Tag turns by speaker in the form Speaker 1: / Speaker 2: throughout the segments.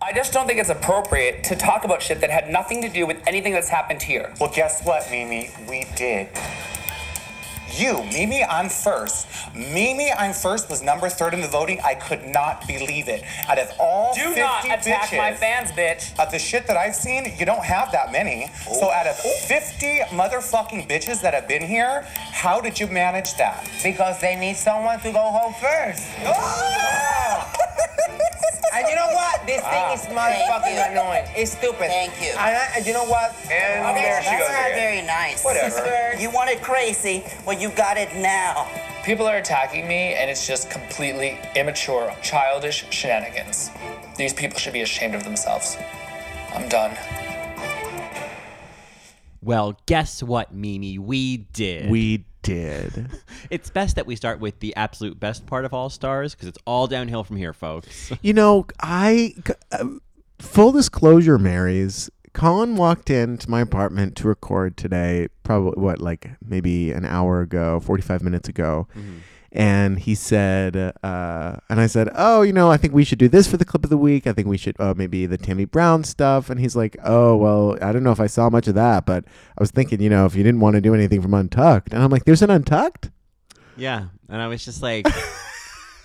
Speaker 1: I just don't think it's appropriate to talk about shit that had nothing to do with anything that's happened here.
Speaker 2: Well, guess what, Mimi? We did. You, Mimi, I'm first. Mimi, I'm first was number third in the voting. I could not believe it. Out of all
Speaker 1: Do
Speaker 2: 50
Speaker 1: not attack
Speaker 2: bitches,
Speaker 1: my fans, bitch.
Speaker 2: Of the shit that I've seen, you don't have that many. So out of 50 motherfucking bitches that have been here, how did you manage that?
Speaker 3: Because they need someone to go home first. And you know what? This thing is
Speaker 4: Thank you.
Speaker 3: motherfucking annoying. It's stupid.
Speaker 4: Thank you.
Speaker 3: And, I, and you know what?
Speaker 5: And there
Speaker 4: That's
Speaker 5: she goes
Speaker 4: not
Speaker 5: again.
Speaker 4: very nice.
Speaker 5: Whatever.
Speaker 4: You want it crazy, well, you got it now.
Speaker 1: People are attacking me, and it's just completely immature, childish shenanigans. These people should be ashamed of themselves. I'm done.
Speaker 6: Well, guess what, Mimi? We did.
Speaker 7: We did.
Speaker 6: It's best that we start with the absolute best part of All Stars because it's all downhill from here, folks.
Speaker 7: You know, I uh, full disclosure, Marys. Colin walked into my apartment to record today, probably what, like maybe an hour ago, forty-five minutes ago,
Speaker 6: Mm-hmm.
Speaker 7: and he said, uh, and I said, oh, you know, I think we should do this for the clip of the week. I think we should uh, maybe the Tammy Brown stuff, and he's like, oh, well, I don't know if I saw much of that, but I was thinking, you know, if you didn't want to do anything from Untucked, and I'm like, there's an Untucked.
Speaker 6: yeah, and I was just like,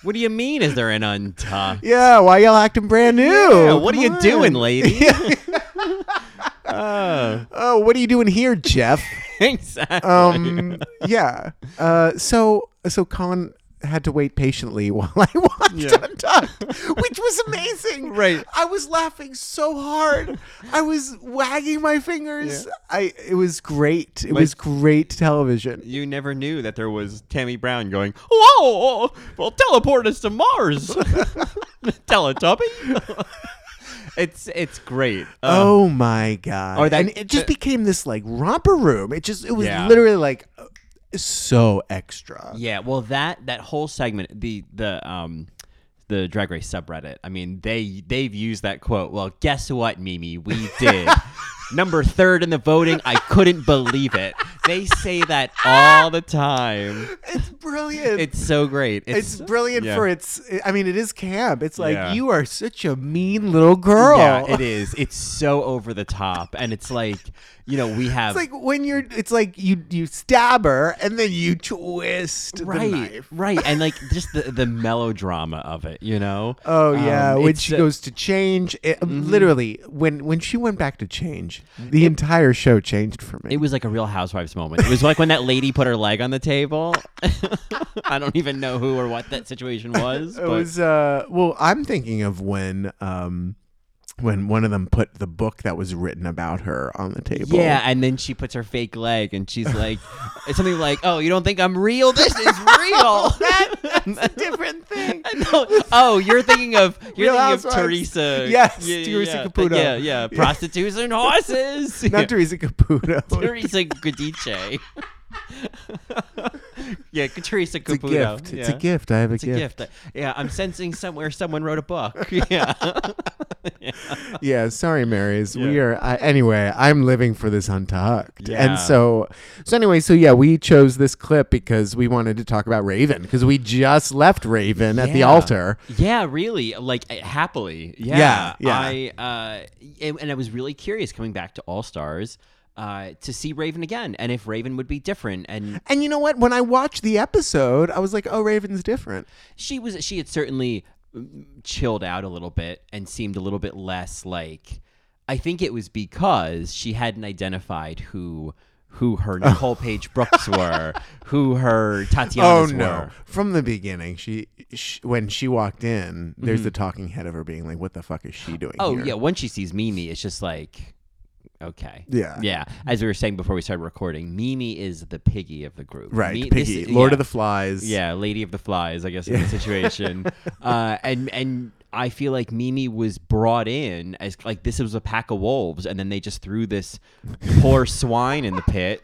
Speaker 6: "What do you mean? Is there an untucked?
Speaker 7: Yeah, why y'all acting brand new?
Speaker 6: Yeah, what
Speaker 7: Oh, Come
Speaker 6: are you
Speaker 7: on.
Speaker 6: doing, lady?"
Speaker 7: Oh, what are you doing here, Jeff?
Speaker 6: exactly.
Speaker 7: um yeah uh so so colin had to wait patiently while i watched untucked which was amazing
Speaker 6: Right.
Speaker 7: i was laughing so hard i was wagging my fingers i it was great it was great television
Speaker 6: you never knew that there was Tammy Brown going, "Whoa! Well, teleport us to Mars, Teletubby." it's it's great. Uh,
Speaker 7: Oh my god!
Speaker 6: Or that-
Speaker 7: and it just became this like romper room. It just it was
Speaker 6: Yeah.
Speaker 7: literally like uh, so extra.
Speaker 6: Yeah, well that that whole segment, the the um the drag race subreddit. I mean, they they've used that quote. Well, guess what, Mimi? We did. Number 3rd in the voting. I couldn't believe it. They say that all the time.
Speaker 7: It's brilliant.
Speaker 6: It's so great.
Speaker 7: it's brilliant
Speaker 6: yeah.
Speaker 7: for its i mean it is camp it's like
Speaker 6: Yeah.
Speaker 7: you are such a mean little girl
Speaker 6: Yeah, it is. It's so over the top and it's like, you know, we have
Speaker 7: it's like when you're it's like you you stab her and then you twist
Speaker 6: right,
Speaker 7: the knife
Speaker 6: Right. And like just the, the melodrama of it, you know?
Speaker 7: Oh yeah,
Speaker 6: Um,
Speaker 7: when
Speaker 6: it's Mm-hmm.
Speaker 7: she
Speaker 6: so-
Speaker 7: goes to change, it, um, literally when when she went back to change, the entire show changed for me.
Speaker 6: It was like a Real Housewives moment. It was like when that lady put her leg on the table. I don't even know who or what that situation was.
Speaker 7: It
Speaker 6: but-
Speaker 7: was uh well, I'm thinking of when um when one of them put the book that was written about her on the table.
Speaker 6: yeah, and then she puts her fake leg, and she's like, it's something like, "Oh, you don't think I'm real? This is real." that's a different thing. oh, you're thinking of you're thinking
Speaker 7: Real
Speaker 6: of
Speaker 7: Housewives.
Speaker 6: Teresa.
Speaker 7: Yes,
Speaker 6: Yeah, yeah,
Speaker 7: Teresa
Speaker 6: yeah.
Speaker 7: Caputo.
Speaker 6: Yeah, yeah,
Speaker 7: Yeah.
Speaker 6: prostitutes and horses.
Speaker 7: Not
Speaker 6: Yeah.
Speaker 7: Teresa Caputo.
Speaker 6: Teresa Giudice. yeah, Teresa Caputo.
Speaker 7: it's a gift. It's a
Speaker 6: yeah.
Speaker 7: gift. I have a
Speaker 6: It's a gift. Yeah, I'm sensing somewhere someone wrote a book. Yeah.
Speaker 7: yeah sorry marys we are I, anyway i'm living for this untucked
Speaker 6: Yeah.
Speaker 7: and so so anyway so yeah we chose this clip because we wanted to talk about raven because we just left raven at the
Speaker 6: Yeah.
Speaker 7: altar
Speaker 6: yeah, really. Like uh, happily. Yeah.
Speaker 7: Yeah, yeah.
Speaker 6: I uh and, and I was really curious coming back to All Stars uh to see Raven again and if Raven would be different and
Speaker 7: and you know what when i watched the episode i was like oh raven's different
Speaker 6: she was she had certainly mm, chilled out a little bit and seemed a little bit less like I think it was because she hadn't identified who who her Nicole Page Brooks were, who her Tatiana's were.
Speaker 7: Oh, from the beginning she, sh when she walked in there's the talking head of her being like what the fuck is she doing
Speaker 6: Mm-hmm. Oh
Speaker 7: here?
Speaker 6: yeah, once she sees Mimi, it's just like, okay,
Speaker 7: Yeah.
Speaker 6: yeah. As we were saying before we started recording, Mimi is the piggy of the group,
Speaker 7: right
Speaker 6: Me- this
Speaker 7: piggy
Speaker 6: is-
Speaker 7: lord
Speaker 6: yeah.
Speaker 7: of the flies
Speaker 6: yeah, lady of the flies, I guess in the situation, uh, and and. I feel like Mimi was brought in as like this was a pack of wolves, and then they just threw this poor swine in the pit.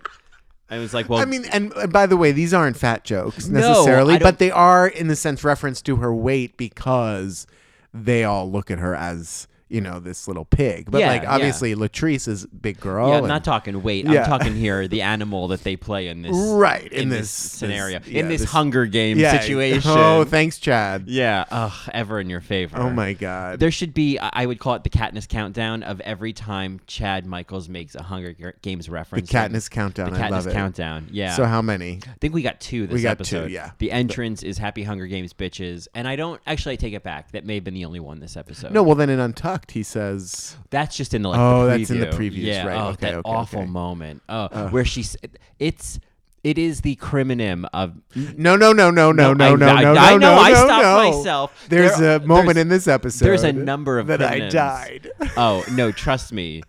Speaker 6: And it was like, well,
Speaker 7: I mean, and uh, by the way, these aren't fat jokes
Speaker 6: No,
Speaker 7: necessarily,
Speaker 6: I don't-
Speaker 7: but they are in the sense reference to her weight because they all look at her as you know, this little pig. But
Speaker 6: Yeah,
Speaker 7: like
Speaker 6: yeah.
Speaker 7: obviously Latrice is a big girl.
Speaker 6: yeah, I'm
Speaker 7: and-
Speaker 6: not talking weight.
Speaker 7: Yeah.
Speaker 6: I'm talking here the animal that they play in this
Speaker 7: Right, in
Speaker 6: this,
Speaker 7: this-
Speaker 6: scenario
Speaker 7: this- yeah,
Speaker 6: in this,
Speaker 7: this-
Speaker 6: Hunger Game
Speaker 7: Yeah,
Speaker 6: situation.
Speaker 7: Oh, thanks, Chad.
Speaker 6: yeah, ugh, ever in your favor.
Speaker 7: Oh my god.
Speaker 6: There should be, I I would call it the Katniss countdown of every time Chad Michaels makes a Hunger G- Games reference.
Speaker 7: Katniss countdown.
Speaker 6: The
Speaker 7: I love
Speaker 6: Katniss
Speaker 7: it.
Speaker 6: countdown. Yeah.
Speaker 7: So how many?
Speaker 6: I think we got two this
Speaker 7: got two,
Speaker 6: episode.
Speaker 7: yeah.
Speaker 6: The entrance is Happy Hunger Games bitches, and I don't actually I take it back. That may have been the only one this episode.
Speaker 7: No, well then in Untucked he says
Speaker 6: that's just in the like.
Speaker 7: Oh,
Speaker 6: the
Speaker 7: that's in the previews,
Speaker 6: Yeah.
Speaker 7: right,
Speaker 6: Oh,
Speaker 7: okay,
Speaker 6: that
Speaker 7: okay,
Speaker 6: awful
Speaker 7: okay.
Speaker 6: moment. Oh, where she's it's it is the crimonym of
Speaker 7: No, no, no, no, no,
Speaker 6: No, I-
Speaker 7: no, no,
Speaker 6: I-
Speaker 7: no,
Speaker 6: I
Speaker 7: no,
Speaker 6: know,
Speaker 7: no,
Speaker 6: I
Speaker 7: no,
Speaker 6: stopped
Speaker 7: no.
Speaker 6: myself.
Speaker 7: There's
Speaker 6: There-
Speaker 7: a moment
Speaker 6: there's-
Speaker 7: in this episode.
Speaker 6: there's a number of
Speaker 7: that I
Speaker 6: crinums.
Speaker 7: died.
Speaker 6: oh no, trust me,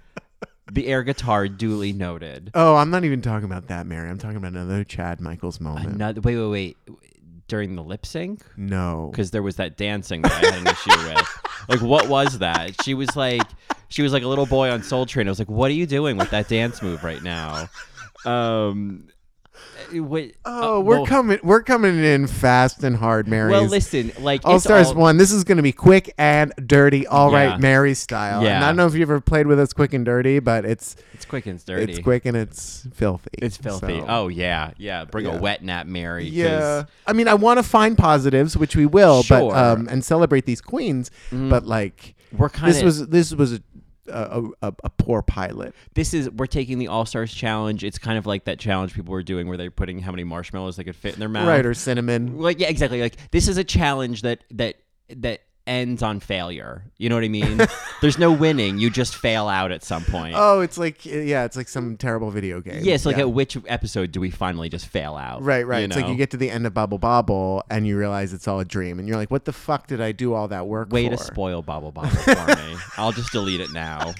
Speaker 6: the air guitar duly noted.
Speaker 7: Oh, I'm not even talking about that, Mary. I'm talking about another Chad Michaels moment.
Speaker 6: Another Uh, wait wait wait during the lip sync.
Speaker 7: no,
Speaker 6: because there was that dancing that I had an issue with. Like, what was that? She was like, she was like a little boy on Soul Train. I was like, what are you doing with that dance move right now? Um, eh, what,
Speaker 7: oh,
Speaker 6: uh,
Speaker 7: we're
Speaker 6: well-
Speaker 7: coming, we're coming in fast and hard, Mary.
Speaker 6: Well, listen, like
Speaker 7: All
Speaker 6: it's
Speaker 7: Stars
Speaker 6: all-
Speaker 7: One. This is going to be quick and dirty, all right,
Speaker 6: Yeah.
Speaker 7: Mary style. And
Speaker 6: Yeah.
Speaker 7: I don't know if you ever played with us, quick and dirty, but it's
Speaker 6: It's quick and dirty.
Speaker 7: it's quick and it's filthy.
Speaker 6: It's filthy.
Speaker 7: So,
Speaker 6: oh yeah, yeah. Bring a wet nap, Mary. 'cause-
Speaker 7: yeah. I mean, I want to find positives, which we will,
Speaker 6: Sure. Mm-hmm.
Speaker 7: but um, and celebrate these queens. But like,
Speaker 6: We're
Speaker 7: this
Speaker 6: kinda-
Speaker 7: was this was a a, a, a poor pilot.
Speaker 6: This is we're taking the All Stars challenge. It's kind of like that challenge people were doing where they're putting how many marshmallows they could fit in their mouth.
Speaker 7: Right, or cinnamon.
Speaker 6: Well, yeah, exactly. Like this is a challenge that that that ends on failure. You know what I mean? There's no winning. You just fail out at some point.
Speaker 7: Oh, it's like yeah, it's like some terrible video game.
Speaker 6: yes. Like
Speaker 7: yeah.
Speaker 6: at which episode do we finally just fail out?
Speaker 7: right, right.
Speaker 6: You
Speaker 7: it's
Speaker 6: know?
Speaker 7: like you get to the end of Bobble Bobble and you realize it's all a dream, and you're like, "What the fuck did I do all that work
Speaker 6: way
Speaker 7: for?"
Speaker 6: to spoil Bobble Bobble for me. I'll just delete it now.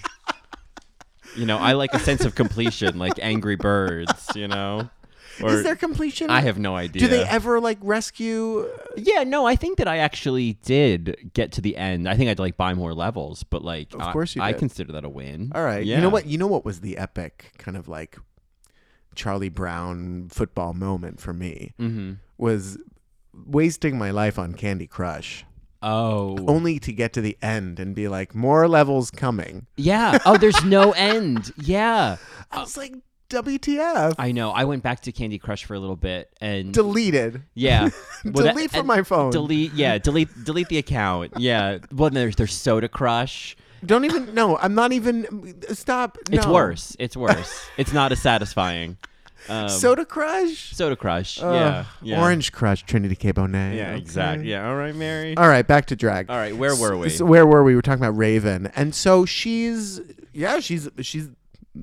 Speaker 6: You know, I like a sense of completion, like Angry Birds. You know, or
Speaker 7: Is there completion?
Speaker 6: I have no idea.
Speaker 7: Do they ever like rescue? uh,
Speaker 6: Yeah, no, I think that I actually did get to the end. I think I'd like buy more levels, but like, of
Speaker 7: course you
Speaker 6: I,
Speaker 7: did.
Speaker 6: consider that a win.
Speaker 7: All right.
Speaker 6: yeah.
Speaker 7: You know what? You know what was the epic kind of like Charlie Brown football moment for me
Speaker 6: Mm-hmm.
Speaker 7: was wasting my life on Candy Crush
Speaker 6: Oh,
Speaker 7: only to get to the end and be like, more levels coming.
Speaker 6: yeah. Oh, there's no end. Yeah,
Speaker 7: I was like, WTF?
Speaker 6: I know. I went back to Candy Crush for a little bit, and
Speaker 7: Deleted.
Speaker 6: yeah,
Speaker 7: Delete from my phone.
Speaker 6: Delete, yeah, delete, delete the account. Yeah. Well, there's there's Soda Crush.
Speaker 7: Don't even. No, I'm not even. Stop. No.
Speaker 6: It's worse. It's worse. it's not as satisfying. Um,
Speaker 7: Soda Crush.
Speaker 6: Soda Crush. yeah,
Speaker 7: Ugh.
Speaker 6: yeah.
Speaker 7: Orange Crush. Trinity K. Bonet.
Speaker 6: Yeah,
Speaker 7: Okay.
Speaker 6: exactly. Yeah. All right, Mary.
Speaker 7: All right, back to drag.
Speaker 6: All right, where were
Speaker 7: S-
Speaker 6: we?
Speaker 7: So where were we? We were talking about Raven, and so she's yeah, she's she's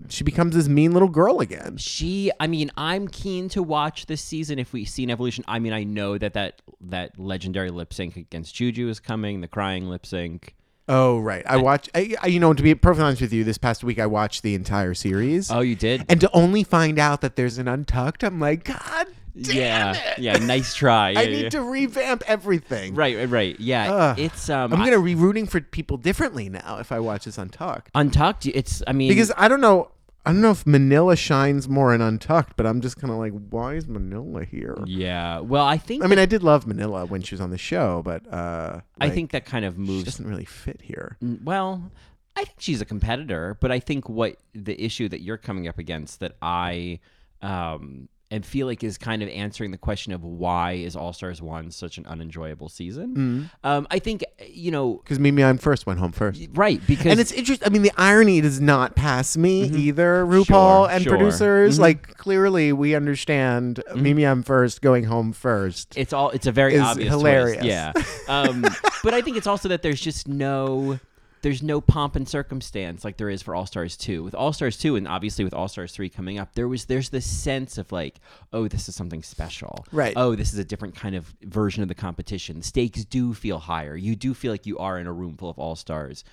Speaker 7: she becomes this mean little girl again.
Speaker 6: she i mean i'm keen to watch this season if we see an evolution i mean i know that that that legendary lip sync against juju is coming the crying lip sync
Speaker 7: Oh right, I watch. I, I, you know, to be perfectly honest with you, this past week I watched the entire series,
Speaker 6: oh you did
Speaker 7: and to only find out that there's an untucked, I'm like, God, damn
Speaker 6: yeah
Speaker 7: it.
Speaker 6: yeah nice try
Speaker 7: I
Speaker 6: Yeah,
Speaker 7: need
Speaker 6: yeah.
Speaker 7: to revamp everything.
Speaker 6: right right right yeah
Speaker 7: Ugh.
Speaker 6: it's um
Speaker 7: I'm
Speaker 6: I-
Speaker 7: gonna be rooting for people differently now if I watch this untucked.
Speaker 6: untucked it's i mean
Speaker 7: because I don't know. I don't know if Manila shines more in Untucked, but I'm just kind of like, why is Manila here?
Speaker 6: yeah well i think
Speaker 7: I mean, I did love Manila when she was on the show, but uh,
Speaker 6: i
Speaker 7: like,
Speaker 6: think Mm. that kind of
Speaker 7: she
Speaker 6: moves
Speaker 7: doesn't really fit here.
Speaker 6: well i think she's a competitor but i think what the issue that you're coming up against that i um and feel like is kind of answering the question of why is all stars one such an unenjoyable season
Speaker 7: Mm-hmm.
Speaker 6: um i think you know
Speaker 7: Because Mimi, I'm first went home first,
Speaker 6: right because
Speaker 7: and it's interesting. I mean, the irony does not pass me either. RuPaul
Speaker 6: Mm-hmm. Sure,
Speaker 7: and
Speaker 6: sure. Mm-hmm.
Speaker 7: producers, like clearly, we understand Mimi, I'm first going home first.
Speaker 6: it's all it's a very
Speaker 7: is
Speaker 6: obvious twist.
Speaker 7: hilarious.
Speaker 6: yeah um but i think it's also that there's just no there's no pomp and circumstance like there is for all stars 2 with all stars 2 and obviously with all stars 3 coming up there was there's this sense of like oh this is something special
Speaker 7: Right.
Speaker 6: oh this is a different kind of version of the competition stakes do feel higher you do feel like you are in a room full of all stars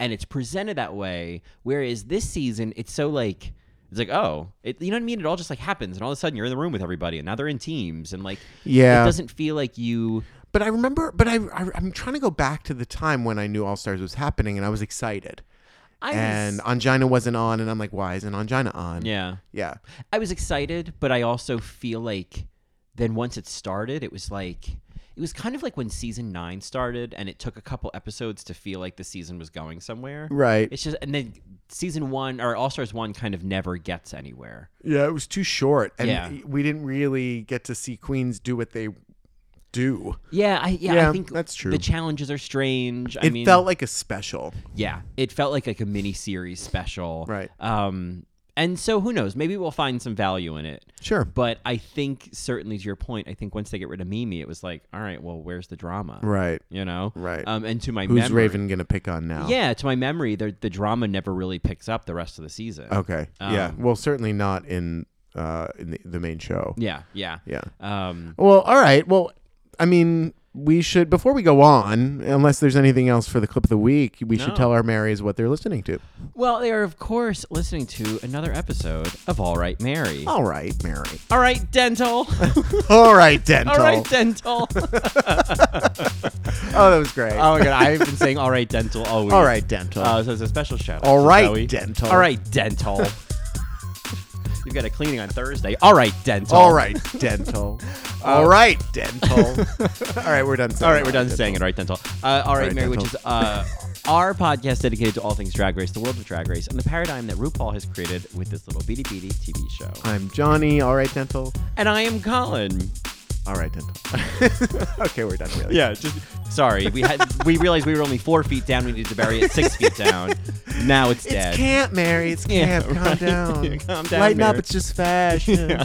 Speaker 6: and it's presented that way whereas this season it's so like it's like oh it, you know what i mean it all just like happens and all of a sudden you're in the room with everybody and now they're in teams and like
Speaker 7: Yeah.
Speaker 6: it doesn't feel like you
Speaker 7: But I remember, but I, I I'm trying to go back to the time when I knew All Stars was happening, and I was excited.
Speaker 6: I was-
Speaker 7: and Angina wasn't on, and I'm like, why isn't Angina on?
Speaker 6: yeah
Speaker 7: yeah.
Speaker 6: i was excited but i also feel like then once it started it was like it was kind of like when season nine started, and it took a couple episodes to feel like the season was going somewhere.
Speaker 7: Right.
Speaker 6: It's just, and then season one or All Stars one kind of never gets anywhere.
Speaker 7: Yeah, it was too short, and
Speaker 6: Yeah.
Speaker 7: we didn't really get to see queens do what they do.
Speaker 6: Yeah, I yeah,
Speaker 7: Yeah,
Speaker 6: I think
Speaker 7: that's true.
Speaker 6: The challenges are strange. I
Speaker 7: It
Speaker 6: mean,
Speaker 7: felt like a special.
Speaker 6: yeah, it felt like like a mini series special,
Speaker 7: Right.
Speaker 6: Um, and so who knows? Maybe we'll find some value in it.
Speaker 7: Sure.
Speaker 6: But I think certainly to your point, I think once they get rid of Mimi, it was like, all right, well, where's the drama?
Speaker 7: Right.
Speaker 6: You know.
Speaker 7: Right.
Speaker 6: Um, and to my
Speaker 7: Who's
Speaker 6: memory,
Speaker 7: Raven gonna pick on now?
Speaker 6: Yeah, to my memory, the the drama never really picks up the rest of the season.
Speaker 7: Okay. yeah.
Speaker 6: Um,
Speaker 7: Well, certainly not in uh in the, the main show.
Speaker 6: Yeah. Yeah.
Speaker 7: Yeah.
Speaker 6: Um.
Speaker 7: Well, all right. Well, I mean, we should before we go on, unless there's anything else for the clip of the week, we should
Speaker 6: No.
Speaker 7: tell our Marys what they're listening to.
Speaker 6: Well, they are of course listening to another episode of All Right Mary.
Speaker 7: All right, Mary.
Speaker 6: All right, Oh. dental.
Speaker 7: All right, dental.
Speaker 6: All right, dental.
Speaker 7: oh, that was great.
Speaker 6: Oh my god, I've been saying all right dental all week.
Speaker 7: All right, dental.
Speaker 6: Uh, so it's a special shout out.
Speaker 7: All
Speaker 6: to
Speaker 7: right,
Speaker 6: Zoe.
Speaker 7: dental.
Speaker 6: All right, dental. You've got a cleaning on Thursday. All right, dental. Uh,
Speaker 7: All right, dental. All right, dental. all right, we're done.
Speaker 6: All right, we're done saying it. All right, dental. Uh, all right,
Speaker 7: right,
Speaker 6: Mary, which
Speaker 7: dental.
Speaker 6: is uh, our podcast dedicated to all things Drag Race, the world of Drag Race, and the paradigm that RuPaul has created with this little beady beady TV show.
Speaker 7: I'm Johnny. All right, dental.
Speaker 6: And I am Colin.
Speaker 7: All right, dental. okay, we're done. Really.
Speaker 6: Yeah, just sorry. We had we realized we were only four feet down. We needed to bury it six feet down. Now it's, dead.
Speaker 7: It's camp, Mary. It's
Speaker 6: Yeah,
Speaker 7: camp. Calm
Speaker 6: right.
Speaker 7: down.
Speaker 6: Yeah, calm down,
Speaker 7: Lighten up.
Speaker 6: Mary.
Speaker 7: It's just fashion.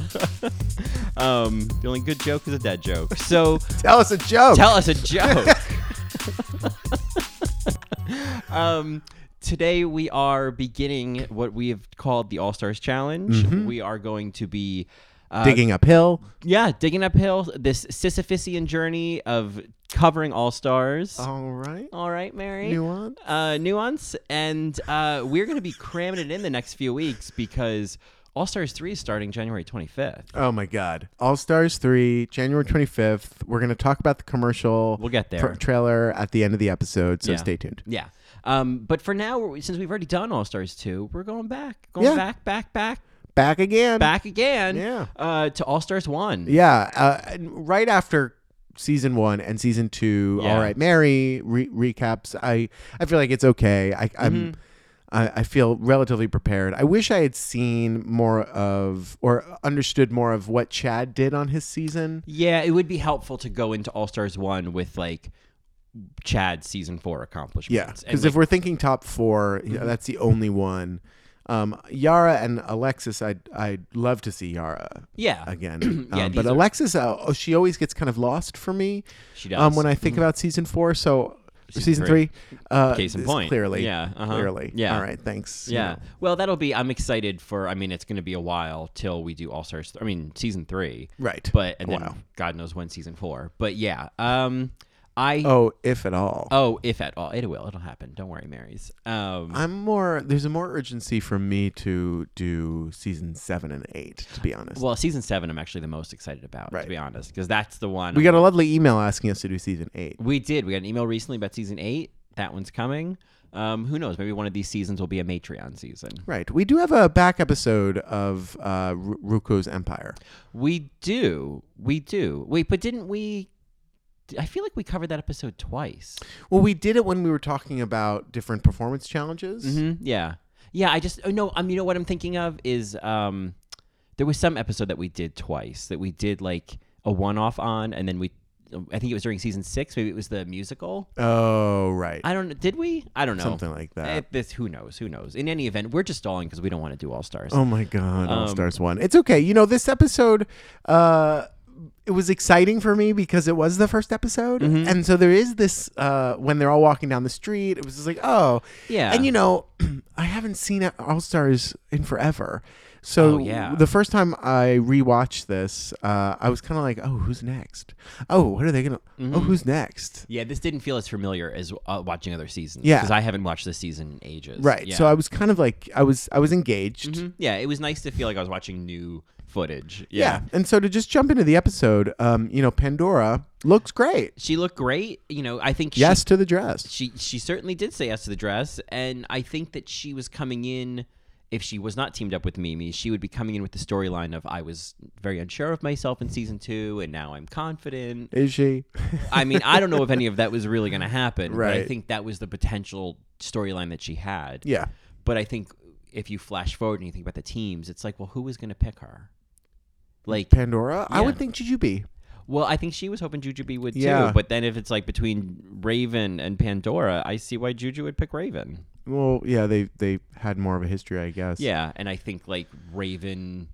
Speaker 6: Um, the only good joke is a dead joke. So
Speaker 7: Tell us a joke. Uh,
Speaker 6: tell us a joke. um, today we are beginning what we have called the All Stars Challenge. We are going to be uh,
Speaker 7: Digging uphill.
Speaker 6: yeah, digging uphill. This Sisyphusian journey of covering All Stars.
Speaker 7: All right.
Speaker 6: All right, Mary.
Speaker 7: Nuance.
Speaker 6: Uh, nuance, and uh, we're going to be cramming it in the next few weeks because All Stars Three is starting January twenty fifth.
Speaker 7: Oh my God! All Stars three, January twenty fifth. We're gonna talk about the commercial.
Speaker 6: We'll get there.
Speaker 7: tra- trailer at the end of the episode, so
Speaker 6: Yeah.
Speaker 7: stay tuned.
Speaker 6: Yeah. Um, but for now, we're- since we've already done All Stars 2, we're going back. Going
Speaker 7: Yeah.
Speaker 6: back, back, back,
Speaker 7: Back again.
Speaker 6: back again
Speaker 7: Yeah.
Speaker 6: uh, to All Stars 1.
Speaker 7: Yeah. Uh, and right after season one and season two,
Speaker 6: Yeah.
Speaker 7: All Right, Mary re- recaps. I I feel like it's okay. I,
Speaker 6: Mm-hmm.
Speaker 7: I'm. I I feel relatively prepared. I wish I had seen more of or understood more of what Chad did on his season.
Speaker 6: Yeah, it would be helpful to go into All Stars 1 with like Chad's season 4
Speaker 7: Yeah,
Speaker 6: accomplishments. And,
Speaker 7: because
Speaker 6: like,
Speaker 7: if we're thinking top 4 yeah,
Speaker 6: Mm-hmm.
Speaker 7: that's the only one. Um, Yara and Alexis, I'd I'd love to see Yara
Speaker 6: yeah.
Speaker 7: again.
Speaker 6: Yeah,
Speaker 7: um, but
Speaker 6: these are-
Speaker 7: Alexis, uh, oh, she always gets kind of lost for me.
Speaker 6: She does.
Speaker 7: Um, when I think about season four, so season, three,
Speaker 6: three.
Speaker 7: uh,
Speaker 6: Case in
Speaker 7: is
Speaker 6: point.
Speaker 7: clearly,
Speaker 6: Yeah, uh-huh.
Speaker 7: clearly,
Speaker 6: Yeah.
Speaker 7: All right, thanks. you
Speaker 6: yeah.
Speaker 7: know.
Speaker 6: Well, that'll be. I'm excited for. I mean, it's going to be a while till we do All Stars. I mean, season three.
Speaker 7: Right.
Speaker 6: But and
Speaker 7: A
Speaker 6: then
Speaker 7: while.
Speaker 6: God knows when season four. But yeah. Um. I. Oh.
Speaker 7: Oh, if at all.
Speaker 6: if at all, it will. It'll happen. Don't worry, Marys. Um.
Speaker 7: I'm more. There's a more urgency for me to do season seven and eight. To be honest,
Speaker 6: Well, season seven, I'm actually the most excited about,
Speaker 7: Right.
Speaker 6: to be honest, because that's the one
Speaker 7: we got a lovely email asking us to do season eight.
Speaker 6: we did. We got an email recently about season eight. That one's coming. Um, who knows? Maybe one of these seasons will be a Matreon season.
Speaker 7: Right. We do have a back episode of uh, Ru- Ruko's Empire.
Speaker 6: We do. We do. Wait, but didn't we? I feel like we covered that episode twice.
Speaker 7: Well, we did it when we were talking about different performance challenges.
Speaker 6: hmm Yeah. Yeah. I just. Oh no. Um. You know what I'm thinking of is um, there was some episode that we did twice that we did like a one-off on, and then we. I think it was during season six. Maybe it was the musical.
Speaker 7: Oh, right.
Speaker 6: I don't know. Did we? I don't know.
Speaker 7: Something like that.
Speaker 6: Eh, this who knows? Who knows? In any event, we're just stalling because we don't want to do all stars.
Speaker 7: Oh my
Speaker 6: Um,
Speaker 7: God! All Stars One. It's okay. You know, this episode, uh, it was exciting for me because it was the first episode,
Speaker 6: Mm-hmm.
Speaker 7: and so there is this uh, when they're all walking down the street. It was just like, oh,
Speaker 6: Yeah.
Speaker 7: And you know, I haven't seen All Stars in forever, so
Speaker 6: Oh, yeah.
Speaker 7: the first time I rewatched this, uh, I was kind of like, oh, who's next? Oh, what are they gonna?
Speaker 6: Mm-hmm.
Speaker 7: Oh, who's next?
Speaker 6: Yeah, this didn't feel as familiar as uh, watching other seasons.
Speaker 7: Yeah.
Speaker 6: because I haven't watched this season in ages.
Speaker 7: Right.
Speaker 6: Yeah.
Speaker 7: So I was kind of like, I was, I was engaged.
Speaker 6: Mhm. yeah, it was nice to feel like I was watching new footage.
Speaker 7: Yeah. And so to just jump into the episode, um, you know, Pandora looks great.
Speaker 6: she looked great. You know, I think
Speaker 7: Yes to the dress.
Speaker 6: she, she she certainly did say yes to the dress, and I think that she was coming in if she was not teamed up with Mimi, she would be coming in with the storyline of I was very unsure of myself in season two, and now I'm confident.
Speaker 7: Is she?
Speaker 6: I mean, I don't know if any of that was really going to happen. But I
Speaker 7: Right.
Speaker 6: think that was the potential storyline that she had.
Speaker 7: yeah.
Speaker 6: But I think if you flash forward and you think about the teams, it's like, well, who was going to pick her? Like,
Speaker 7: Pandora? I
Speaker 6: Yeah.
Speaker 7: would think Jujubee.
Speaker 6: well, I think she was hoping Juju B would
Speaker 7: Yeah.
Speaker 6: too. But then if it's like between Raven and Pandora, I see why Juju would pick Raven.
Speaker 7: Well, yeah, they they had more of a history, I guess.
Speaker 6: Yeah, and I think like Raven.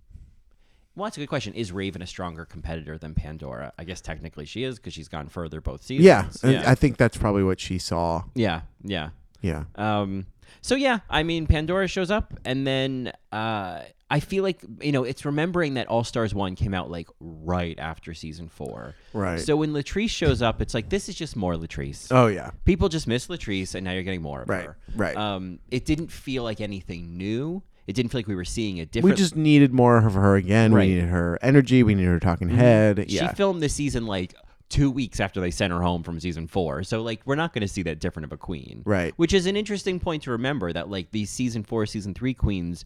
Speaker 6: Well, that's a good question. Is Raven a stronger competitor than Pandora? I guess technically she is because she's gone further both
Speaker 7: Yeah,
Speaker 6: seasons.
Speaker 7: and
Speaker 6: yeah,
Speaker 7: I think that's probably what she saw.
Speaker 6: yeah, yeah.
Speaker 7: Yeah.
Speaker 6: Um, so yeah, I mean, Pandora shows up, and then uh, I feel like you know it's remembering that All Stars One came out like right after season four.
Speaker 7: Right.
Speaker 6: So when Latrice shows up, it's like this is just more Latrice.
Speaker 7: Oh yeah.
Speaker 6: People just miss Latrice, and now you're getting more of
Speaker 7: Right,
Speaker 6: her.
Speaker 7: right.
Speaker 6: Um, it didn't feel like anything new. It didn't feel like we were seeing a
Speaker 7: We
Speaker 6: different.
Speaker 7: just needed more of her again.
Speaker 6: Right. Mm-hmm.
Speaker 7: We needed her energy. We needed her talking head. Yeah.
Speaker 6: She filmed this season like two weeks after they sent her home from season four. So like we're not gonna see that different of a queen.
Speaker 7: Right.
Speaker 6: Which is an interesting point to remember that like these season four, season three queens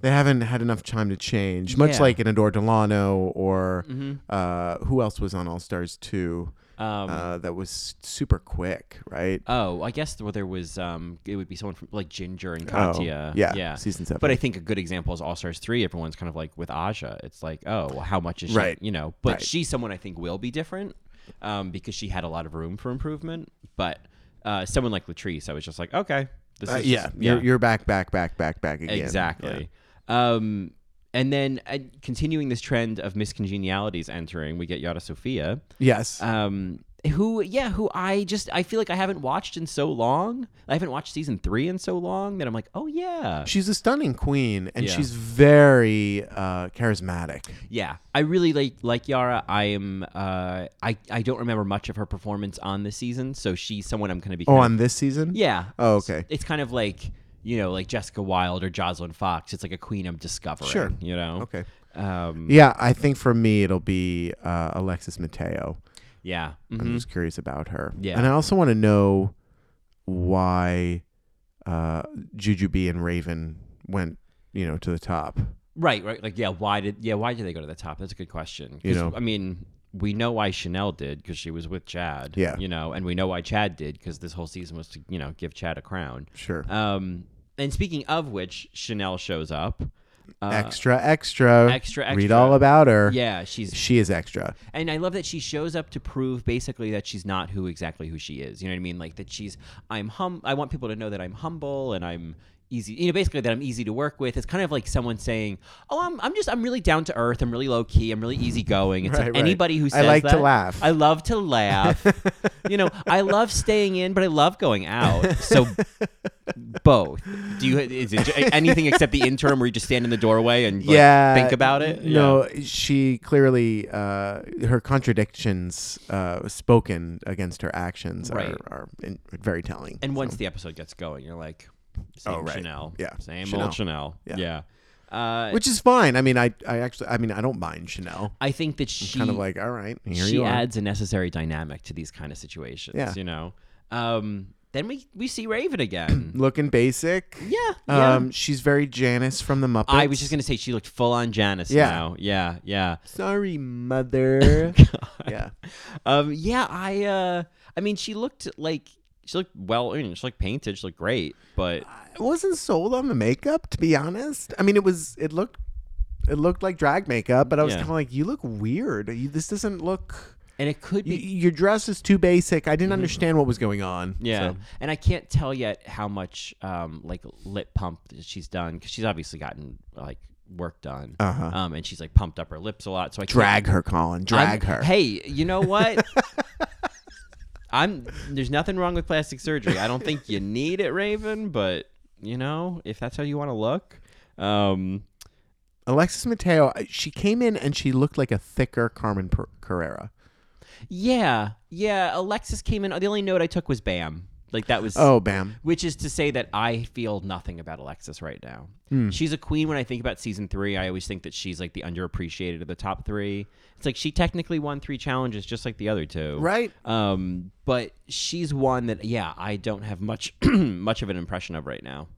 Speaker 7: they haven't had enough time to change, much
Speaker 6: Yeah. Mm-hmm.
Speaker 7: like an Adore Delano or uh, who else was on All Stars 2
Speaker 6: Um,
Speaker 7: uh, that was super quick, right?
Speaker 6: Oh, I guess well, there was um, it would be someone from like Ginger and Katya.
Speaker 7: Oh, yeah,
Speaker 6: yeah,
Speaker 7: season seven.
Speaker 6: But I think a good example is All Stars three. Everyone's kind of like with Aja. It's like, oh, well, how much is
Speaker 7: Right.
Speaker 6: she? You know, but
Speaker 7: Right.
Speaker 6: she's someone I think will be different um, because she had a lot of room for improvement. But uh, someone like Latrice, I was just like, okay, this
Speaker 7: Uh,
Speaker 6: is
Speaker 7: yeah,
Speaker 6: just-
Speaker 7: You're, you're back, back, back, back, back again.
Speaker 6: Exactly. Um, and then uh, continuing this trend of miscongenialities entering, we get Yada Sophia,
Speaker 7: Yes.
Speaker 6: um, who, yeah, who I just, I feel like I haven't watched in so long. I haven't watched season three in so long that I'm like, oh, yeah.
Speaker 7: she's a stunning queen, and
Speaker 6: Yeah.
Speaker 7: she's very uh, charismatic.
Speaker 6: Yeah. I really like, like Yara. I am, uh, I, I don't remember much of her performance on this season. So she's someone I'm going to be.
Speaker 7: Oh,
Speaker 6: kind of-
Speaker 7: on this season?
Speaker 6: Yeah.
Speaker 7: Oh, okay.
Speaker 6: It's kind of like, you know, like Jessica Wilde or Jocelyn Fox. It's like a queen I'm discovering.
Speaker 7: Sure.
Speaker 6: You know?
Speaker 7: Okay.
Speaker 6: Um,
Speaker 7: Yeah, I think for me it'll be uh, Alexis Mateo.
Speaker 6: yeah. Mhm.
Speaker 7: I'm just curious about her.
Speaker 6: Yeah.
Speaker 7: And I also want to know why uh, Juju B and Raven went, you know, to the top.
Speaker 6: Right, right. Like, yeah, why did yeah why did they go to the top? That's a good question. 'Cause,
Speaker 7: You know.
Speaker 6: I mean, we know why Chanel did because she was with Chad.
Speaker 7: Yeah.
Speaker 6: you know, and we know why Chad did because this whole season was to you know give Chad a crown.
Speaker 7: Sure.
Speaker 6: Um, and speaking of which, Chanel shows up.
Speaker 7: extra, extra.
Speaker 6: Uh, Extra,
Speaker 7: Read
Speaker 6: extra.
Speaker 7: all about her.
Speaker 6: Yeah, she's
Speaker 7: She is extra.
Speaker 6: And I love that she shows up to prove basically that she's not who exactly who she is. You know what I mean? Like that she's I'm hum I want people to know that I'm humble and I'm easy you know, basically that I'm easy to work with. It's kind of like someone saying, Oh, I'm I'm just I'm really down to earth, I'm really low key, I'm really easygoing. It's
Speaker 7: Right,
Speaker 6: like
Speaker 7: right.
Speaker 6: anybody who
Speaker 7: I
Speaker 6: says
Speaker 7: like to
Speaker 6: that-
Speaker 7: laugh.
Speaker 6: I love to laugh. you know, I love staying in, but I love going out. So both. Do you is it ju- anything except the interim where you just stand in the doorway and like,
Speaker 7: yeah.
Speaker 6: think about it? Yeah.
Speaker 7: No, she clearly uh, her contradictions uh, spoken against her actions
Speaker 6: Right.
Speaker 7: are, are in, very telling.
Speaker 6: And once the episode gets going, you're like, same
Speaker 7: Oh, right.
Speaker 6: Chanel,
Speaker 7: Yeah.
Speaker 6: same
Speaker 7: Chanel.
Speaker 6: old Chanel,
Speaker 7: Yeah.
Speaker 6: yeah. Uh,
Speaker 7: which is fine. I mean, I, I actually, I mean, I don't mind Chanel.
Speaker 6: I think that she
Speaker 7: kind of like, all right, here
Speaker 6: she
Speaker 7: you are.
Speaker 6: adds a necessary dynamic to these kind of situations.
Speaker 7: Yeah.
Speaker 6: you know. Um, then we we see Raven again.
Speaker 7: looking basic.
Speaker 6: yeah, yeah.
Speaker 7: Um, she's very Janice from the Muppets.
Speaker 6: I was just gonna say she looked full on Janice
Speaker 7: Yeah.
Speaker 6: now. Yeah, yeah.
Speaker 7: Sorry, mother. yeah.
Speaker 6: Um, yeah, I uh, I mean, she looked like she looked well. I mean, she looked painted. She looked great, but
Speaker 7: I wasn't sold on the makeup, to be honest. I mean, it was. It looked. It looked like drag makeup, but I was
Speaker 6: Yeah.
Speaker 7: kind of like, you look weird. You, this doesn't look.
Speaker 6: and it could
Speaker 7: y
Speaker 6: be
Speaker 7: your dress is too basic. I didn't understand what was going on.
Speaker 6: Mm-hmm. Yeah,
Speaker 7: so.
Speaker 6: and I can't tell yet how much um, like lip pump that she's done because she's obviously gotten like work done, uh-huh. um, and she's like pumped up her lips a lot. So I can't-
Speaker 7: Drag her, Colin. Drag
Speaker 6: I'm-
Speaker 7: her.
Speaker 6: Hey, you know what? I'm there's nothing wrong with plastic surgery. I don't think you need it, Raven, but you know if that's how you want to look, um,
Speaker 7: Alexis Mateo. She came in and she looked like a thicker Carmen per- Carrera.
Speaker 6: yeah, yeah. Alexis came in. The only note I took was Bam. Like that was
Speaker 7: Oh, bam.
Speaker 6: Which is to say that I feel nothing about Alexis right now.
Speaker 7: Hmm.
Speaker 6: She's a queen when I think about season three. I always think that she's like the underappreciated of the top three. It's like she technically won three challenges just like the other two.
Speaker 7: Right.
Speaker 6: Um, but she's one that yeah, I don't have much much of an impression of right now.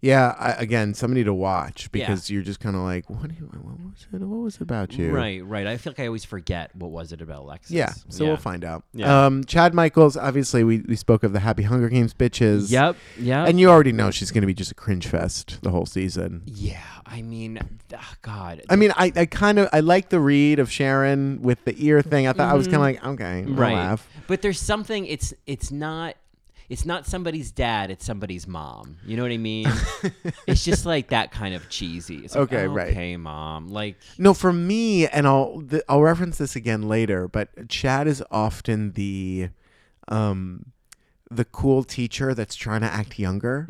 Speaker 7: yeah, I, again, somebody to watch because you're just kind of like, what, do you, what was it? What was it about you?
Speaker 6: Right, right. I feel like I always forget what was it about Alexis.
Speaker 7: Yeah, so we'll find out.
Speaker 6: Yeah.
Speaker 7: Um, Chad Michaels, obviously, we, we spoke of the Happy Hunger Games bitches.
Speaker 6: Yep, yep.
Speaker 7: And you already know she's going to be just a cringe fest the whole season.
Speaker 6: Yeah, I mean, ah, God.
Speaker 7: I mean, I, I kind of I like the read of Sharon with the ear thing. I thought I was kind of like, okay, I'll
Speaker 6: Mm-hmm. right.
Speaker 7: laugh.
Speaker 6: But there's something. It's it's not. It's not somebody's dad. It's somebody's mom. You know what I mean? it's just like that kind of cheesy. It's like,
Speaker 7: Okay, right.
Speaker 6: Okay, mom. Like
Speaker 7: No, for me, and I'll th- I'll reference this again later, but Chad is often the, um, the cool teacher that's trying to act younger.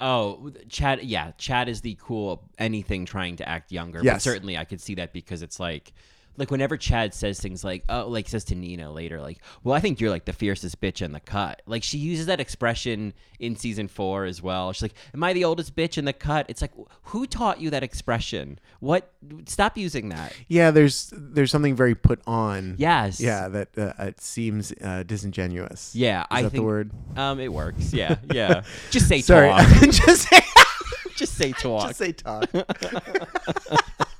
Speaker 6: Oh, Chad. Yeah, Chad is the cool anything trying to act younger. But
Speaker 7: Yes.
Speaker 6: certainly, I could see that because it's like, like whenever Chad says things like, "Oh," like says to Nina later, like, "Well, I think you're like the fiercest bitch in the cut." Like she uses that expression in season four as well. She's like, "Am I the oldest bitch in the cut?" It's like, who taught you that expression? What? Stop using that.
Speaker 7: Yeah, there's there's something very put on.
Speaker 6: Yes.
Speaker 7: Yeah, that uh, it seems uh, disingenuous.
Speaker 6: Yeah,
Speaker 7: is
Speaker 6: I
Speaker 7: that
Speaker 6: think
Speaker 7: the word.
Speaker 6: Um, it works. Yeah, yeah. Just say
Speaker 7: Sorry,
Speaker 6: talk.
Speaker 7: just say,
Speaker 6: Just say talk.
Speaker 7: just say talk.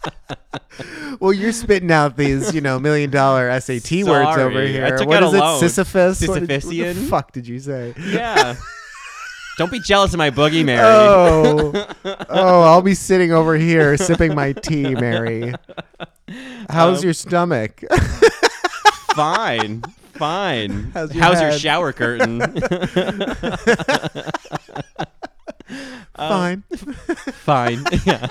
Speaker 7: well, you're spitting out these, you know, million dollar SAT words over
Speaker 6: Sorry, I
Speaker 7: here.
Speaker 6: took
Speaker 7: What
Speaker 6: out a
Speaker 7: is
Speaker 6: loan.
Speaker 7: it, Sisyphus? What did- What, the
Speaker 6: Sisyphusian?
Speaker 7: fuck did you say?
Speaker 6: yeah. Don't be jealous of my boogie, Mary.
Speaker 7: Oh, oh! I'll be sitting over here sipping my tea, Mary.
Speaker 6: Um,
Speaker 7: How's your stomach?
Speaker 6: uh, fine. Fine.
Speaker 7: How's
Speaker 6: How's
Speaker 7: your
Speaker 6: your,
Speaker 7: head?
Speaker 6: shower curtain?
Speaker 7: Fine.
Speaker 6: Fine. Yeah.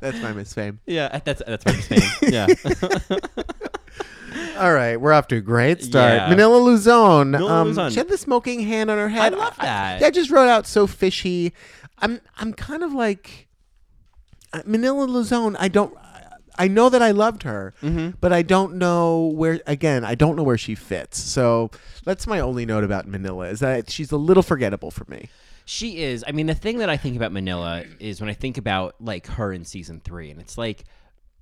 Speaker 7: That's my misfame.
Speaker 6: Yeah. That's that's what I'm saying. Yeah.
Speaker 7: All right, we're off to a great start.
Speaker 6: Yeah.
Speaker 7: Manila Luzon.
Speaker 6: Manila
Speaker 7: um,
Speaker 6: Luzon.
Speaker 7: She had the smoking hand on her head.
Speaker 6: love that.
Speaker 7: I, I just wrote out so fishy. I'm I'm kind of like uh, Manila Luzon. I don't. I know that I loved her,
Speaker 6: Mm-hmm.
Speaker 7: but I don't know where. Again, I don't know where she fits. So that's my only note about Manila is that she's a little forgettable for me.
Speaker 6: She is. I mean, the thing that I think about Manila is when I think about like her in season three, and it's like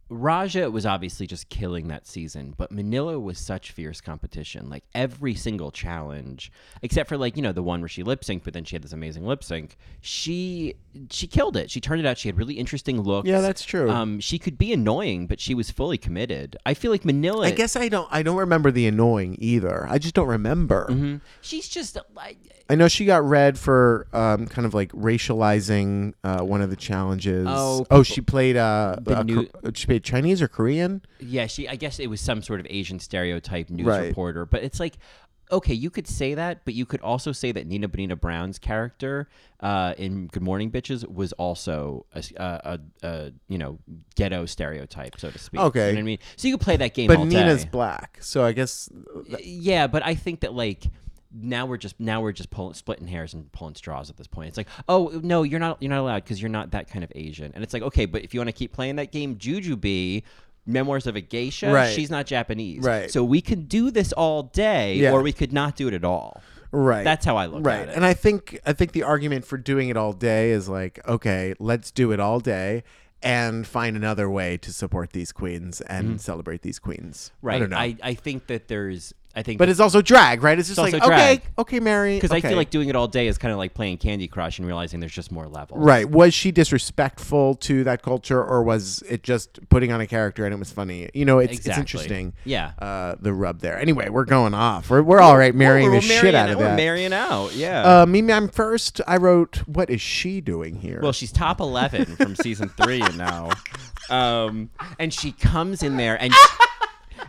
Speaker 6: Raja was obviously just killing that season, but Manila was such fierce competition. Like every single challenge, except for like you know the one where she lip synced, but then she had this amazing lip sync. She she killed it. She turned it out. She had really interesting looks.
Speaker 7: Yeah, that's true.
Speaker 6: Um, she could be annoying, but she was fully committed. I feel like Manila.
Speaker 7: I guess I don't. I don't remember the annoying either. I just don't remember.
Speaker 6: Mm-hmm. she's just like
Speaker 7: I know she got read for um, kind of like racializing uh, one of the challenges.
Speaker 6: Oh,
Speaker 7: she played uh, uh,
Speaker 6: new-
Speaker 7: Kor- she played Chinese or Korean.
Speaker 6: Yeah, she. I guess it was some sort of Asian stereotype news
Speaker 7: Right.
Speaker 6: reporter, but it's like, okay, you could say that, but you could also say that Nina Bonina Brown's character uh, in Good Morning Bitches was also a, s- a- a- a, you know ghetto stereotype, so to speak.
Speaker 7: Okay.
Speaker 6: you know what I mean. So you could play that game.
Speaker 7: But
Speaker 6: all
Speaker 7: Nina's
Speaker 6: day.
Speaker 7: black, so I guess
Speaker 6: yeah, but I think that like. Now we're just now we're just pulling splitting hairs and pulling straws at this point. It's like, oh no, you're not you're not allowed because you're not that kind of Asian. And it's like, okay, but if you want to keep playing that game, Juju B, Memoirs of a Geisha,
Speaker 7: Right.
Speaker 6: she's not Japanese,
Speaker 7: Right.
Speaker 6: So we could do this all day,
Speaker 7: Yeah.
Speaker 6: or we could not do it at all.
Speaker 7: right.
Speaker 6: That's how I look
Speaker 7: right.
Speaker 6: at it.
Speaker 7: And I think I think the argument for doing it all day is like, okay, let's do it all day and find another way to support these queens and celebrate these queens.
Speaker 6: Mm-hmm. right.
Speaker 7: I don't know.
Speaker 6: I, I think that there's I think
Speaker 7: but it's also drag, right? It's just
Speaker 6: It's
Speaker 7: like,
Speaker 6: also
Speaker 7: okay,
Speaker 6: drag.
Speaker 7: okay, Mary.
Speaker 6: because I
Speaker 7: okay.
Speaker 6: feel like doing it all day is kind of like playing Candy Crush and realizing there's just more levels.
Speaker 7: Right. Was she disrespectful to that culture, or was it just putting on a character and it was funny? You know, it's, it's
Speaker 6: Exactly.
Speaker 7: interesting.
Speaker 6: Yeah.
Speaker 7: Uh, the rub there. Anyway, we're going off. We're, we're all right marrying
Speaker 6: We're
Speaker 7: the shit
Speaker 6: marrying-
Speaker 7: out of
Speaker 6: we're
Speaker 7: that.
Speaker 6: marrying out. Yeah.
Speaker 7: uh, Mimi, I'm first. I wrote, "What is she doing here?"
Speaker 6: Well, she's top 11 from season three now. Um, and she comes in there and.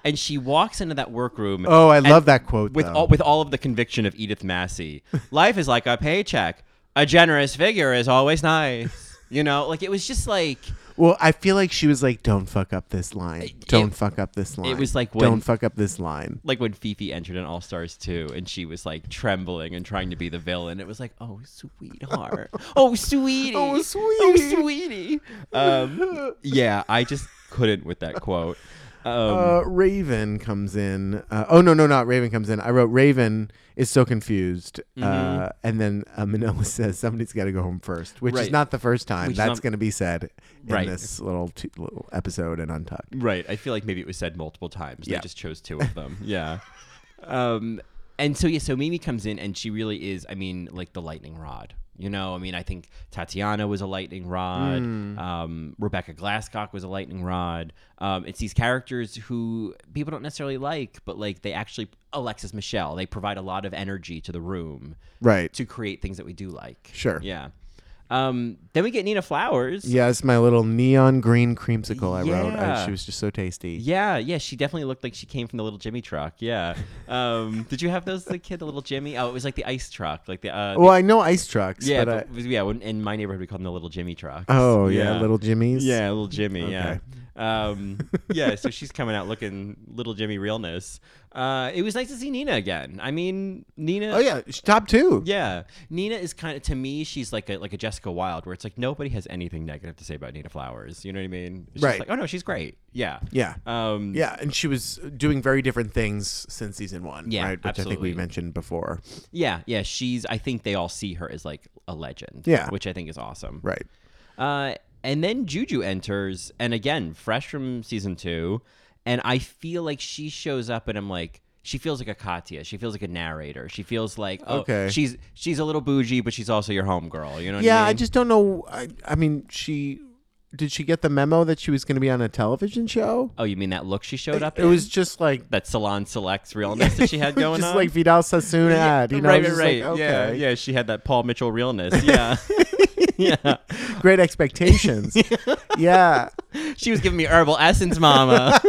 Speaker 6: And she walks into that workroom.
Speaker 7: Oh, I
Speaker 6: and
Speaker 7: love that quote,
Speaker 6: With
Speaker 7: though.
Speaker 6: all with all of the conviction of Edith Massey, life is like a paycheck. A generous figure is always nice. You know, like it was just like
Speaker 7: Well, I feel like she was like, "Don't fuck up this line. Don't fuck up this line."
Speaker 6: was like when-
Speaker 7: "Don't fuck up this line."
Speaker 6: like when Fifi entered in All Stars 2 and she was like trembling and trying to be the villain. It was like, oh, sweetheart. Oh, sweetie.
Speaker 7: Oh,
Speaker 6: Oh,
Speaker 7: sweetie.
Speaker 6: sweetie. Um, yeah, I just couldn't with that quote. Um,
Speaker 7: Uh, Raven comes in. Uh, oh no, no, not Raven comes in. I wrote Raven is so confused, uh, and then uh, Manila says somebody's got to go home first, which is
Speaker 6: Mm-hmm. Right.
Speaker 7: not the first time
Speaker 6: Which is
Speaker 7: that's
Speaker 6: not-
Speaker 7: going to be said in
Speaker 6: Right.
Speaker 7: this little t- little episode and untucked.
Speaker 6: Right. I feel like maybe it was said multiple times.
Speaker 7: Yeah.
Speaker 6: They just chose two of them. yeah. Um, and so yeah, so Mimi comes in and she really is. I mean, like the lightning rod. You know, I mean, I think Tatiana was a lightning rod.
Speaker 7: Mm.
Speaker 6: Um, Rebecca Glasscock was a lightning rod. Um, it's these characters who people don't necessarily like, but like they actually Alexis Michelle. They provide a lot of energy to the room,
Speaker 7: Right.
Speaker 6: To create things that we do like.
Speaker 7: Sure.
Speaker 6: Yeah. Um, then we get Nina Flowers.
Speaker 7: Yes, my little neon green creamsicle I wrote. I,
Speaker 6: Yeah.
Speaker 7: she was just so tasty.
Speaker 6: Yeah, yeah, she definitely looked like she came from the little Jimmy truck. Yeah. Um, did you have those as a kid, the little Jimmy? Oh, it was like the ice truck, like the. Uh,
Speaker 7: Well, Oh, I know ice trucks.
Speaker 6: yeah,
Speaker 7: but I-
Speaker 6: but, yeah. when- In my neighborhood, we called them the little Jimmy truck.
Speaker 7: oh yeah, little Jimmy's.
Speaker 6: Yeah, little Jimmy. Yeah. Um, yeah. So she's coming out looking little Jimmy realness. Uh, it was nice to see Nina again. I mean, Nina.
Speaker 7: Oh yeah, sh- top two.
Speaker 6: Yeah, Nina is kind of to me. She's like a like a Jessica Wilde, where it's like nobody has anything negative to say about Nina Flowers. You know what I mean? It's just
Speaker 7: Right.
Speaker 6: like, oh no, she's great. Yeah.
Speaker 7: Yeah.
Speaker 6: Um,
Speaker 7: Yeah, and she was doing very different things since season one.
Speaker 6: Yeah,
Speaker 7: right? which I think
Speaker 6: absolutely.
Speaker 7: we mentioned before.
Speaker 6: Yeah, yeah, she's. I think they all see her as like a legend.
Speaker 7: Yeah.
Speaker 6: which I think is awesome.
Speaker 7: Right.
Speaker 6: Uh, and then Juju enters, and again, fresh from season two, and I feel like she shows up, and I'm like, she feels like a Katya. She feels like a narrator. She feels like oh,
Speaker 7: Okay.
Speaker 6: she's she's a little bougie, but she's also your homegirl. You know? What
Speaker 7: Yeah,
Speaker 6: I,
Speaker 7: I
Speaker 6: mean?
Speaker 7: just don't know. I, I mean, she did she get the memo that she was going to be on a television show?
Speaker 6: Oh, you mean that look she showed up?
Speaker 7: It
Speaker 6: in?
Speaker 7: was just like
Speaker 6: that Salon Selects realness that she had going
Speaker 7: just
Speaker 6: on.
Speaker 7: like Vidal Sassoon ad. You know,
Speaker 6: right, right,
Speaker 7: It was
Speaker 6: right.
Speaker 7: just like,
Speaker 6: Yeah,
Speaker 7: okay.
Speaker 6: yeah. She had that Paul Mitchell realness. Yeah, yeah.
Speaker 7: Great expectations. yeah.
Speaker 6: She was giving me herbal essence, Mama.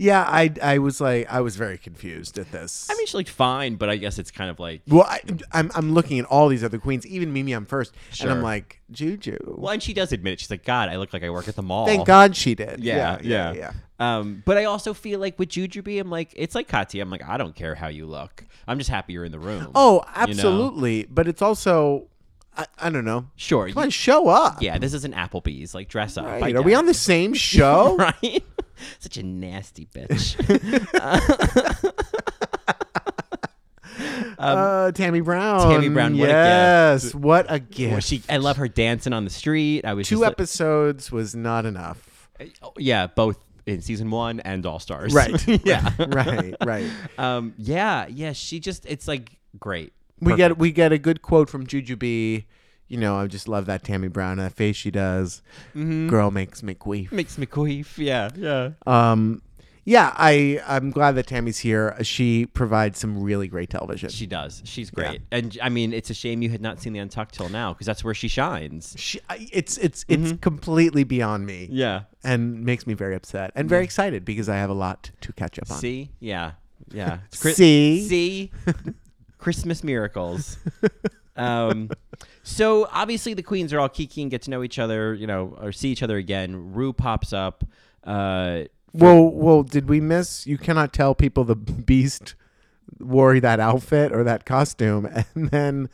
Speaker 7: Yeah, I I was like I was very confused at this.
Speaker 6: I mean, she looked fine, but I guess it's kind of like.
Speaker 7: well, I, I'm I'm looking at all these other queens, even Mimi. I'm first, and
Speaker 6: Sure.
Speaker 7: I'm like Juju.
Speaker 6: Well, and she does admit it. She's like, God, I look like I work at the mall.
Speaker 7: Thank God she did.
Speaker 6: Yeah, yeah,
Speaker 7: yeah.
Speaker 6: Um, but I also feel like with Jujubee, I'm like, it's like Katya. I'm like, I don't care how you look. I'm just happy you're in the room.
Speaker 7: Oh,
Speaker 6: you know?
Speaker 7: absolutely. But it's also, I, I don't know.
Speaker 6: Sure.
Speaker 7: Come on, show up.
Speaker 6: Yeah, this is an Applebee's. Like, dress up.
Speaker 7: Right,
Speaker 6: I
Speaker 7: Are we
Speaker 6: guess.
Speaker 7: on the same show?
Speaker 6: right? Such a nasty bitch.
Speaker 7: uh, Tammy Brown.
Speaker 6: um, Tammy Brown, what a gift.
Speaker 7: yes, what a gift.
Speaker 6: Well, she, I love her dancing on the street. I was
Speaker 7: Two
Speaker 6: just like-
Speaker 7: episodes was not enough.
Speaker 6: oh, yeah, both in season one and All Stars.
Speaker 7: Right.
Speaker 6: yeah.
Speaker 7: right. Right.
Speaker 6: Um. Yeah. Yeah. She just. It's like great.
Speaker 7: We get we get a good quote from Juju B. You know, I just love that Tammy Brown that face she does.
Speaker 6: Mm-hmm.
Speaker 7: Girl makes McQueef.
Speaker 6: Makes me queef. Yeah. Yeah.
Speaker 7: Um, yeah, I I'm glad that Tammy's here. She provides some really great television.
Speaker 6: She does. She's great. And I mean, it's a shame you had not seen the Untucked till now because that's where she shines.
Speaker 7: she, I- it's it's it's completely beyond me.
Speaker 6: Mm-hmm. Yeah.
Speaker 7: and makes me very upset and very excited because I have a lot to catch up on.
Speaker 6: See? Yeah. Yeah. It's
Speaker 7: See?
Speaker 6: See? Christmas miracles. Um, so obviously the queens are all kiki and get to know each other, you know, or see each other again. Rue pops up. Uh,
Speaker 7: Whoa, whoa! Did we miss? You cannot tell people the Beast wore that outfit or that costume, and then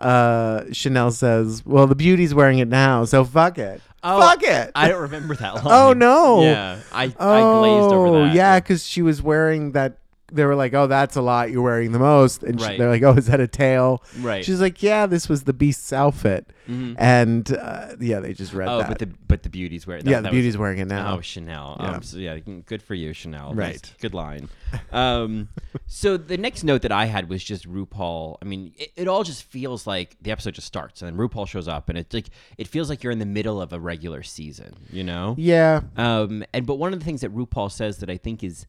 Speaker 7: uh, Chanel says, "Well, the beauty's wearing it now, so fuck it,
Speaker 6: oh,
Speaker 7: fuck it."
Speaker 6: I don't remember that line.
Speaker 7: Oh, no.
Speaker 6: Yeah. I, I glazed over
Speaker 7: oh
Speaker 6: that.
Speaker 7: yeah, because she was wearing that. They were like, "Oh, that's a lot. You're wearing the most," and she-
Speaker 6: Right.
Speaker 7: they're like, "Oh, is that a tail?"
Speaker 6: Right. Mm-hmm.
Speaker 7: She's like, "Yeah, this was the Beast's outfit," and uh, yeah, they just read
Speaker 6: Oh,
Speaker 7: that.
Speaker 6: but the but the beauty's where
Speaker 7: yeah, the beauty's wearing it now.
Speaker 6: Oh, Chanel. Um, so yeah, good for you, Chanel. Nice-
Speaker 7: Right.
Speaker 6: good line. Um, so the next note that I had was just RuPaul. I mean, it, it all just feels like the episode just starts and then RuPaul shows up, and it's like it feels like you're in the middle of a regular season, you know?
Speaker 7: yeah,
Speaker 6: Um, and but one of the things that RuPaul says that I think is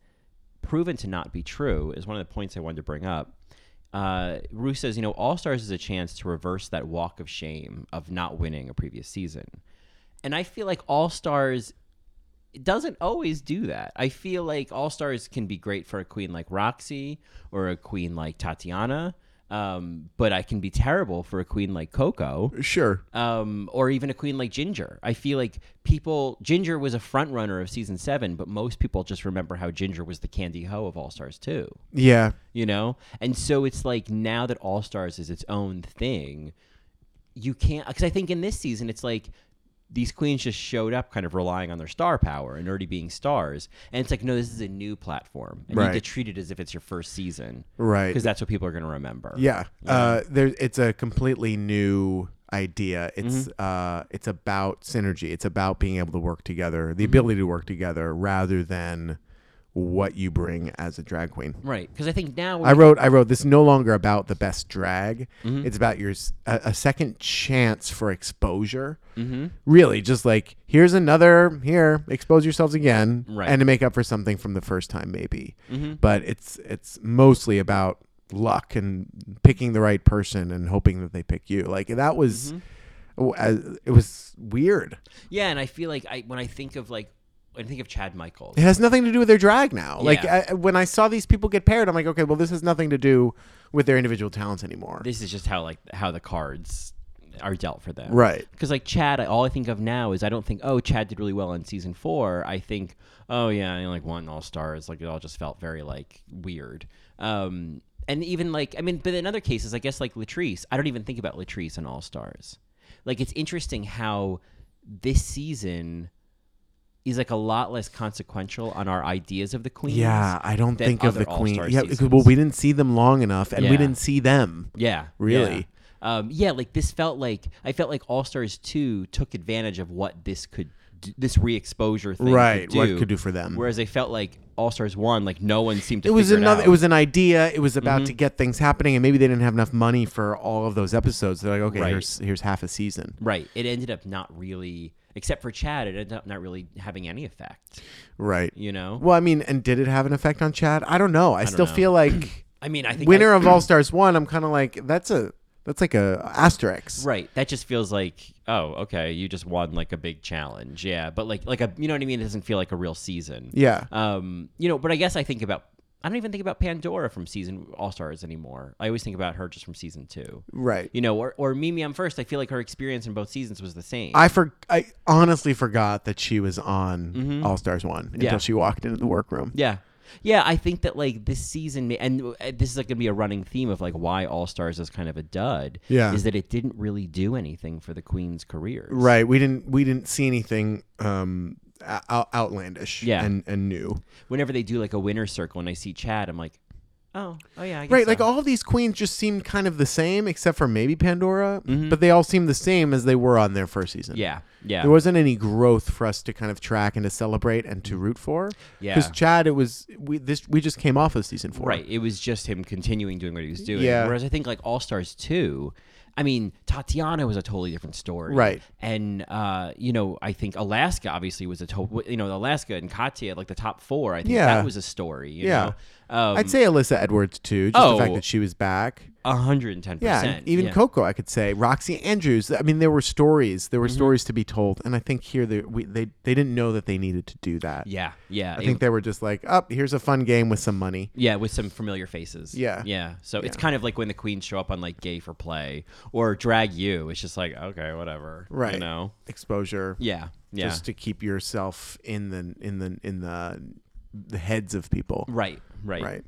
Speaker 6: proven to not be true is one of the points I wanted to bring up. Uh, Ru says, you know, All Stars is a chance to reverse that walk of shame of not winning a previous season, and I feel like All Stars doesn't always do that. I feel like All Stars can be great for a queen like Roxy or a queen like Tatiana, um, but I can be terrible for a queen like Coco
Speaker 7: sure.
Speaker 6: um, or even a queen like Ginger. I feel like people Ginger was a front runner of season seven, but most people just remember how Ginger was the candy ho of All Stars too.
Speaker 7: Yeah,
Speaker 6: You know, and so it's like now that All Stars is its own thing, you can't because I think in this season it's like these queens just showed up kind of relying on their star power and already being stars and it's like no this is a new platform and you
Speaker 7: Right.
Speaker 6: get treated as if it's your first season
Speaker 7: Right.
Speaker 6: because that's what people are going to remember
Speaker 7: yeah. Uh, there, it's a completely new idea. It's uh, it's about synergy. It's about being able to work together, the ability to work together, rather than what you bring as a drag queen.
Speaker 6: Right. Because I think now
Speaker 7: I wrote I wrote this is no longer about the best drag.
Speaker 6: Mm-hmm.
Speaker 7: It's about your s- a, a second chance for exposure. Mm-hmm. Really, just like here's another here expose yourselves again,
Speaker 6: Right. Mm-hmm.
Speaker 7: and to make up for something from the first time maybe. But it's it's mostly about luck and picking the right person and hoping that they pick you. Like that was.
Speaker 6: Mm-hmm.
Speaker 7: w- as- It was weird.
Speaker 6: yeah, and I feel like I when I think of like when I think of Chad Michaels.
Speaker 7: It has nothing to do with their drag now. Like
Speaker 6: Yeah.
Speaker 7: I, when I saw these people get paired, I'm like, okay, well, this has nothing to do with their individual talents anymore.
Speaker 6: This is just how like how the cards are dealt for them.
Speaker 7: Right.
Speaker 6: Because like Chad, I, all I think of now is I don't think oh Chad did really well in season four. I think oh yeah, you know, like one all stars. Like it all just felt very like weird. Um, and even like I mean, but in other cases, I guess like Latrice, I don't even think about Latrice in all stars. Like it's interesting how this season is like a lot less consequential on our ideas of the queens.
Speaker 7: Yeah, I don't
Speaker 6: than
Speaker 7: think of
Speaker 6: other
Speaker 7: the queen.
Speaker 6: All-Star
Speaker 7: Yeah, because
Speaker 6: seasons.
Speaker 7: well, we didn't see them long enough, and
Speaker 6: Yeah.
Speaker 7: we didn't see them.
Speaker 6: Yeah.
Speaker 7: Really.
Speaker 6: Yeah. Um, yeah, like this felt like I felt like All Stars Two took advantage of what this could, do, this re-exposure thing,
Speaker 7: Right,
Speaker 6: Could do,
Speaker 7: what it could do for them.
Speaker 6: Whereas I felt like All Stars One, like no one seemed to.
Speaker 7: It was
Speaker 6: figure
Speaker 7: another.
Speaker 6: It, Mm-hmm.
Speaker 7: It, was an idea. It was about to get things happening, and maybe they didn't have enough money for all of those episodes. They're like, okay,
Speaker 6: Right.
Speaker 7: here's here's half a season.
Speaker 6: right. It ended up not really, except for Chad, it ended up not really having any effect.
Speaker 7: Right.
Speaker 6: You know.
Speaker 7: Well, I mean, and did it have an effect on Chad? I don't know. I, still
Speaker 6: know.
Speaker 7: feel like
Speaker 6: I mean, I think
Speaker 7: winner
Speaker 6: I-
Speaker 7: of All Stars One. I'm kind of like that's a that's like a asterisk.
Speaker 6: Right. That just feels like, oh, okay, you just won like a big challenge. Yeah. But like like a you know what I mean? It doesn't feel like a real season.
Speaker 7: Yeah.
Speaker 6: Um, you know, but I guess I think about I don't even think about Pandora from season All Stars anymore. I always think about her just from season two.
Speaker 7: Right.
Speaker 6: You know, or, or Mimi on first. I feel like her experience in both seasons was the same.
Speaker 7: I for I honestly forgot that she was on
Speaker 6: Mm-hmm.
Speaker 7: All Stars One until she walked into the workroom.
Speaker 6: Yeah. Yeah, I think that like this season, ma- and uh, this is like gonna be a running theme of like why All Stars is kind of a dud.
Speaker 7: Yeah.
Speaker 6: is that it didn't really do anything for the Queen's careers.
Speaker 7: Right. We didn't we didn't see anything um out- outlandish
Speaker 6: Yeah.
Speaker 7: and and new.
Speaker 6: whenever they do like a winner circle and I see Chad, I'm like, oh, oh yeah, I guess
Speaker 7: Right, like
Speaker 6: so.
Speaker 7: all of these queens just seemed kind of the same except for maybe Pandora, but they all seemed the same as they were on their first season.
Speaker 6: Mm-hmm. yeah, yeah,
Speaker 7: There wasn't any growth for us to kind of track and to celebrate and to root for.
Speaker 6: Yeah.
Speaker 7: Cuz Chad it was we this we just came off of season 4.
Speaker 6: right. It was just him continuing doing what he was doing.
Speaker 7: Yeah.
Speaker 6: Whereas I think like All Stars two, I mean Tatiana was a totally different story.
Speaker 7: Right.
Speaker 6: And uh, you know, I think Alaska obviously was a total. You know, Alaska and Katya like the top four. I think
Speaker 7: Yeah.
Speaker 6: that was a story. You
Speaker 7: Yeah.
Speaker 6: know, um,
Speaker 7: I'd say Alyssa Edwards too, just the
Speaker 6: Oh.
Speaker 7: fact that she was back.
Speaker 6: hundred and ten
Speaker 7: Yeah,
Speaker 6: percent.
Speaker 7: and even Coco, I could say Roxy Andrews. I mean, there were stories, there were
Speaker 6: Mm-hmm.
Speaker 7: stories to be told, and I think here they we, they they didn't know that they needed to do that.
Speaker 6: Yeah, yeah.
Speaker 7: I think they were just like, up here's a fun game with some money.
Speaker 6: Yeah, with some familiar faces.
Speaker 7: Yeah.
Speaker 6: Yeah. So it's kind of like when the queens show up on like Gay for Play or Drag You. It's just like, okay, whatever.
Speaker 7: Right.
Speaker 6: You know?
Speaker 7: Exposure.
Speaker 6: Yeah. Yeah.
Speaker 7: Just to keep yourself in the in the in the the heads of people.
Speaker 6: right. Right.
Speaker 7: Right.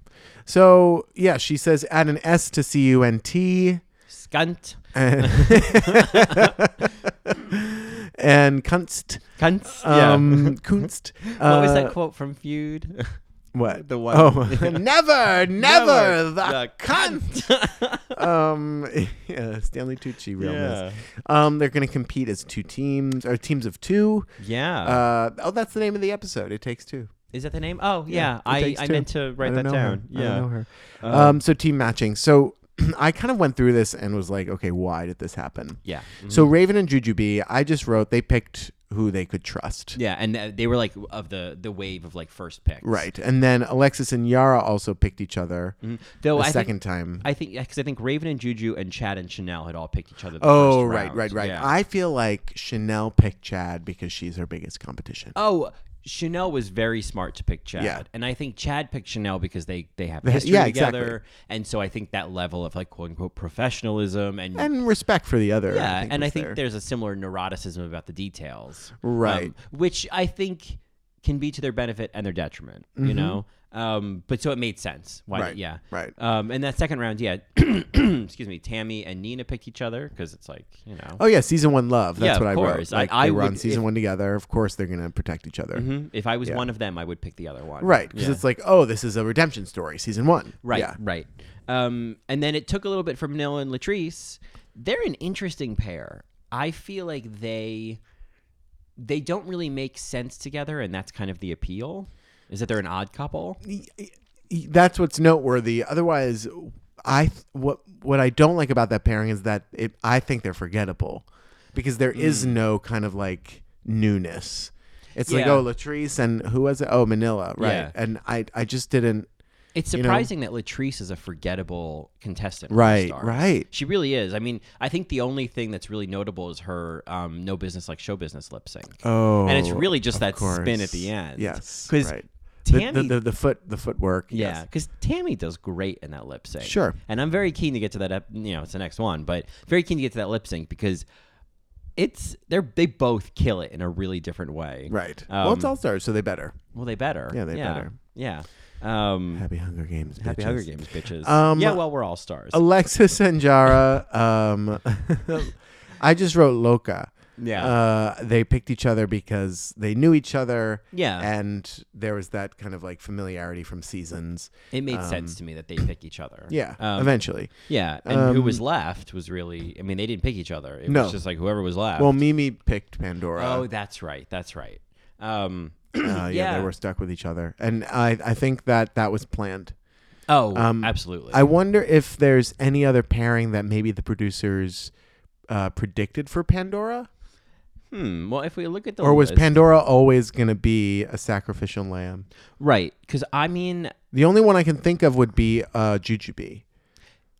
Speaker 7: So yeah, she says add an S to C U N T
Speaker 6: Scunt.
Speaker 7: and Kunst.
Speaker 6: Cunts. yeah.
Speaker 7: Um, Kunst.
Speaker 6: What was
Speaker 7: uh,
Speaker 6: that quote from Feud?
Speaker 7: What
Speaker 6: The one-
Speaker 7: Oh, never, never, the,
Speaker 6: the
Speaker 7: cunt. um, yeah, Stanley Tucci realness. Um, they're going to compete as two teams or teams of two.
Speaker 6: yeah.
Speaker 7: Uh, oh, that's the name of the episode. It takes two.
Speaker 6: Is that the name? Oh, yeah.
Speaker 7: It
Speaker 6: I,
Speaker 7: Takes
Speaker 6: I
Speaker 7: Two.
Speaker 6: meant to write
Speaker 7: I
Speaker 6: that
Speaker 7: don't know
Speaker 6: down.
Speaker 7: her. I
Speaker 6: Yeah. Uh.
Speaker 7: don't know her. um, so team matching. So I kind of went through this and was like, okay, why did this happen?
Speaker 6: Yeah. Mm-hmm.
Speaker 7: So Raven and Juju B, I just wrote they picked who they could trust.
Speaker 6: Yeah. And uh, they were like of the, the wave of like first picks.
Speaker 7: Right. And then Alexis and Yara also picked each other
Speaker 6: Mm-hmm. Though
Speaker 7: the
Speaker 6: I think-
Speaker 7: second time.
Speaker 6: I think because I think Raven and Juju and Chad and Chanel had all picked each other. The
Speaker 7: Oh,
Speaker 6: first
Speaker 7: right,
Speaker 6: round.
Speaker 7: right, right.
Speaker 6: Yeah.
Speaker 7: I feel like Chanel picked Chad because she's her biggest competition.
Speaker 6: Oh, Chanel was very smart to pick Chad,
Speaker 7: Yeah.
Speaker 6: and I think Chad picked Chanel because they they have
Speaker 7: ha-
Speaker 6: history
Speaker 7: yeah,
Speaker 6: together,
Speaker 7: exactly.
Speaker 6: and so I think that level of like quote unquote professionalism and.
Speaker 7: and respect for the other.
Speaker 6: yeah, and I
Speaker 7: was
Speaker 6: think
Speaker 7: there.
Speaker 6: there's a similar neuroticism about the details, um,
Speaker 7: Right.
Speaker 6: which I think can be to their benefit and their detriment, you know. Um, but so it made sense. Why?
Speaker 7: Mm-hmm. Right,
Speaker 6: Yeah.
Speaker 7: right.
Speaker 6: Um, and that second round, yeah. excuse me, Tammy and Nina picked each other because it's like you know.
Speaker 7: Oh yeah, season one love. That's
Speaker 6: Yeah,
Speaker 7: what
Speaker 6: of
Speaker 7: I wrote.
Speaker 6: course. I-
Speaker 7: Like,
Speaker 6: I
Speaker 7: they were on
Speaker 6: would-
Speaker 7: season
Speaker 6: if-
Speaker 7: one together. Of course, they're gonna protect each other.
Speaker 6: Mhm. If I was one of them, I would pick the other one.
Speaker 7: Right, because
Speaker 6: Yeah.
Speaker 7: it's like, oh, this is a redemption story, season one.
Speaker 6: Right,
Speaker 7: Yeah.
Speaker 6: right. Um, and then it took a little bit for Manila and Latrice. They're an interesting pair. I feel like they they don't really make sense together, and that's kind of the appeal. Is that they're an odd couple?
Speaker 7: that's what's noteworthy. Otherwise, I th- what what I don't like about that pairing is that it I think they're forgettable because there is
Speaker 6: Mm.
Speaker 7: no kind of like newness. It's like
Speaker 6: Yeah.
Speaker 7: oh Latrice and who was it? Oh Manila, right?
Speaker 6: Yeah.
Speaker 7: And I I just didn't.
Speaker 6: It's
Speaker 7: You know-
Speaker 6: surprising that Latrice is a forgettable contestant. on
Speaker 7: Right,
Speaker 6: Stars.
Speaker 7: right.
Speaker 6: She really is. I mean, I think the only thing that's really notable is her um, "No Business Like Show Business" lip sync.
Speaker 7: Oh,
Speaker 6: and it's really just
Speaker 7: of
Speaker 6: that spin at
Speaker 7: course.
Speaker 6: the end.
Speaker 7: Yes,
Speaker 6: because
Speaker 7: right.
Speaker 6: Tammy,
Speaker 7: the, the, the the foot the footwork.
Speaker 6: yeah,
Speaker 7: yes.
Speaker 6: because Tammy does great in that lip sync.
Speaker 7: Sure.
Speaker 6: and I'm very keen to get to that. Ep- you know, it's the next one, but very keen to get to that lip sync because it's they're they both kill it in a really different way.
Speaker 7: right. well, it's
Speaker 6: Um,
Speaker 7: all stars, so they better.
Speaker 6: Well, they better.
Speaker 7: Yeah, they
Speaker 6: yeah.
Speaker 7: better.
Speaker 6: Yeah. Um,
Speaker 7: Happy Hunger Games.
Speaker 6: Happy
Speaker 7: bitches.
Speaker 6: Hunger Games, bitches.
Speaker 7: Um,
Speaker 6: yeah, well, we're all stars.
Speaker 7: Alexis and Jara. Um, I just wrote Loca.
Speaker 6: Yeah.
Speaker 7: Uh, they picked each other because they knew each other.
Speaker 6: Yeah.
Speaker 7: And there was that kind of like familiarity from seasons. Uh,
Speaker 6: it made sense to me that they pick each other.
Speaker 7: Um, Yeah.
Speaker 6: Um,
Speaker 7: eventually.
Speaker 6: Yeah, and who was left was really. I mean, they didn't pick each other. It
Speaker 7: No.
Speaker 6: was just like whoever was left.
Speaker 7: Well, Mimi picked Pandora.
Speaker 6: oh, that's right. That's right. Um.
Speaker 7: Uh, yeah,
Speaker 6: yeah.
Speaker 7: They were stuck with each other. And I, I think that that was planned.
Speaker 6: Oh, absolutely.
Speaker 7: Um, I wonder if there's any other pairing that maybe the producers uh, predicted for Pandora?
Speaker 6: hmm. Well, if we look at the
Speaker 7: Or was
Speaker 6: list-
Speaker 7: Pandora always going to be a sacrificial lamb?
Speaker 6: right? Because I mean,
Speaker 7: The only one I can think of would be uh, Jujubee.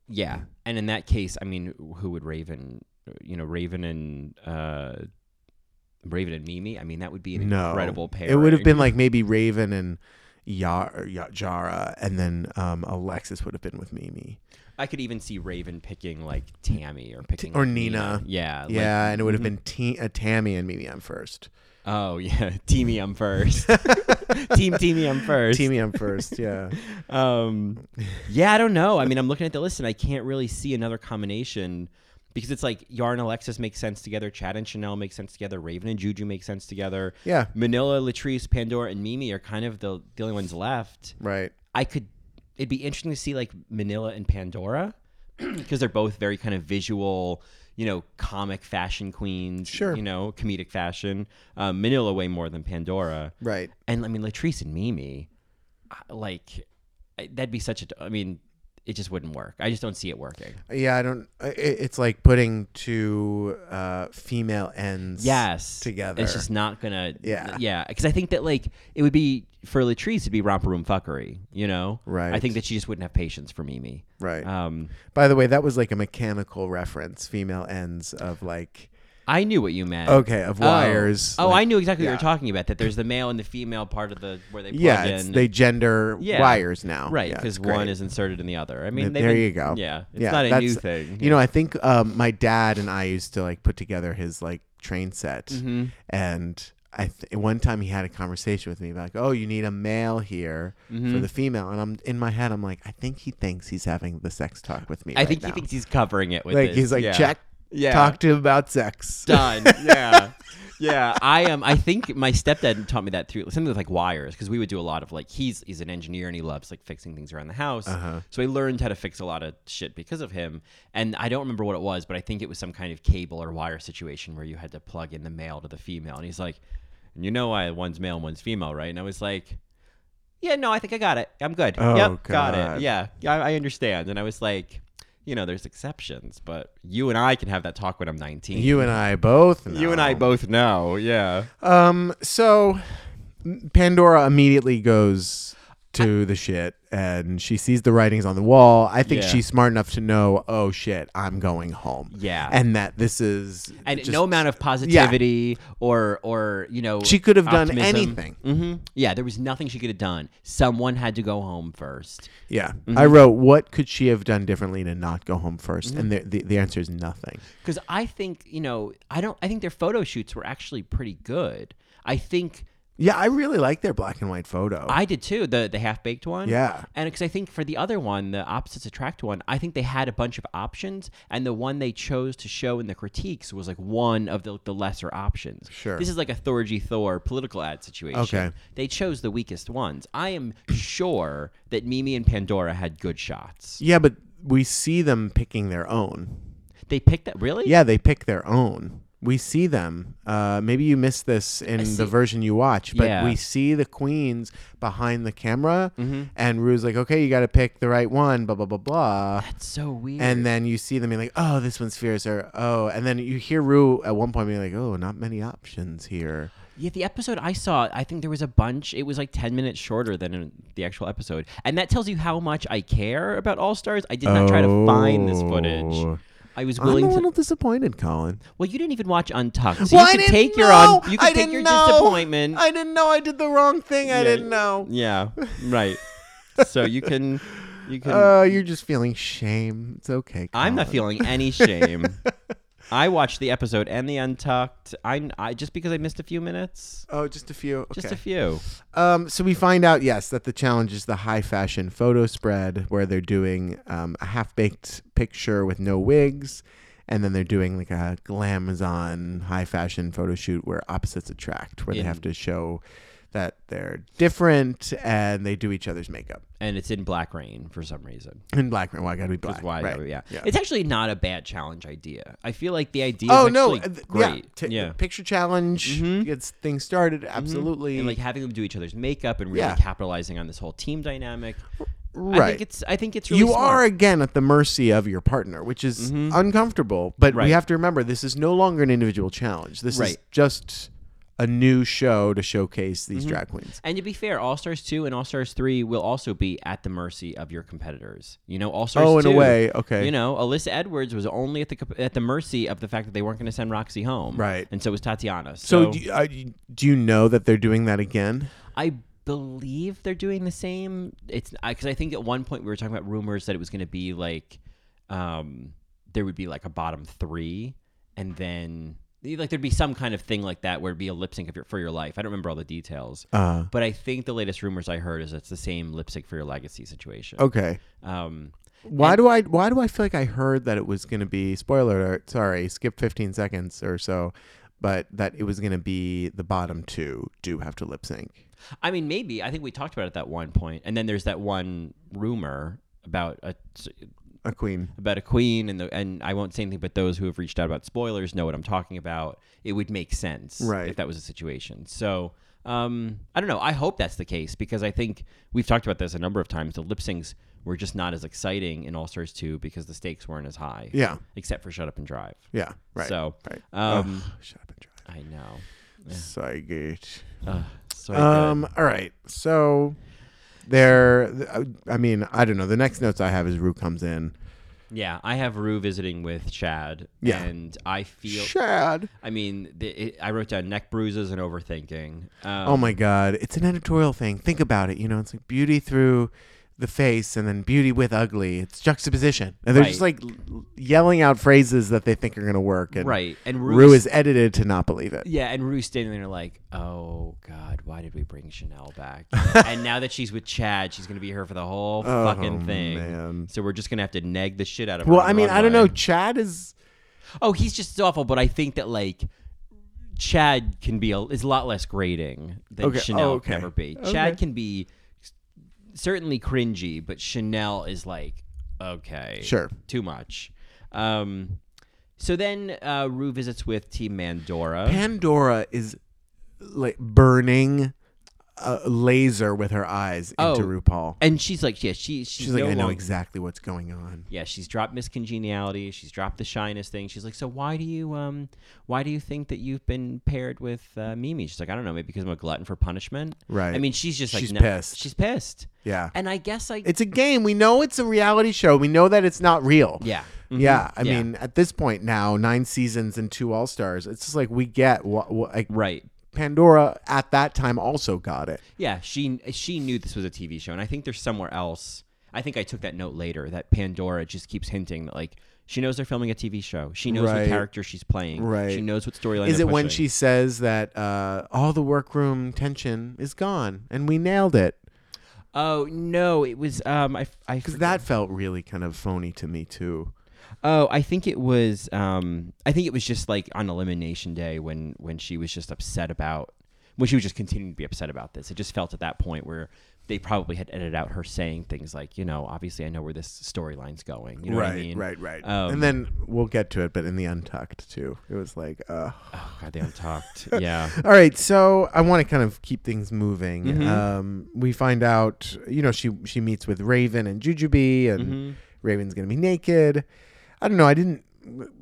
Speaker 6: yeah. And in that case, I mean, who would Raven? You know, Raven and uh, Raven and Mimi. I mean, that would be an
Speaker 7: No,
Speaker 6: incredible pair.
Speaker 7: It would have been like maybe Raven and Yar- Ya- Jara, and then um, Alexis would have been with Mimi
Speaker 6: I could even see Raven picking like Tammy or picking
Speaker 7: or
Speaker 6: like,
Speaker 7: Nina.
Speaker 6: Yeah. like-
Speaker 7: yeah, and it would have
Speaker 6: Mm-hmm.
Speaker 7: been T- uh, Tammy and Mimi on first.
Speaker 6: oh yeah. Teamy, I'm first. Team Teamy, I'm first.
Speaker 7: Teamy E on first, yeah.
Speaker 6: um, yeah, I don't know. I mean, I'm looking at the list and I can't really see another combination because it's like Yar and Alexis make sense together, Chad and Chanel make sense together, Raven and Juju make sense together.
Speaker 7: Yeah.
Speaker 6: Manila, Latrice, Pandora, and Mimi are kind of the, the only ones left.
Speaker 7: Right.
Speaker 6: I could. It'd be interesting to see like Manila and Pandora because they're both very kind of visual, you know, comic fashion queens.
Speaker 7: Sure.
Speaker 6: You know, comedic fashion. Um, Manila way more than Pandora.
Speaker 7: Right.
Speaker 6: And I mean, Latrice and Mimi, I- like, I- that'd be such a. I mean, it just wouldn't work. I just don't see it working.
Speaker 7: Yeah, I don't. i- i it's like putting two uh, female ends.
Speaker 6: Yes.
Speaker 7: Together.
Speaker 6: It's just not gonna.
Speaker 7: Yeah.
Speaker 6: Yeah. Because I think that like it would be for Latrice, it'd be romper room fuckery. You know.
Speaker 7: Right.
Speaker 6: I think that she just wouldn't have patience for Mimi.
Speaker 7: Right.
Speaker 6: Um.
Speaker 7: By the way, that was like a mechanical reference. Female ends of like.
Speaker 6: I knew what you meant.
Speaker 7: Okay, of
Speaker 6: Oh.
Speaker 7: wires,
Speaker 6: Oh, I
Speaker 7: like-
Speaker 6: knew exactly what you
Speaker 7: yeah.
Speaker 6: were talking about. That there's the male and the female part of the where they plug
Speaker 7: Yeah,
Speaker 6: in.
Speaker 7: it's, they gender
Speaker 6: Yeah.
Speaker 7: wires now.
Speaker 6: right
Speaker 7: Yeah,
Speaker 6: because
Speaker 7: it's
Speaker 6: one
Speaker 7: great.
Speaker 6: is inserted in the other. I mean,
Speaker 7: Th-
Speaker 6: they've
Speaker 7: there
Speaker 6: been-
Speaker 7: you go.
Speaker 6: Yeah, it's not a new
Speaker 7: that's-
Speaker 6: thing.
Speaker 7: You know, I think um, my dad and I used to like put together his like train set,
Speaker 6: Mm-hmm.
Speaker 7: and I th- one time he had a conversation with me about like, oh, you need a male here
Speaker 6: Mm-hmm.
Speaker 7: for the female, and I'm in my head, I'm like, I think he thinks he's having the sex talk with me.
Speaker 6: I
Speaker 7: right
Speaker 6: think he
Speaker 7: now."
Speaker 6: thinks he's covering it with
Speaker 7: like
Speaker 6: this.
Speaker 7: he's like
Speaker 6: yeah.
Speaker 7: check,
Speaker 6: Yeah.
Speaker 7: talk to him about sex.
Speaker 6: done. Yeah. Yeah, I am. I think my stepdad taught me that through something with like wires because we would do a lot of like he's he's an engineer and he loves like fixing things around the house.
Speaker 7: Uh-huh.
Speaker 6: So I learned how to fix a lot of shit because of him. And I don't remember what it was, but I think it was some kind of cable or wire situation where you had to plug in the male to the female. And he's like, and you know why one's male and one's female, right? And I was like, yeah, no, I think I got it. I'm good.
Speaker 7: Oh,
Speaker 6: yep, got
Speaker 7: God.
Speaker 6: it. Yeah, I, I understand. And I was like, you know, there's exceptions, but you and I can have that talk when I'm 19.
Speaker 7: You and I both. Know.
Speaker 6: You and I both know, yeah.
Speaker 7: Um. So, m- Pandora immediately goes to the shit, and she sees the writings on the wall. I think
Speaker 6: Yeah.
Speaker 7: she's smart enough to know. Oh shit! I'm going home.
Speaker 6: Yeah.
Speaker 7: And that this is
Speaker 6: And
Speaker 7: just-
Speaker 6: no amount of positivity or or you know
Speaker 7: She could have done
Speaker 6: optimism.
Speaker 7: anything.
Speaker 6: hmm Yeah, there was nothing she could have done. Someone had to go home first.
Speaker 7: Yeah.
Speaker 6: Mm-hmm.
Speaker 7: I wrote. What could she have done differently to not go home 1st And
Speaker 6: Mm-hmm.
Speaker 7: the, the the answer is nothing.
Speaker 6: Because I think you know I don't. I think their photo shoots were actually pretty good. I think
Speaker 7: Yeah, I really like their black and white photo.
Speaker 6: I did too. The the half baked one.
Speaker 7: Yeah.
Speaker 6: And because I think for the other one, the opposites attract one, I think they had a bunch of options, and the one they chose to show in the critiques was like one of the, the lesser options.
Speaker 7: Sure.
Speaker 6: This is like a Thor G Thor political ad situation.
Speaker 7: Okay.
Speaker 6: They chose the weakest ones. I am sure that Mimi and Pandora had good shots.
Speaker 7: yeah, but we see them picking their own.
Speaker 6: They picked that really.
Speaker 7: Yeah, they pick their own. We see them. Uh, maybe you missed this in the version you watch, but
Speaker 6: Yeah. Mm-hmm.
Speaker 7: we see the queens behind the camera, and Rue's like, "Okay, you got to pick the right one." Blah blah blah blah.
Speaker 6: It's so weird.
Speaker 7: And then you see them being like, "Oh, this one's fiercer." Oh, and then you hear Rue at one point being like, "Oh, not many options here."
Speaker 6: Yeah, the episode I saw, I think there was a bunch. It was like 10 minutes shorter than in the actual episode. And that tells you how much I care about All Stars. I did not try to find this
Speaker 7: Oh.
Speaker 6: footage. I was
Speaker 7: I'm
Speaker 6: willing
Speaker 7: a
Speaker 6: to.
Speaker 7: little disappointed, Colin.
Speaker 6: Well, you didn't even watch Untucked. So you could take your
Speaker 7: know.
Speaker 6: un- you could
Speaker 7: I
Speaker 6: take
Speaker 7: didn't
Speaker 6: your
Speaker 7: know.
Speaker 6: disappointment.
Speaker 7: I didn't know I did the wrong thing. I
Speaker 6: Yeah.
Speaker 7: didn't know.
Speaker 6: Yeah, right. so you can you can
Speaker 7: Oh, you're just feeling shame. It's okay.
Speaker 6: I'm not
Speaker 7: Colin.
Speaker 6: feeling any shame. I watched the episode and the Untucked. I, I just because I missed a few minutes.
Speaker 7: Oh, just a few. Okay.
Speaker 6: Just a few.
Speaker 7: Um, so we find out, yes, that the challenge is the high fashion photo spread where they're doing um, a half baked picture with no wigs, and then they're doing like a glamazon high fashion photo shoot where opposites attract, where they
Speaker 6: In-
Speaker 7: have to show that they're different and they do each other's makeup.
Speaker 6: And it's in Black Rain for some reason.
Speaker 7: And black man, why gotta be black?
Speaker 6: That's why,
Speaker 7: right?
Speaker 6: yeah.
Speaker 7: yeah.
Speaker 6: It's actually not a bad challenge idea. I feel like the idea
Speaker 7: oh
Speaker 6: is
Speaker 7: no,
Speaker 6: actually
Speaker 7: uh, th-
Speaker 6: great.
Speaker 7: yeah, T-
Speaker 6: yeah. Mm-hmm.
Speaker 7: picture challenge gets things started. Absolutely,
Speaker 6: And like having them do each other's makeup and really
Speaker 7: Yeah.
Speaker 6: capitalizing on this whole team dynamic. I
Speaker 7: right.
Speaker 6: think it's I think it's really
Speaker 7: you
Speaker 6: smart. Mm-hmm.
Speaker 7: are again at the mercy of your partner, which is uncomfortable. But
Speaker 6: Right.
Speaker 7: we have to remember this is no longer an individual challenge. This is
Speaker 6: Right.
Speaker 7: just a new show to showcase these
Speaker 6: Mm-hmm.
Speaker 7: drag queens.
Speaker 6: And to be fair, All Stars 2 and All Stars 3 will also be at the mercy of your competitors. You know, All Stars
Speaker 7: Oh, in a
Speaker 6: 2,
Speaker 7: way, okay.
Speaker 6: You know, Alyssa Edwards was only at the comp- at the mercy of the fact that they weren't going to send Roxy home.
Speaker 7: Right.
Speaker 6: And so was Tatiana. So,
Speaker 7: So, do, you, uh, you- do you know that they're doing that again?
Speaker 6: I believe they're doing the same. It's because I, think at one point we were talking about rumors that it was going to be like um, there would be like a bottom three, and then like there'd be some kind of thing like that where it'd be a lip sync of your, for your life. I don't remember all the details,
Speaker 7: Uh,
Speaker 6: but I think the latest rumors I heard is it's the same lip sync for your legacy situation.
Speaker 7: okay.
Speaker 6: Um,
Speaker 7: Why do I why do I feel like I heard that it was going to be spoiler alert? Sorry, skip 15 seconds or so, but that it was going to be the bottom two do have to lip sync.
Speaker 6: I mean, maybe I think we talked about it at that one point, and then there's that one rumor about a
Speaker 7: A queen.
Speaker 6: about a queen and the and I won't say anything but those who have reached out about spoilers know what I'm talking about. It would make sense
Speaker 7: Right.
Speaker 6: if that was a situation. So um, I don't know. I hope that's the case because I think we've talked about this a number of times. The lip syncs were just not as exciting in All Stars 2 because the stakes weren't as high.
Speaker 7: Yeah.
Speaker 6: Except for Shut Up and Drive.
Speaker 7: Yeah, right.
Speaker 6: So
Speaker 7: right.
Speaker 6: um,
Speaker 7: Ugh, shut up and drive.
Speaker 6: I know.
Speaker 7: Cygate.
Speaker 6: Ugh, so
Speaker 7: Um.
Speaker 6: good.
Speaker 7: All right. So there. th- uh, I mean, I don't know. The next notes I have is Rue comes in.
Speaker 6: Yeah, I have Rue visiting with Chad.
Speaker 7: Yeah.
Speaker 6: And I feel.
Speaker 7: Shad.
Speaker 6: I mean, the, it, I wrote down neck bruises and overthinking. Um,
Speaker 7: Oh my God! It's an editorial thing. Think about it. You know, it's like beauty through the face and then beauty with ugly. It's juxtaposition, and they're just like
Speaker 6: Right.
Speaker 7: l- l- yelling out phrases that they think are gonna work. And
Speaker 6: Right, and
Speaker 7: Rue
Speaker 6: Rue's-
Speaker 7: is edited to not believe it.
Speaker 6: Yeah, and Rue's standing there like, oh God, why did we bring Chanel back? and now that she's with Chad, she's gonna be here for the whole fucking thing.
Speaker 7: Oh, man.
Speaker 6: So we're just gonna have to neg the shit out of her.
Speaker 7: Well,
Speaker 6: on
Speaker 7: I
Speaker 6: the
Speaker 7: mean, I don't know.
Speaker 6: runway.
Speaker 7: Chad is.
Speaker 6: Oh, he's just awful, but I think that like Chad can be a, is a lot less grating than
Speaker 7: Okay,
Speaker 6: Chanel
Speaker 7: oh, okay.
Speaker 6: can ever be.
Speaker 7: Okay.
Speaker 6: Chad can be s- certainly cringy, but Chanel is like okay,
Speaker 7: Sure.
Speaker 6: too much. Um, so then uh, Rue visits with Team Mandora.
Speaker 7: Pandora is like burning a laser with her eyes into
Speaker 6: Oh.
Speaker 7: RuPaul.
Speaker 6: and she's like, yeah, she, she's,
Speaker 7: She's like,
Speaker 6: no
Speaker 7: I know
Speaker 6: longer-
Speaker 7: exactly what's going on.
Speaker 6: Yeah, she's dropped Miss Congeniality. She's dropped the shyness thing. She's like, so why do you um, why do you think that you've been paired with uh, Mimi? She's like, I don't know, maybe because I'm a glutton for punishment.
Speaker 7: Right.
Speaker 6: I mean, she's just like,
Speaker 7: She's
Speaker 6: no-
Speaker 7: pissed.
Speaker 6: She's pissed.
Speaker 7: Yeah.
Speaker 6: And I guess I.
Speaker 7: It's a game. We know it's a reality show. We know that it's not real.
Speaker 6: yeah. Mhm.
Speaker 7: Yeah. I
Speaker 6: Yeah.
Speaker 7: mean, at this point now, nine seasons and two All Stars, it's just like we get what, like
Speaker 6: Right.
Speaker 7: Pandora at that time also got it.
Speaker 6: Yeah. She she knew this was a TV show, and I think there's somewhere else. I think I took that note later that Pandora just keeps hinting that like she knows they're filming a TV show. She knows
Speaker 7: Right.
Speaker 6: what character she's playing.
Speaker 7: Right.
Speaker 6: She knows what storyline.
Speaker 7: Is
Speaker 6: they're
Speaker 7: it when
Speaker 6: pushing.
Speaker 7: she says that uh, all the workroom tension is gone and we nailed it?
Speaker 6: Oh no! It was um. I f- I
Speaker 7: Because
Speaker 6: forget.
Speaker 7: that felt really kind of phony to me, too.
Speaker 6: Oh, I think it was. Um, I think it was just like on elimination day when when she was just upset about when she was just continuing to be upset about this. It just felt at that point where they probably had edited out her saying things like, you know, obviously I know where this storyline's going. You know what I mean? Um,
Speaker 7: and then we'll get to it, but in the untucked too, it was like, uh.
Speaker 6: oh, goddamn talked. Yeah.
Speaker 7: all right. So I want to kind of keep things moving.
Speaker 6: Mm-hmm.
Speaker 7: Um, we find out, you know, she she meets with Raven and Jujubee, and
Speaker 6: Mm-hmm.
Speaker 7: Raven's gonna be naked. I don't know. I didn't.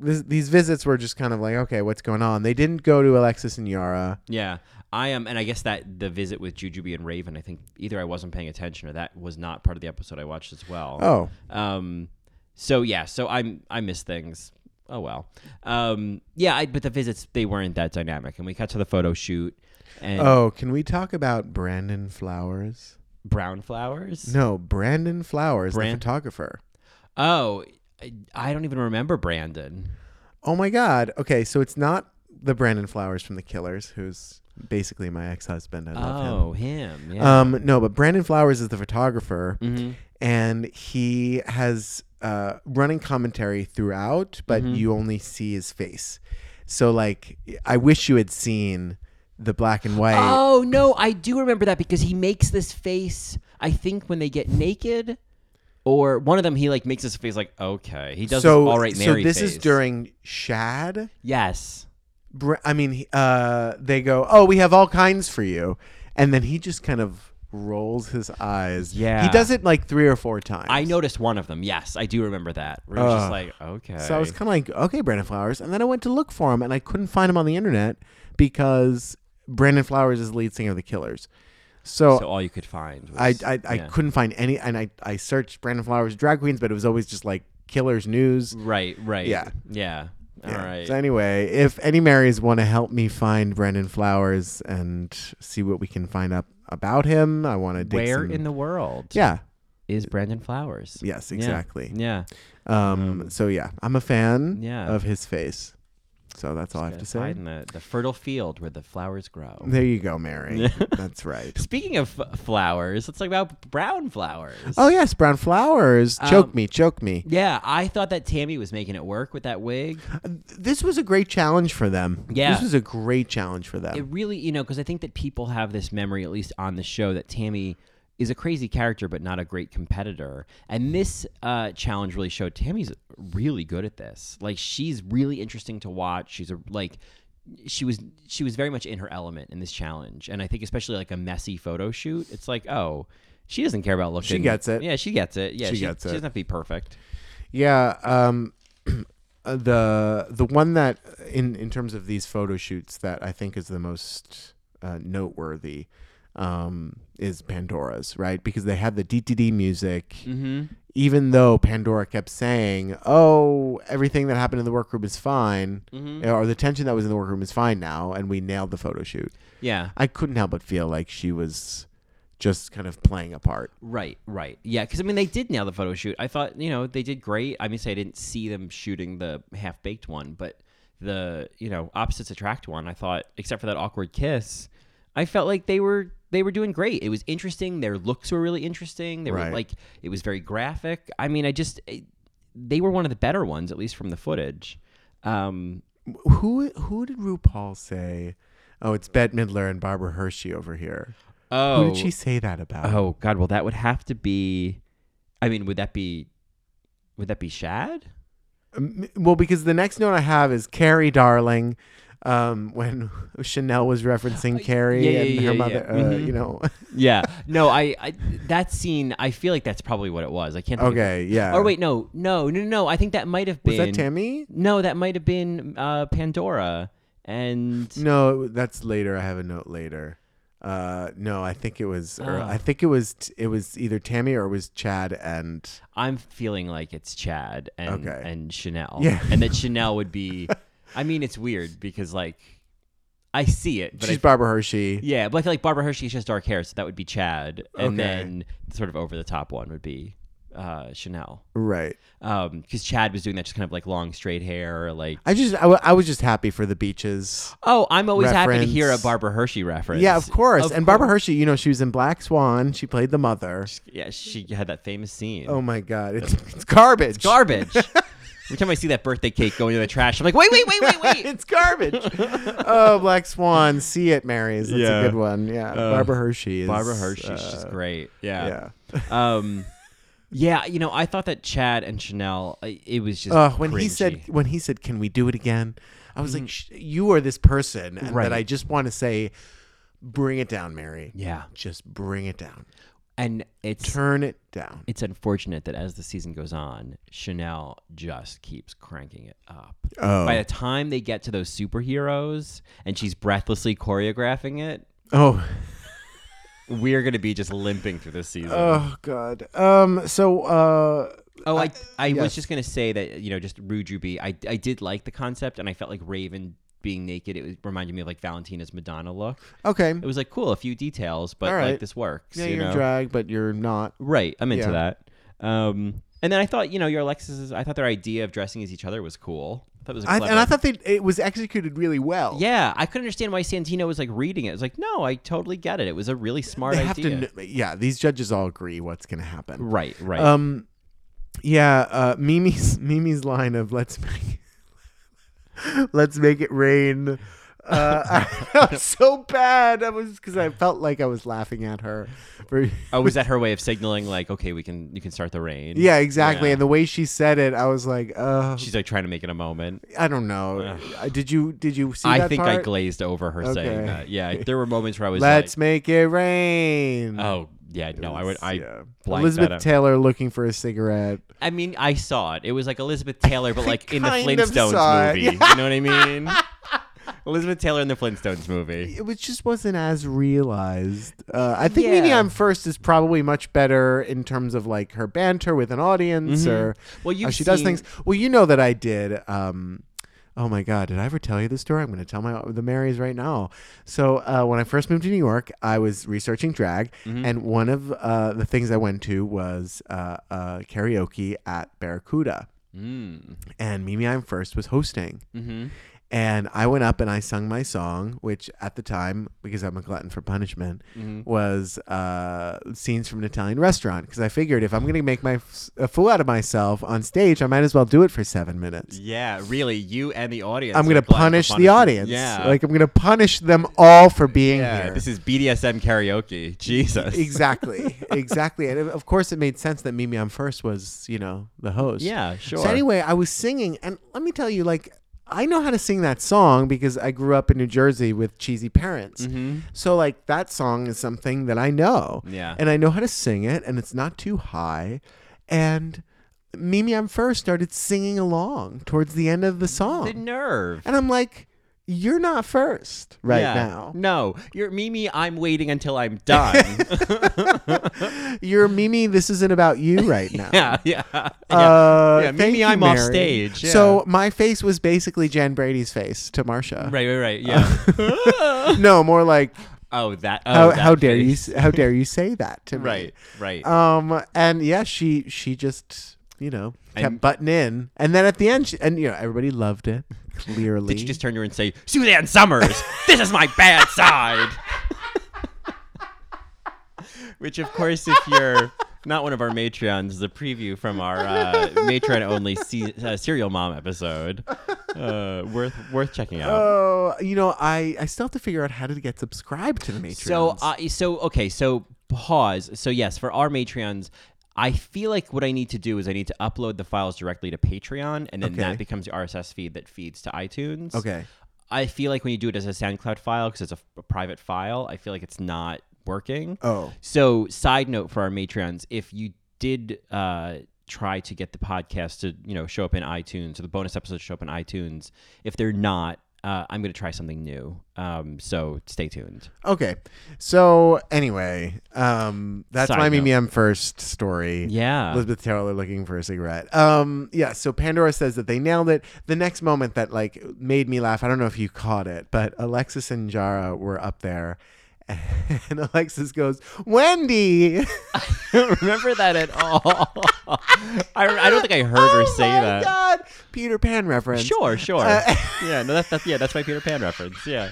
Speaker 7: This, these visits were just kind of like, okay, what's going on? They didn't go to Alexis and Yara.
Speaker 6: Yeah. I am, and I guess that the visit with Jujubee and Raven, I think either I wasn't paying attention or that was not part of the episode I watched as well.
Speaker 7: Oh,
Speaker 6: Um, so yeah, so I'm I miss things. Oh well. Um, yeah, I, but the visits they weren't that dynamic, and we cut to the photo shoot and
Speaker 7: oh, can we talk about Brandon Flowers?
Speaker 6: brown flowers.
Speaker 7: No, Brandon Flowers,
Speaker 6: Brand-
Speaker 7: the photographer.
Speaker 6: Oh, I, I don't even remember Brandon.
Speaker 7: Oh my God. Okay, so it's not the Brandon Flowers from The Killers, who's basically my ex-husband. I love him.
Speaker 6: Oh, him. Yeah.
Speaker 7: Um, no, but Brandon Flowers is the photographer,
Speaker 6: Mm-hmm.
Speaker 7: and he has uh, running commentary throughout, but
Speaker 6: Mm-hmm.
Speaker 7: you only see his face. So, like, I wish you had seen the black and white.
Speaker 6: oh no, I do remember that because he makes this face. I think when they get naked, or one of them, he like makes this face like okay. He does
Speaker 7: so,
Speaker 6: this all right.
Speaker 7: so
Speaker 6: Mary
Speaker 7: this is
Speaker 6: face.
Speaker 7: during Shad.
Speaker 6: Yes.
Speaker 7: Br- I mean, he- uh, they go, "Oh, we have all kinds for you," and then he just kind of rolls his eyes.
Speaker 6: Yeah.
Speaker 7: he does it like three or four times.
Speaker 6: I noticed one of them. Yes, I do remember that. Where it was just
Speaker 7: Ugh.
Speaker 6: like, okay.
Speaker 7: So I was kind of like, okay, Brandon Flowers. And then I went to look for him and I couldn't find him on the internet because Brandon Flowers is the lead singer of The Killers. So,
Speaker 6: so all you could find. Was,
Speaker 7: I, I, I
Speaker 6: yeah.
Speaker 7: couldn't find any. And I, I searched Brandon Flowers drag queens, but it was always just like Killers news.
Speaker 6: Right. Right.
Speaker 7: Yeah.
Speaker 6: Yeah. All
Speaker 7: Yeah.
Speaker 6: right.
Speaker 7: So anyway, if any Marys want to help me find Brandon Flowers and see what we can find up about him, I want to dig
Speaker 6: Where
Speaker 7: some-
Speaker 6: in the world
Speaker 7: yeah.
Speaker 6: is Brandon Flowers?
Speaker 7: Yes,
Speaker 6: Yeah.
Speaker 7: exactly.
Speaker 6: Yeah.
Speaker 7: Um, so yeah, I'm a fan
Speaker 6: Yeah.
Speaker 7: of his face. So that's all I have to say.
Speaker 6: Hide in the, the fertile field where the flowers grow.
Speaker 7: There you go, Mary. That's right.
Speaker 6: Speaking of f- flowers, let's talk about brown flowers.
Speaker 7: Oh yes, brown flowers. Choke me, choke me.
Speaker 6: Yeah, I thought that Tammy was making it work with that wig.
Speaker 7: This was a great challenge for them.
Speaker 6: Yeah.
Speaker 7: This was a great challenge for them.
Speaker 6: It really, you know, because I think that people have this memory, at least on the show, that Tammy is a crazy character but not a great competitor. And this uh, challenge really showed Tammy's really good at this. Like she's really interesting to watch. She's a like she was she was very much in her element in this challenge. And I think especially like a messy photo shoot, it's like oh. She doesn't care about looking.
Speaker 7: gets it.
Speaker 6: Yeah, she gets it. Yeah,
Speaker 7: She
Speaker 6: she,
Speaker 7: gets
Speaker 6: she
Speaker 7: it.
Speaker 6: doesn't have to be perfect.
Speaker 7: yeah. Um, uh, the the one that in in terms of these photo shoots that I think is the most uh, noteworthy um, is Pandora's, right? Because they had the DTD music. Even though Pandora kept saying, "Oh, everything that happened in the workroom is fine," or the tension that was in the workroom is fine now, and we nailed the photo shoot.
Speaker 6: Yeah.
Speaker 7: I couldn't help but feel like she was just kind of playing a part.
Speaker 6: Right, right. Yeah, because I mean, they did nail the photo shoot. I thought, you know, they did great. I mean, say I didn't see them shooting the half baked one, but the, you know, opposites attract one, I thought, except for that awkward kiss, I felt like they were. They were doing great. It was interesting. Their looks were really interesting. They
Speaker 7: Right.
Speaker 6: were like, it was very graphic. I mean, I just, it- they were one of the better ones, at least from the footage. Um,
Speaker 7: Who who did RuPaul say? Oh, it's Bette Midler and Barbara Hershey over here.
Speaker 6: oh,
Speaker 7: Who did she say that about?
Speaker 6: Oh God, well that would have to be. I mean, would that be? Would that be Shad?
Speaker 7: Um, well, because the next note I have is Carrie, darling. Um, when Chanel was referencing Carrie
Speaker 6: yeah,
Speaker 7: and
Speaker 6: yeah, yeah,
Speaker 7: her mother,
Speaker 6: yeah.
Speaker 7: Uh,
Speaker 6: Mhm.
Speaker 7: you know.
Speaker 6: Yeah. No, I, I that scene. I feel like that's probably what it was. I can't. Think of-
Speaker 7: okay, yeah.
Speaker 6: Or wait, no, no, no, no. I think that might have
Speaker 7: was
Speaker 6: been.
Speaker 7: that Tammy?
Speaker 6: No, that might have been uh, Pandora and.
Speaker 7: No, that's later. I have a note later. Uh, no, I think it was. Or,
Speaker 6: Ah.
Speaker 7: I think it was. T- it was either Tammy or it was Chad and.
Speaker 6: I'm feeling like it's Chad and
Speaker 7: Okay.
Speaker 6: and Chanel.
Speaker 7: Yeah.
Speaker 6: And that Chanel would be. I mean, it's weird because like, I see it, but I
Speaker 7: she's Barbara Hershey.
Speaker 6: Yeah, but I feel like Barbara Hershey she has dark hair, so that would be Chad, and
Speaker 7: Okay.
Speaker 6: then the sort of over the top one would be uh, Chanel,
Speaker 7: Right.
Speaker 6: because Chad was doing that just kind of like long straight hair, like.
Speaker 7: I just I, w- I was just happy for the beaches.
Speaker 6: Oh, I'm always happy to
Speaker 7: Reference.
Speaker 6: hear a Barbara Hershey reference.
Speaker 7: Yeah, of course.
Speaker 6: Of
Speaker 7: and Barbara Hershey, you know, she was in Black Swan. She played the mother.
Speaker 6: Yeah, she had that famous scene.
Speaker 7: Oh my God, it's, it's garbage.
Speaker 6: Garbage. Every time I see that birthday cake going to the trash, I'm like, wait, wait, wait, wait, wait.
Speaker 7: it's garbage. oh, Black Swan. See it, Marys. That's
Speaker 6: Yeah. Uh,
Speaker 7: a good one. Yeah. Barbara Hershey is.
Speaker 6: Barbara Hershey, she's
Speaker 7: uh,
Speaker 6: great.
Speaker 7: Yeah.
Speaker 6: Yeah. Um, yeah, you know, I thought that Chad and Chanel, I- it was just.
Speaker 7: Oh, when he said
Speaker 6: cringy. Mm.
Speaker 7: when he said, "Can we do it again?" I was like, Sh- "You are this person and
Speaker 6: Right.
Speaker 7: that I just want to say, bring it down, Mary.
Speaker 6: Yeah.
Speaker 7: just bring it down.
Speaker 6: And it's.
Speaker 7: Turn it down."
Speaker 6: it's unfortunate that as the season goes on, Chanel just keeps cranking it up.
Speaker 7: Oh.
Speaker 6: By the time they get to those superheroes and she's breathlessly choreographing it,
Speaker 7: Oh,
Speaker 6: we're going to be just limping through this season.
Speaker 7: oh God. Um. So, uh,
Speaker 6: oh, I, I
Speaker 7: yes.
Speaker 6: was just going to say that, you know, just Rude Ruby, I, I did like the concept and I felt like Raven being naked, it was- reminded me of like Valentina's Madonna look.
Speaker 7: okay.
Speaker 6: It was like, cool, a few details, but
Speaker 7: All right.
Speaker 6: like this works.
Speaker 7: Yeah,
Speaker 6: you
Speaker 7: you are
Speaker 6: know?
Speaker 7: drag, but you're not.
Speaker 6: Right. I'm into
Speaker 7: Yeah.
Speaker 6: that. Um, and then I thought, you know, your Alexis's, I thought their idea of dressing as each other was cool. That was a
Speaker 7: I,
Speaker 6: clever.
Speaker 7: and I thought they it was executed really well.
Speaker 6: Yeah, I couldn't understand why Santino was like reading it. It was like, no, I totally get it. It was a really smart
Speaker 7: They have
Speaker 6: idea.
Speaker 7: to. kn- Yeah, these judges all agree what's going to happen.
Speaker 6: right, right.
Speaker 7: Um, yeah, uh, Mimi's Mimi's line of "Let's make, let's make it rain." Uh, I, that was so bad. I was because I felt like I was laughing at her. For,
Speaker 6: oh, was that her way of signaling like, okay, we can you can start the rain?
Speaker 7: yeah, exactly.
Speaker 6: Yeah.
Speaker 7: And the way she said it, I was like, uh,
Speaker 6: She's like trying to make it a moment.
Speaker 7: I don't know. Uh, Did you did you see?
Speaker 6: I
Speaker 7: that
Speaker 6: think I
Speaker 7: part?
Speaker 6: glazed over her
Speaker 7: Okay.
Speaker 6: saying that. Yeah, there were moments where I was
Speaker 7: Let's
Speaker 6: like,
Speaker 7: make it rain.
Speaker 6: oh yeah, no, I would I
Speaker 7: Yeah.
Speaker 6: blanked
Speaker 7: Elizabeth
Speaker 6: that out.
Speaker 7: Taylor looking for a cigarette.
Speaker 6: I mean, I saw it. It was like Elizabeth Taylor, but like in the
Speaker 7: kind of saw
Speaker 6: Flintstones
Speaker 7: it.
Speaker 6: movie. You know what I mean? Elizabeth Taylor in the Flintstones movie.
Speaker 7: it was just wasn't as realized. Uh, I think
Speaker 6: Yeah.
Speaker 7: Mimi I'm First is probably much better in terms of like her banter with an audience
Speaker 6: Mm-hmm.
Speaker 7: or
Speaker 6: Well,
Speaker 7: how
Speaker 6: you've
Speaker 7: she does
Speaker 6: seen-
Speaker 7: things. Well, you know that I did. Um, oh my God, did I ever tell you the story? I'm going to tell my the Marys right now. So uh, when I first moved to New York, I was researching drag,
Speaker 6: Mm-hmm.
Speaker 7: and one of uh, the things I went to was uh, uh, karaoke at Barracuda and Mimi I'm First was hosting.
Speaker 6: Mm-hmm.
Speaker 7: And I went up and I sung my song, which at the time, because I'm a glutton for punishment,
Speaker 6: Mm-hmm.
Speaker 7: was uh, scenes from an Italian restaurant. Because I figured if I'm going to make my a fool out of myself on stage, I might as well do it for seven minutes.
Speaker 6: Yeah, really, you and the audience.
Speaker 7: I'm
Speaker 6: are
Speaker 7: going to
Speaker 6: glad for
Speaker 7: punish the
Speaker 6: punishment.
Speaker 7: audience.
Speaker 6: Yeah,
Speaker 7: Like, I'm going to punish them all for being
Speaker 6: Yeah,
Speaker 7: here.
Speaker 6: this is BDSM karaoke. Jesus.
Speaker 7: exactly. exactly. And of course, it made sense that Mimi I'm First was, you know, the host.
Speaker 6: Yeah, sure.
Speaker 7: So anyway, I was singing, and let me tell you, like, I know how to sing that song because I grew up in New Jersey with cheesy parents. So like that song is something that I know.
Speaker 6: Mm-hmm. Yeah.
Speaker 7: And I know how to sing it, and it's not too high. And Mimi, I'm first started singing along towards the end of the
Speaker 6: the
Speaker 7: song,
Speaker 6: nerve.
Speaker 7: and I'm like, "You're not first right
Speaker 6: Yeah.
Speaker 7: now.
Speaker 6: No, you're Mimi. I'm waiting until I'm done.
Speaker 7: You're Mimi. This isn't about you right now."
Speaker 6: yeah, yeah.
Speaker 7: Uh,
Speaker 6: Yeah,
Speaker 7: thank
Speaker 6: Mimi,
Speaker 7: you,
Speaker 6: I'm off
Speaker 7: Mary.
Speaker 6: stage, yeah.
Speaker 7: So my face was basically Jan Brady's face to Marsha.
Speaker 6: right, right, right. Yeah.
Speaker 7: No, more like
Speaker 6: oh, that. Oh,
Speaker 7: how,
Speaker 6: that
Speaker 7: how dare you
Speaker 6: face.
Speaker 7: s- how dare you say that to me?
Speaker 6: Right, right.
Speaker 7: Um, and yeah, she she just you know kept
Speaker 6: And-
Speaker 7: butting in, and then at the end, she, and you know everybody loved it. Clearly,
Speaker 6: Did you just turn to her and say, Suzanne Summers, this is my bad side? Which, of course, if you're not one of our matrons, is a preview from our uh, matron only se- uh, serial mom episode. Uh, worth worth checking out.
Speaker 7: Oh, you know, I I still have to figure out how to get subscribed to the Matrix.
Speaker 6: So, uh, so okay, so pause. So yes, for our Matreons, I feel like what I need to do is I need to upload the files directly to Patreon, and then
Speaker 7: Okay.
Speaker 6: that becomes the RSS feed that feeds to iTunes.
Speaker 7: Okay.
Speaker 6: I feel like when you do it as a SoundCloud file, because it's a, f- a private file, I feel like it's not working.
Speaker 7: Oh.
Speaker 6: So, side note for our Matreons, if you did uh, try to get the podcast to you know show up in iTunes or the bonus episodes show up in iTunes, if they're not, uh, I'm going to try something new. Um, so stay tuned.
Speaker 7: okay, so anyway, um, that's
Speaker 6: Side
Speaker 7: my
Speaker 6: note.
Speaker 7: Mimi M first story.
Speaker 6: Yeah.
Speaker 7: Elizabeth Taylor looking for a cigarette. Um, yeah. So Pandora says that they nailed it. The next moment that like made me laugh. I don't know if you caught it, but Alexis and Jara were up there, and Alexis goes, "Wendy."
Speaker 6: don't remember that at all. I, I don't think I heard her say
Speaker 7: Oh my
Speaker 6: that.
Speaker 7: God, Uh, Peter Pan reference.
Speaker 6: Sure, sure. yeah, no, that's, that's yeah, that's my Peter Pan reference. Yeah,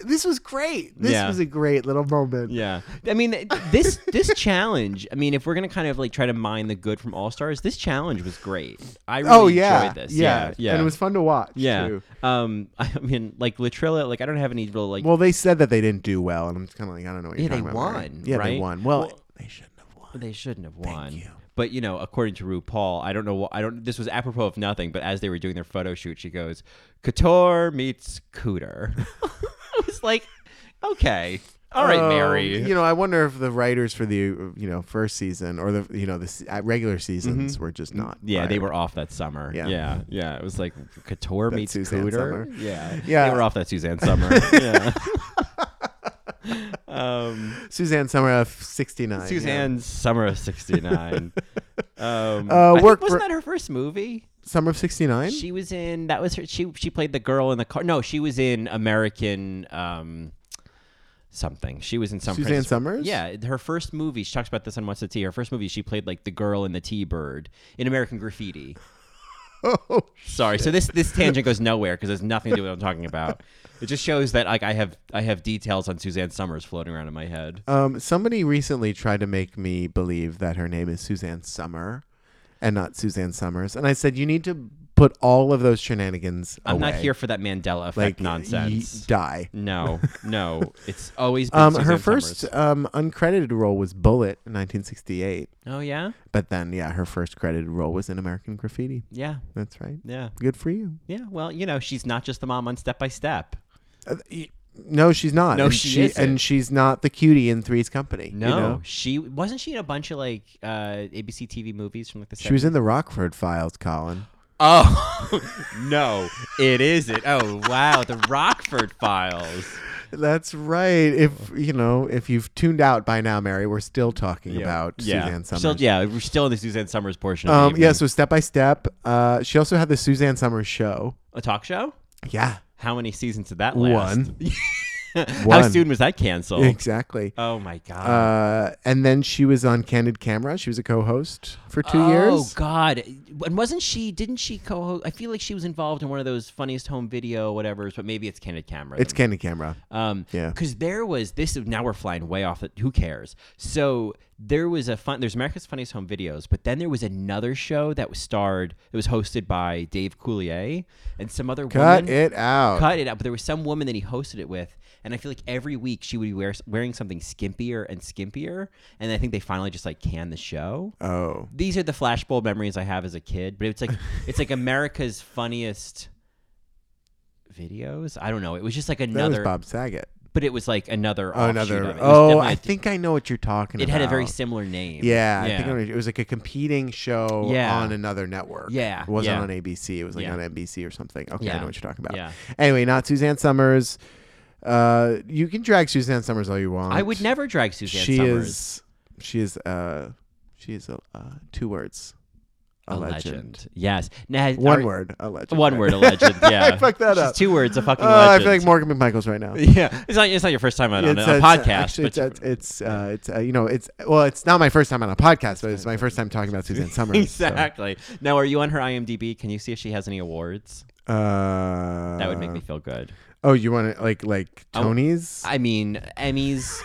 Speaker 7: This was great. This
Speaker 6: Yeah.
Speaker 7: was a great little moment.
Speaker 6: Yeah. I mean, this this challenge. I mean, if we're gonna kind of like try to mine the good from All Stars, this challenge was great. I really
Speaker 7: Oh yeah,
Speaker 6: enjoyed this.
Speaker 7: yeah,
Speaker 6: yeah, yeah.
Speaker 7: And it was fun to watch.
Speaker 6: Yeah.
Speaker 7: too.
Speaker 6: Um. I mean, like Latrilla. Like I don't have any real like.
Speaker 7: Well, they said that they didn't do well, and I'm kind of like, I don't know. What
Speaker 6: Yeah,
Speaker 7: you're
Speaker 6: they
Speaker 7: talking about, Larry.
Speaker 6: won,
Speaker 7: Yeah, they
Speaker 6: right?
Speaker 7: won. Well,
Speaker 6: Well-
Speaker 7: they shouldn't have won.
Speaker 6: they shouldn't have won.
Speaker 7: you.
Speaker 6: But you know, according to RuPaul, I don't know. wh- I don't. This was apropos of nothing. But as they were doing their photo shoot, she goes, "Couture meets Cooter." I was like, okay, all right,
Speaker 7: Oh,
Speaker 6: Mary.
Speaker 7: You know, I wonder if the writers for the you know first season or the you know the se- uh, regular seasons were just not.
Speaker 6: Mm-hmm. Yeah, they
Speaker 7: right.
Speaker 6: were off that summer.
Speaker 7: Yeah.
Speaker 6: Yeah, yeah, It was like Couture meets
Speaker 7: Suzanne
Speaker 6: Cooter.
Speaker 7: summer.
Speaker 6: Yeah,
Speaker 7: Yeah.
Speaker 6: They were off that Suzanne summer. yeah. um,
Speaker 7: Suzanne Summer of '69. yeah.
Speaker 6: Suzanne summer of '69. um,
Speaker 7: Uh,
Speaker 6: I think-
Speaker 7: work-
Speaker 6: wasn't
Speaker 7: work-
Speaker 6: that her first movie?
Speaker 7: Summer of '69.
Speaker 6: She was in that was her. She she played the girl in the car. No, she was in American. Um, Something she was in some
Speaker 7: Suzanne
Speaker 6: Francis-
Speaker 7: Summers?
Speaker 6: Yeah, her first movie. She talks about this on What's the Tea. Her first movie, she played like the girl in the T Bird in American Graffiti.
Speaker 7: Oh,
Speaker 6: Sorry. So this this tangent goes nowhere because there's nothing to do with what I'm talking about. It just shows that like I have I have details on Suzanne Summers floating around in my head.
Speaker 7: um, somebody recently tried to make me believe that her name is Suzanne Summer, and not Suzanne Summers. And I said, you need to put all of those shenanigans.
Speaker 6: I'm not
Speaker 7: away.
Speaker 6: here for that Mandela effect
Speaker 7: like
Speaker 6: nonsense.
Speaker 7: ye- die.
Speaker 6: no, no. It's always been
Speaker 7: Um, her
Speaker 6: Suzanne
Speaker 7: first
Speaker 6: Summers.
Speaker 7: um, uncredited role was Bullet in 1968,
Speaker 6: Oh yeah,
Speaker 7: but then yeah, her first credited role was in American Graffiti.
Speaker 6: yeah,
Speaker 7: That's right.
Speaker 6: yeah,
Speaker 7: Good for you.
Speaker 6: yeah. Well, you know, she's not just the mom on Step by Step.
Speaker 7: Uh, y- no, she's not.
Speaker 6: No,
Speaker 7: and
Speaker 6: she isn't.
Speaker 7: and she's not the cutie in Three's Company. you
Speaker 6: No,
Speaker 7: know?
Speaker 6: she wasn't she in a bunch of like uh, ABC TV movies from like the.
Speaker 7: she was in the Rockford Files, Colin.
Speaker 6: Oh no, it isn't. Oh wow, the Rockford Files.
Speaker 7: That's right. If you know, if you've tuned out by now, Mary, we're still talking about Suzanne Summers.
Speaker 6: Still, yeah, we're still in the Suzanne Summers portion. Of
Speaker 7: Um,
Speaker 6: the
Speaker 7: yeah.
Speaker 6: evening.
Speaker 7: So step by step, uh, she also had the Suzanne Summers show.
Speaker 6: a talk show.
Speaker 7: Yeah.
Speaker 6: How many seasons did that last?
Speaker 7: One.
Speaker 6: How
Speaker 7: One.
Speaker 6: soon was that canceled?
Speaker 7: Exactly.
Speaker 6: Oh my god.
Speaker 7: Uh, and then she was on Candid Camera. She was a co-host for two
Speaker 6: Oh
Speaker 7: years.
Speaker 6: God! And wasn't she? Didn't she co-host? I feel like she was involved in one of those funniest home video whatever's, but maybe it's candid camera.
Speaker 7: It's Candid Camera.
Speaker 6: Um,
Speaker 7: Yeah.
Speaker 6: Because there was this. Now we're flying way off. It. Who cares? So there was a fun. There's America's Funniest Home Videos, but then there was another show that was starred. It was hosted by Dave Coulier and some other
Speaker 7: Cut
Speaker 6: woman.
Speaker 7: it out.
Speaker 6: Cut it out. But there was some woman that he hosted it with, and I feel like every week she would be wear, wearing something skimpier and skimpier, and I think they finally just like canned the show.
Speaker 7: Oh.
Speaker 6: These are the flashbulb memories I have as a kid, but it's like it's like America's Funniest Videos. I don't know. It was just like
Speaker 7: That
Speaker 6: another
Speaker 7: was Bob Saget.
Speaker 6: but it was like another offshoot
Speaker 7: Oh, another.
Speaker 6: of it. It was
Speaker 7: Oh,
Speaker 6: definitely
Speaker 7: I
Speaker 6: a-
Speaker 7: think I know what you're talking
Speaker 6: it
Speaker 7: about.
Speaker 6: had a very similar name.
Speaker 7: Yeah, I
Speaker 6: yeah,
Speaker 7: think I know- it was like a competing show
Speaker 6: Yeah.
Speaker 7: on another network.
Speaker 6: Yeah,
Speaker 7: it wasn't
Speaker 6: yeah.
Speaker 7: on ABC. It was like
Speaker 6: Yeah.
Speaker 7: on NBC or something. Okay, I
Speaker 6: Yeah,
Speaker 7: know what you're talking about.
Speaker 6: yeah.
Speaker 7: Anyway, not Suzanne Summers. Uh, you can drag Suzanne Summers all you want.
Speaker 6: I would never drag Suzanne
Speaker 7: she
Speaker 6: Summers.
Speaker 7: is. She is. Uh, she is. Uh, two words.
Speaker 6: a legend. Yes. Now,
Speaker 7: One
Speaker 6: are-
Speaker 7: word. A legend.
Speaker 6: One
Speaker 7: right.
Speaker 6: word. A legend. Yeah.
Speaker 7: I fucked that
Speaker 6: She's
Speaker 7: up.
Speaker 6: Two words. A fucking
Speaker 7: Uh, I
Speaker 6: legend.
Speaker 7: feel like Morgan McMichael's right now.
Speaker 6: Yeah. It's not. It's not your first time on, on
Speaker 7: It's-
Speaker 6: a
Speaker 7: it's,
Speaker 6: podcast.
Speaker 7: Actually,
Speaker 6: but
Speaker 7: it's it's, it's, uh, it's uh, you know it's well it's not my first time on a podcast, but it's my first time talking about Suzanne Summers. so.
Speaker 6: exactly. Now, are you on her IMDb? Can you see if she has any awards?
Speaker 7: Uh,
Speaker 6: That would make me feel good.
Speaker 7: Oh, you want to like like
Speaker 6: I-
Speaker 7: Tonys?
Speaker 6: I mean, Emmys,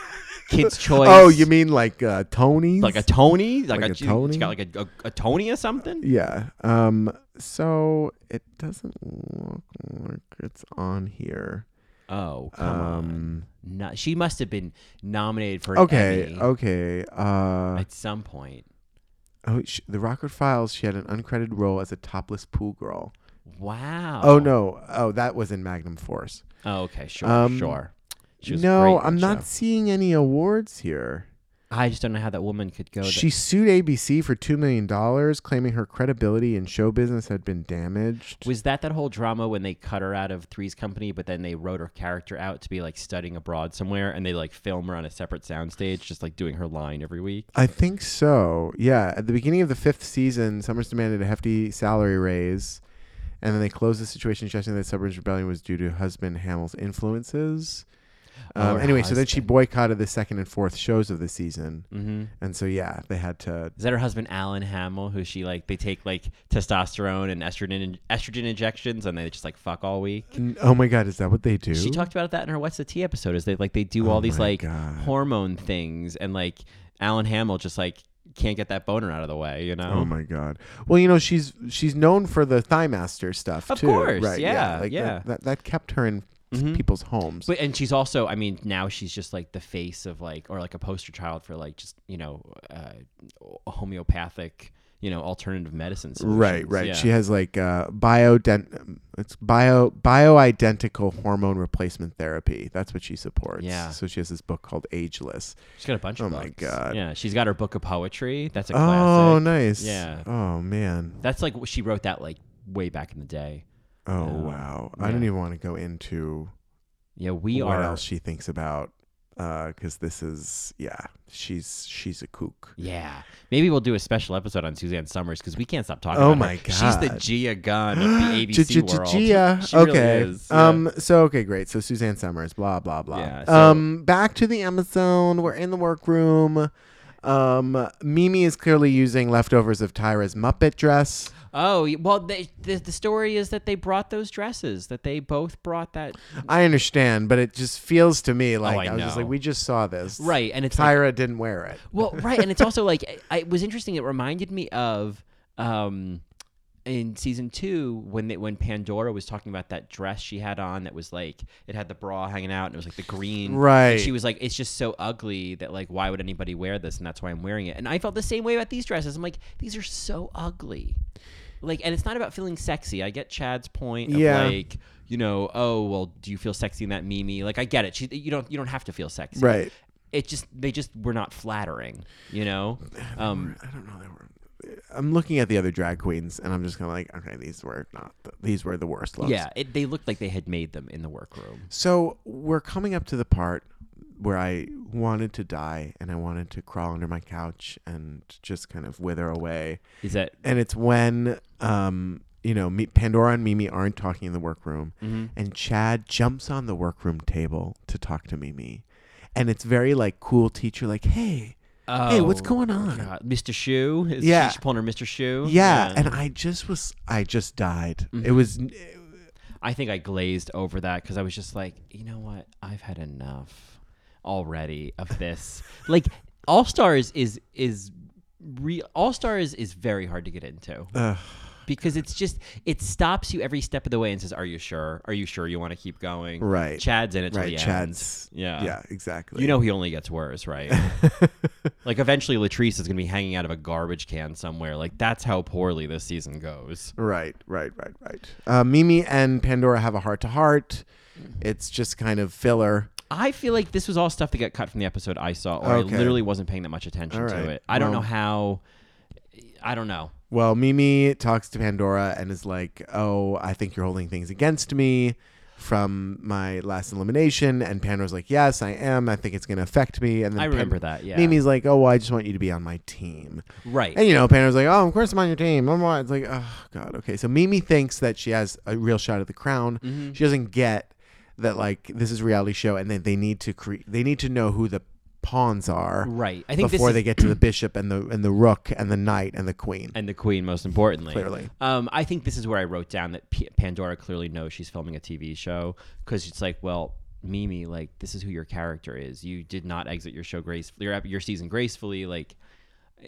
Speaker 6: Kids Choice.
Speaker 7: oh, you mean like uh, Tonys?
Speaker 6: like a Tony? Like,
Speaker 7: Like
Speaker 6: a,
Speaker 7: a Tony?
Speaker 6: She got like a, a, a Tony or something?
Speaker 7: yeah. Um. So it doesn't look like it's on here.
Speaker 6: Oh, come on.
Speaker 7: Um.
Speaker 6: No, she must have been nominated for an
Speaker 7: Okay.
Speaker 6: Emmy
Speaker 7: Okay. Uh.
Speaker 6: at some point.
Speaker 7: Oh, sh the Rockford Files. She had an uncredited role as a topless pool girl.
Speaker 6: Wow.
Speaker 7: Oh no. Oh, that was in Magnum Force.
Speaker 6: Oh, okay, sure,
Speaker 7: Um,
Speaker 6: sure. She was great in
Speaker 7: no,
Speaker 6: that
Speaker 7: I'm not
Speaker 6: show.
Speaker 7: seeing any awards here.
Speaker 6: I just don't know how that woman could go.
Speaker 7: She
Speaker 6: She.
Speaker 7: sued ABC for $2 million, claiming her credibility in show business had been damaged.
Speaker 6: was that that whole drama when they cut her out of Three's Company, but then they wrote her character out to be like studying abroad somewhere, and they like film her on a separate soundstage, just like doing her line every week.
Speaker 7: I think so. Yeah. At the beginning of the fifth season, Summers demanded a hefty salary raise, and then they closed the situation, suggesting that Summers' rebellion was due to husband Hamill's influences.
Speaker 6: Oh,
Speaker 7: Um, anyway, so then she boycotted the second and fourth shows of the season, mm-hmm. and so yeah, they had to.
Speaker 6: Is that her husband Alan Hamill, who she like they take like testosterone and estrogen estrogen injections and they just like fuck all week?
Speaker 7: Oh my god, is that what they do?
Speaker 6: She talked about that in her What's the Tea episode. Is they like they do all these
Speaker 7: Oh my
Speaker 6: like
Speaker 7: God.
Speaker 6: hormone things and like Alan Hamill just like can't get that boner out of the way, you know?
Speaker 7: Oh my god. Well, you know she's she's known for the Thigh Master stuff
Speaker 6: Of
Speaker 7: too,
Speaker 6: course,
Speaker 7: right?
Speaker 6: yeah,
Speaker 7: like
Speaker 6: yeah. Mm-hmm.
Speaker 7: That, that that kept her in people's homes.
Speaker 6: But and she's also, I mean, now she's just like the face of like, or like a poster child for like just you know, uh, homeopathic, you know, alternative medicine.
Speaker 7: Right,
Speaker 6: solutions.
Speaker 7: right.
Speaker 6: Yeah.
Speaker 7: She has like uh, bio it's bio bioidentical hormone replacement therapy. That's what she supports.
Speaker 6: Yeah.
Speaker 7: So she has this book called Ageless.
Speaker 6: she's got a bunch.
Speaker 7: Oh
Speaker 6: of
Speaker 7: my
Speaker 6: books.
Speaker 7: God.
Speaker 6: Yeah, she's got her book of poetry. That's a classic.
Speaker 7: Oh, nice.
Speaker 6: Yeah.
Speaker 7: Oh man.
Speaker 6: That's like she wrote that like way back in the day.
Speaker 7: Oh wow. I don't even want to go into
Speaker 6: Yeah, we
Speaker 7: what
Speaker 6: are.
Speaker 7: else she thinks about because this is yeah she's she's a kook.
Speaker 6: Yeah, maybe we'll do a special episode on Suzanne Summers because we can't stop talking.
Speaker 7: Oh
Speaker 6: about
Speaker 7: my
Speaker 6: her. she's the
Speaker 7: God.
Speaker 6: Gia Gunn of the ABC world.
Speaker 7: Gia.
Speaker 6: She really
Speaker 7: Okay.
Speaker 6: is, yeah.
Speaker 7: Um. So okay, great. So Suzanne Summers. Blah blah blah.
Speaker 6: Yeah, so-
Speaker 7: um. Back to the Amazon. We're in the workroom. Um. Mimi is clearly using leftovers of Tyra's Muppet dress.
Speaker 6: Oh y- well, they, the the story is that they brought those dresses. That they both brought that.
Speaker 7: I understand, but it just feels to me like
Speaker 6: Oh, I
Speaker 7: was just
Speaker 6: know.
Speaker 7: like we just saw this.
Speaker 6: Right, and it's like-
Speaker 7: Tyra didn't wear it.
Speaker 6: Well, right, and it's also like I- it was interesting. It reminded me of um, in season two when they, when Pandora was talking about that dress she had on that was like it had the bra hanging out and it was like the green. and
Speaker 7: Right.
Speaker 6: she was like, it's just so ugly that like why would anybody wear this? And that's why I'm wearing it. And I felt the same way about these dresses. I'm like, these are so ugly. Like, and it's not about feeling sexy. I get Chad's point. Of
Speaker 7: Yeah.
Speaker 6: Like. You know, oh well. Do you feel sexy in that Mimi? Like I get it. She, you don't. You don't have to feel sexy
Speaker 7: Right.
Speaker 6: it just they just were not flattering, you know. Um,
Speaker 7: I'm looking at the other drag queens, and I'm just kind of like, okay, these were not. The, these were the worst looks.
Speaker 6: yeah, it, they looked like they had made them in the workroom.
Speaker 7: So we're coming up to the part where I wanted to die and I wanted to crawl under my couch and just kind of wither away.
Speaker 6: Is that
Speaker 7: And it's when, um, you know, me, Pandora and Mimi aren't talking in the workroom,
Speaker 6: Mm-hmm.
Speaker 7: and Chad jumps on the workroom table to talk to Mimi, and it's very like cool teacher, like, hey, hey, what's
Speaker 6: Oh,
Speaker 7: going on?
Speaker 6: God, Mr. Shoe? Is
Speaker 7: Yeah.
Speaker 6: she's pulling her Mr. Shoe.
Speaker 7: Yeah, and I just was, I just died.
Speaker 6: Mm-hmm.
Speaker 7: It was,
Speaker 6: I think I glazed over that because I was just like, you know what, I've had enough already of this. like All Stars is is real. All Stars is very hard to get into. because it's just it stops you every step of the way and says, "Are you sure? Are you sure you want to keep going?"
Speaker 7: Right.
Speaker 6: Chad's in it till
Speaker 7: right,
Speaker 6: the
Speaker 7: Chad's,
Speaker 6: end. Yeah,
Speaker 7: yeah, exactly.
Speaker 6: You know he only gets worse, right? like eventually Latrice is gonna be hanging out of a garbage can somewhere. Like that's how poorly this season goes.
Speaker 7: Right, right, right, right. Uh, Mimi and Pandora have a heart to heart. It's just kind of filler.
Speaker 6: I feel like this was all stuff that got cut from the episode I saw, or
Speaker 7: Okay.
Speaker 6: I literally wasn't paying that much attention
Speaker 7: All right.
Speaker 6: to it. I don't
Speaker 7: Well-
Speaker 6: know how. I don't know.
Speaker 7: Well, Mimi talks to Pandora and is like, "Oh, I think you're holding things against me from my last elimination." And Pandora's like, "Yes, I am. I think it's going to affect me." And then
Speaker 6: I remember that, yeah.
Speaker 7: Mimi's like, "Oh, well, I just want you to be on my team."
Speaker 6: Right.
Speaker 7: And you know, Pandora's like, "Oh, of course I'm on your team." I'm on. It's like, "Oh God, okay." So Mimi thinks that she has a real shot at the crown.
Speaker 6: Mm-hmm.
Speaker 7: She doesn't get that like this is a reality show, and that they need to create. They need to know who the pawns are.
Speaker 6: Right. I think this
Speaker 7: before
Speaker 6: is-
Speaker 7: they get to the bishop and the and the rook and the knight and the queen.
Speaker 6: and the queen, most importantly.
Speaker 7: Clearly.
Speaker 6: Um, I think this is where I wrote down that P- Pandora clearly knows she's filming a TV show because it's like, well, Mimi, like this is who your character is. You did not exit your show gracefully, your, ep- your season gracefully. Like eh,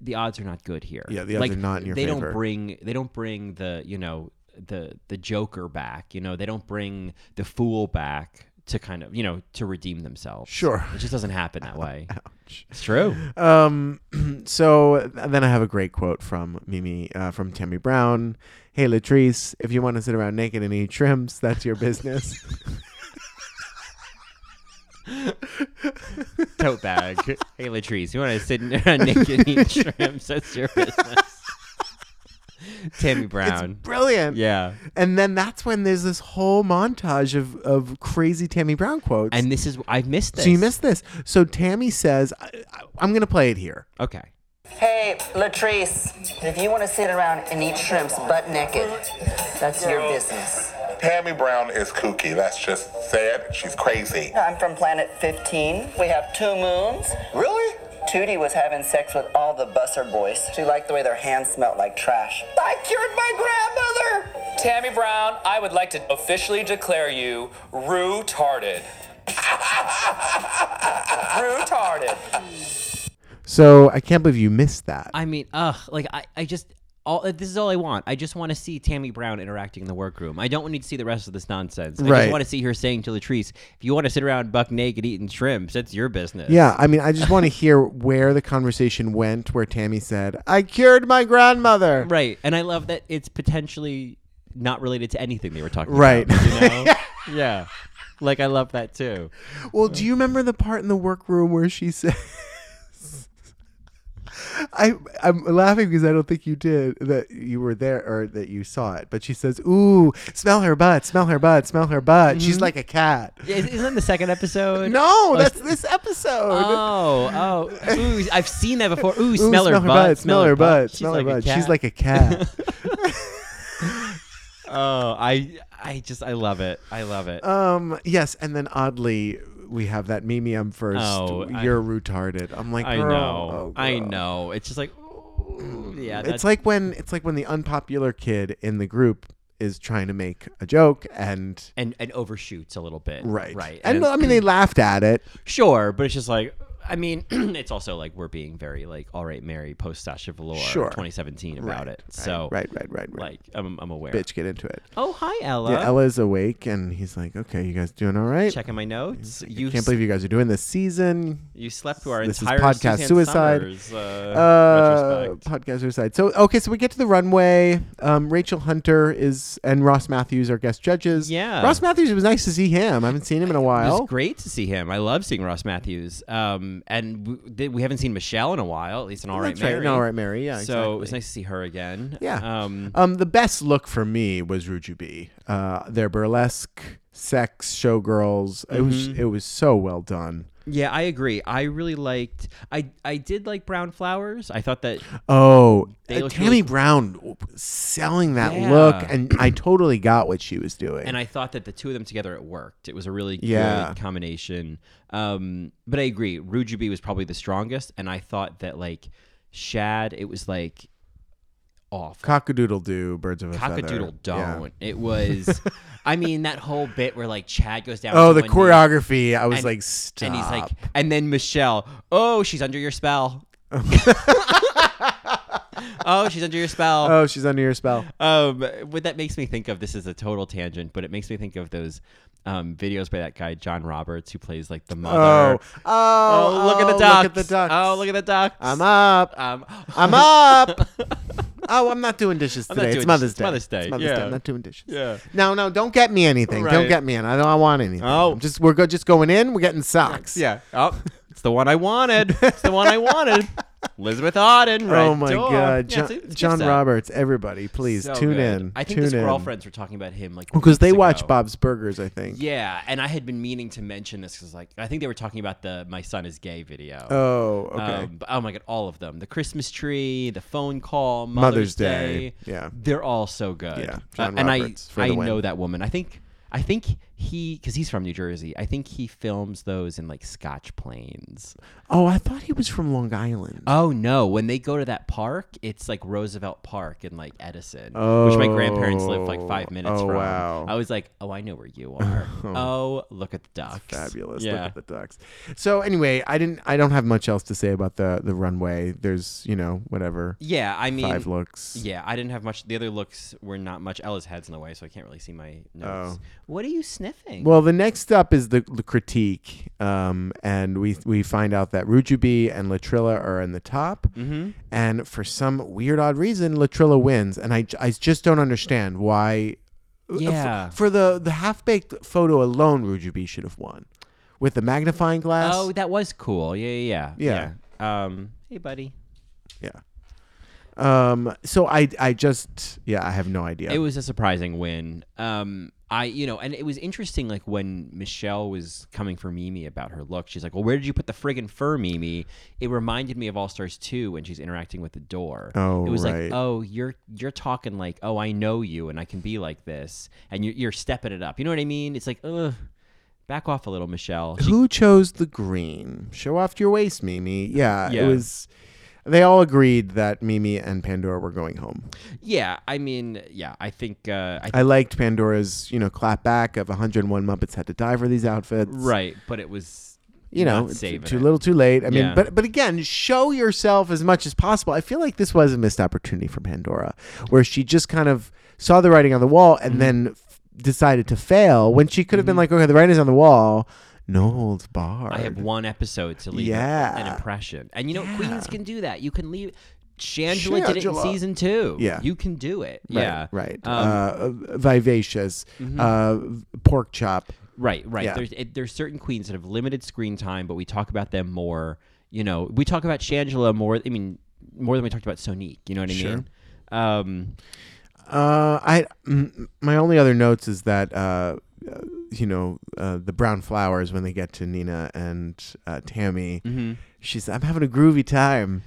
Speaker 6: the odds are not good here.
Speaker 7: Yeah, the odds
Speaker 6: like,
Speaker 7: are not in your
Speaker 6: They
Speaker 7: favor.
Speaker 6: don't bring. They don't bring the you know the the Joker back. You know they don't bring the fool back to kind of you know to redeem themselves.
Speaker 7: Sure.
Speaker 6: it just doesn't happen that way. It's true.
Speaker 7: Um, so then I have a great quote from Mimi, uh, from Tammy Brown. Hey, Latrice, if you want to sit around naked and eat shrimps, that's your business.
Speaker 6: tote bag. hey, Latrice, you want to sit in there naked and eat shrimps? That's your business. Tammy Brown.
Speaker 7: Brilliant.
Speaker 6: yeah.
Speaker 7: And then that's when there's this whole montage of, of crazy Tammy Brown quotes.
Speaker 6: And this is, I missed this.
Speaker 7: so you missed this. So Tammy says, I, I, I'm going to play it here.
Speaker 6: Okay.
Speaker 4: Hey, Latrice, if you want to sit around and eat shrimps butt naked, that's your business.
Speaker 5: Tammy Brown is kooky. That's just sad. She's crazy.
Speaker 4: I'm from Planet 15. We have two moons.
Speaker 5: Really?
Speaker 4: Tootie was having sex with all the busser boys. She liked the way their hands smelt like trash. I cured my grandmother!
Speaker 1: Tammy Brown, I would like to officially declare you retarded. retarded.
Speaker 7: So I can't believe you missed that.
Speaker 6: I mean, ugh, like I, I just all uh, this is all I want. I just want to see Tammy Brown interacting in the workroom. I don't need to see the rest of this nonsense. I
Speaker 7: Right.
Speaker 6: just want to see her saying to Latrice, "If you want to sit around buck naked eating shrimps, that's your business."
Speaker 7: yeah, I mean, I just want to hear where the conversation went, where Tammy said, "I cured my grandmother."
Speaker 6: right. And I love that it's potentially not related to anything they were talking
Speaker 7: Right.
Speaker 6: about. Right. You know? yeah. Like I love that too.
Speaker 7: Well, do you remember the part in the workroom where she says, "I I'm laughing because I don't think you did that you were there or that you saw it." But she says, "Ooh, smell her butt, smell her butt, smell her butt." She's like a cat.
Speaker 6: Is- Isn't that the second episode?
Speaker 7: No, that's this episode.
Speaker 6: Oh, oh, ooh! I've seen that before. Ooh,
Speaker 7: Ooh,
Speaker 6: smell, her butt,
Speaker 7: smell her butt,
Speaker 6: She's
Speaker 7: smell her
Speaker 6: like a
Speaker 7: butt. She's
Speaker 6: cat.
Speaker 7: like a cat.
Speaker 6: oh, I, I just, I love it. I love it.
Speaker 7: um, yes, and then oddly we have that Mimi. I'm first.
Speaker 6: Oh, I-
Speaker 7: You're retarded. I'm like,
Speaker 6: I
Speaker 7: girl,
Speaker 6: know.
Speaker 7: oh,
Speaker 6: I
Speaker 7: girl.
Speaker 6: know. It's just like, ooh, yeah.
Speaker 7: It's
Speaker 6: That's,
Speaker 7: like when it's like when the unpopular kid in the group is trying to make a joke and
Speaker 6: and and overshoots a little bit.
Speaker 7: right,
Speaker 6: Right.
Speaker 7: And, I mean, they laughed at it.
Speaker 6: sure, but it's just like. I mean, it's also like we're being very like all right, Mary post Sasha Velour,
Speaker 7: Sure.
Speaker 6: 2017 about
Speaker 7: Right,
Speaker 6: it. so
Speaker 7: right, right, right, right.
Speaker 6: like I'm, I'm aware.
Speaker 7: Bitch, get into it.
Speaker 6: Oh hi Ella.
Speaker 7: Yeah, Ella's awake and he's like, "Okay, you guys doing all right?
Speaker 6: Checking my notes. You
Speaker 7: I can't believe you guys are doing this season."
Speaker 6: You slept through our
Speaker 7: This is
Speaker 6: entire
Speaker 7: podcast
Speaker 6: Suzanne
Speaker 7: suicide.
Speaker 6: Summers, uh,
Speaker 7: Uh,
Speaker 6: retrospect.
Speaker 7: podcast suicide. So okay, so we get to the runway. Um, Rachel Hunter is and Ross Matthews are guest judges.
Speaker 6: Yeah.
Speaker 7: Ross Matthews. It was nice to see him. I haven't seen him in a
Speaker 6: It
Speaker 7: while.
Speaker 6: was great to see him. I love seeing Ross Matthews. Um, and we, th- we haven't seen Michelle in a while, at least in All Right
Speaker 7: That's right,
Speaker 6: Mary.
Speaker 7: in All Right Mary, yeah,
Speaker 6: So it was
Speaker 7: exactly.
Speaker 6: nice to see her again.
Speaker 7: Yeah.
Speaker 6: Um,
Speaker 7: Um, the best look for me was Rujubi. Uh, their burlesque, sex, showgirls. It was
Speaker 6: Mm-hmm.
Speaker 7: it was so well done.
Speaker 6: yeah, I agree. I really liked. I I did like Brown flowers. I thought that
Speaker 7: Oh,
Speaker 6: They
Speaker 7: uh,
Speaker 6: looked
Speaker 7: Tammy
Speaker 6: really-
Speaker 7: Brown w- selling that look,
Speaker 6: Yeah.
Speaker 7: and I totally got what she was doing.
Speaker 6: and I thought that the two of them together it worked. It was a really
Speaker 7: Yeah.
Speaker 6: good combination. Um, but I agree, Rujubi was probably the strongest, and I thought that like Shad, it was like off.
Speaker 7: Cockadoodle doo, birds of a feather.
Speaker 6: Cockadoodle
Speaker 7: Yeah.
Speaker 6: don't. It was, I mean, that whole bit where like Chad goes down.
Speaker 7: Oh,
Speaker 6: to
Speaker 7: the
Speaker 6: one knee,
Speaker 7: choreography! I was
Speaker 6: and-
Speaker 7: like, stop.
Speaker 6: And he's like, and then Michelle, oh, she's under your spell. oh, she's under your spell.
Speaker 7: oh, she's under your spell.
Speaker 6: Um, what that makes me think of this is a total tangent, but it makes me think of those um, videos by that guy John Roberts who plays like the
Speaker 7: Oh,
Speaker 6: mother.
Speaker 7: oh,
Speaker 6: oh, look at the
Speaker 7: oh,
Speaker 6: ducks!
Speaker 7: Look at the ducks!
Speaker 6: Oh, look at the ducks!
Speaker 7: I'm up.
Speaker 6: Um,
Speaker 7: I'm up. oh, I'm not doing dishes
Speaker 6: not
Speaker 7: today.
Speaker 6: doing
Speaker 7: It's
Speaker 6: dishes.
Speaker 7: Mother's Day.
Speaker 6: Mother's Day,
Speaker 7: It's Mother's Day.
Speaker 6: yeah.
Speaker 7: I'm not doing dishes.
Speaker 6: Yeah.
Speaker 7: No, no, don't get me anything. Don't
Speaker 6: Right.
Speaker 7: get me. an- I don't want anything.
Speaker 6: Oh.
Speaker 7: I'm just we're go, just going in. We're getting socks.
Speaker 6: yeah. Oh, it's the one I wanted. It's the one I wanted. Elizabeth Auden. Right
Speaker 7: Oh my
Speaker 6: door.
Speaker 7: God,
Speaker 6: Yeah,
Speaker 7: John,
Speaker 6: it's a- it's a
Speaker 7: John
Speaker 6: good set.
Speaker 7: Roberts! Everybody, please
Speaker 6: So
Speaker 7: tune
Speaker 6: good.
Speaker 7: in.
Speaker 6: I think
Speaker 7: tune
Speaker 6: the Squirrel
Speaker 7: in.
Speaker 6: friends were talking about him like
Speaker 7: because they
Speaker 6: weeks
Speaker 7: watch
Speaker 6: ago.
Speaker 7: Bob's Burgers. I think.
Speaker 6: Yeah, and I had been meaning to mention this because, like, I think they were talking about the "My Son Is Gay" video.
Speaker 7: Oh, okay.
Speaker 6: Um, but- oh my god, all of them. The Christmas tree, the phone call, Mother's,
Speaker 7: Mother's Day, yeah.
Speaker 6: They're all so good. Uh,
Speaker 7: Yeah, John
Speaker 6: and I
Speaker 7: Roberts for
Speaker 6: I
Speaker 7: the win.
Speaker 6: know that woman. I think I think he cuz he's from New Jersey. I think he films those in like Scotch Plains.
Speaker 7: oh, I thought he was from Long Island.
Speaker 6: Oh no, when they go to that park, it's like Roosevelt Park in like Edison, which my grandparents lived like 5 minutes
Speaker 7: Oh,
Speaker 6: from.
Speaker 7: wow.
Speaker 6: I was like, "Oh, I know where you are." oh, look at the ducks.
Speaker 7: fabulous.
Speaker 6: Yeah.
Speaker 7: Look at the ducks. So anyway, I didn't. I don't have much else to say about the the runway. There's you know whatever
Speaker 6: yeah, I mean
Speaker 7: five looks.
Speaker 6: Yeah, I didn't have much. The other looks were not much. Ella's head's in the way, so I can't really see my notes. What are you sniffing?
Speaker 7: Oh. Well, the next up is the, the critique, um, and we we find out that Rujubi and Latrilla are in the top, mm-hmm. and for some weird odd reason, Latrilla wins, and I, j- I just don't understand why. uh,
Speaker 6: yeah.
Speaker 7: For the the half baked photo alone, Rujubi should have won, with the magnifying glass.
Speaker 6: oh, that was cool. Yeah, yeah, yeah.
Speaker 7: Yeah.
Speaker 6: yeah. Um, hey, buddy.
Speaker 7: yeah. Um, so I, I just, yeah, I have no idea.
Speaker 6: It was a surprising win. Um, I, you know, and it was interesting, like when Michelle was coming for Mimi about her look, she's like, "Well, where did you put the friggin' fur, Mimi?" It reminded me of All Stars Two when she's interacting with the door.
Speaker 7: Oh,
Speaker 6: it was
Speaker 7: right.
Speaker 6: like, "Oh, you're you're talking like, oh, I know you, and I can be like this, and you're, you're stepping it up." You know what I mean? It's like, ugh, back off a little, Michelle. She-
Speaker 7: Who chose the green? Show off your waist, Mimi. Yeah,
Speaker 6: Yeah.
Speaker 7: it was. They all agreed that Mimi and Pandora were going home.
Speaker 6: yeah, I mean, yeah, I think, uh, I
Speaker 7: I liked Pandora's, you know, clap back of 101 Muppets had to die for these outfits.
Speaker 6: right, but it was,
Speaker 7: You know,
Speaker 6: not
Speaker 7: it's
Speaker 6: saving
Speaker 7: too
Speaker 6: it.
Speaker 7: little, too late. I mean,
Speaker 6: Yeah.
Speaker 7: but but again, show yourself as much as possible. I feel like this was a missed opportunity for Pandora, where she just kind of saw the writing on the wall
Speaker 6: Mm-hmm.
Speaker 7: and then f- decided to fail when she could have been like, okay, the writing's on the wall, no holds barred.
Speaker 6: I have one episode to leave
Speaker 7: Yeah.
Speaker 6: an impression. And you know, queens can do that. You can leave. Shangela, did it in
Speaker 7: Shangela.
Speaker 6: season two.
Speaker 7: Yeah.
Speaker 6: You can do it.
Speaker 7: Right,
Speaker 6: yeah.
Speaker 7: Right.
Speaker 6: Um, Mm-hmm.
Speaker 7: uh, vivacious. Uh, pork chop.
Speaker 6: right. Right.
Speaker 7: yeah.
Speaker 6: There's, it, there's certain queens that have limited screen time, but we talk about them more. You know, we talk about Shangela more. I mean, more than we talked about Sonique. You know what I mean? Um,
Speaker 7: Uh, I m- my only other notes is that uh, uh, you know uh, the brown flowers when they get to Nina and uh, Tammy.
Speaker 6: Mm-hmm.
Speaker 7: She's I'm having a groovy time.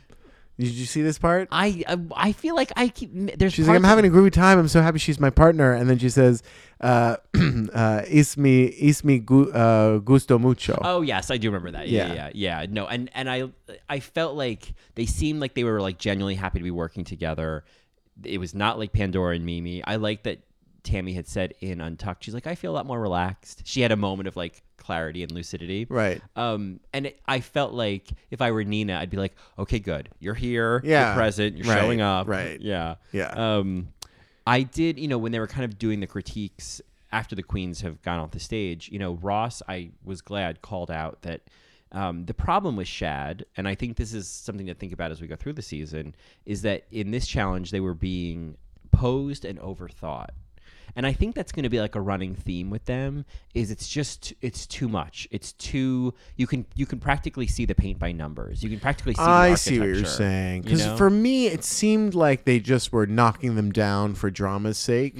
Speaker 7: Did you see this part?
Speaker 6: I, I I feel like I keep there's.
Speaker 7: She's like, I'm
Speaker 6: parts of-
Speaker 7: having a groovy time. I'm so happy she's my partner. And then she says, uh, uh, "Ismi, ismi gu- uh, gusto mucho."
Speaker 6: Oh yes, I do remember that. Yeah,
Speaker 7: Yeah.
Speaker 6: yeah, yeah, No, and and I I felt like they seemed like they were like genuinely happy to be working together. It was not like Pandora and Mimi. I like that Tammy had said in Untucked, she's like, I feel a lot more relaxed. She had a moment of like clarity and lucidity.
Speaker 7: Right.
Speaker 6: Um, and it, I felt like if I were Nina, I'd be like, okay, good, you're here,
Speaker 7: Yeah.
Speaker 6: you're present, you're
Speaker 7: Right,
Speaker 6: showing up,
Speaker 7: right.
Speaker 6: yeah.
Speaker 7: Yeah.
Speaker 6: Um, I did, you know, when they were kind of doing the critiques after the queens have gone off the stage, you know, Ross, I was glad called out that um, the problem with Shad, and I think this is something to think about as we go through the season, is that in this challenge they were being posed and overthought. And I think that's going to be like a running theme with them is it's just it's too much. It's too you can you can practically see the paint by numbers. You can practically see the
Speaker 7: I see what you're
Speaker 6: architecture,
Speaker 7: saying.
Speaker 6: you
Speaker 7: Because
Speaker 6: know?
Speaker 7: for me, it seemed like they just were knocking them down for drama's sake,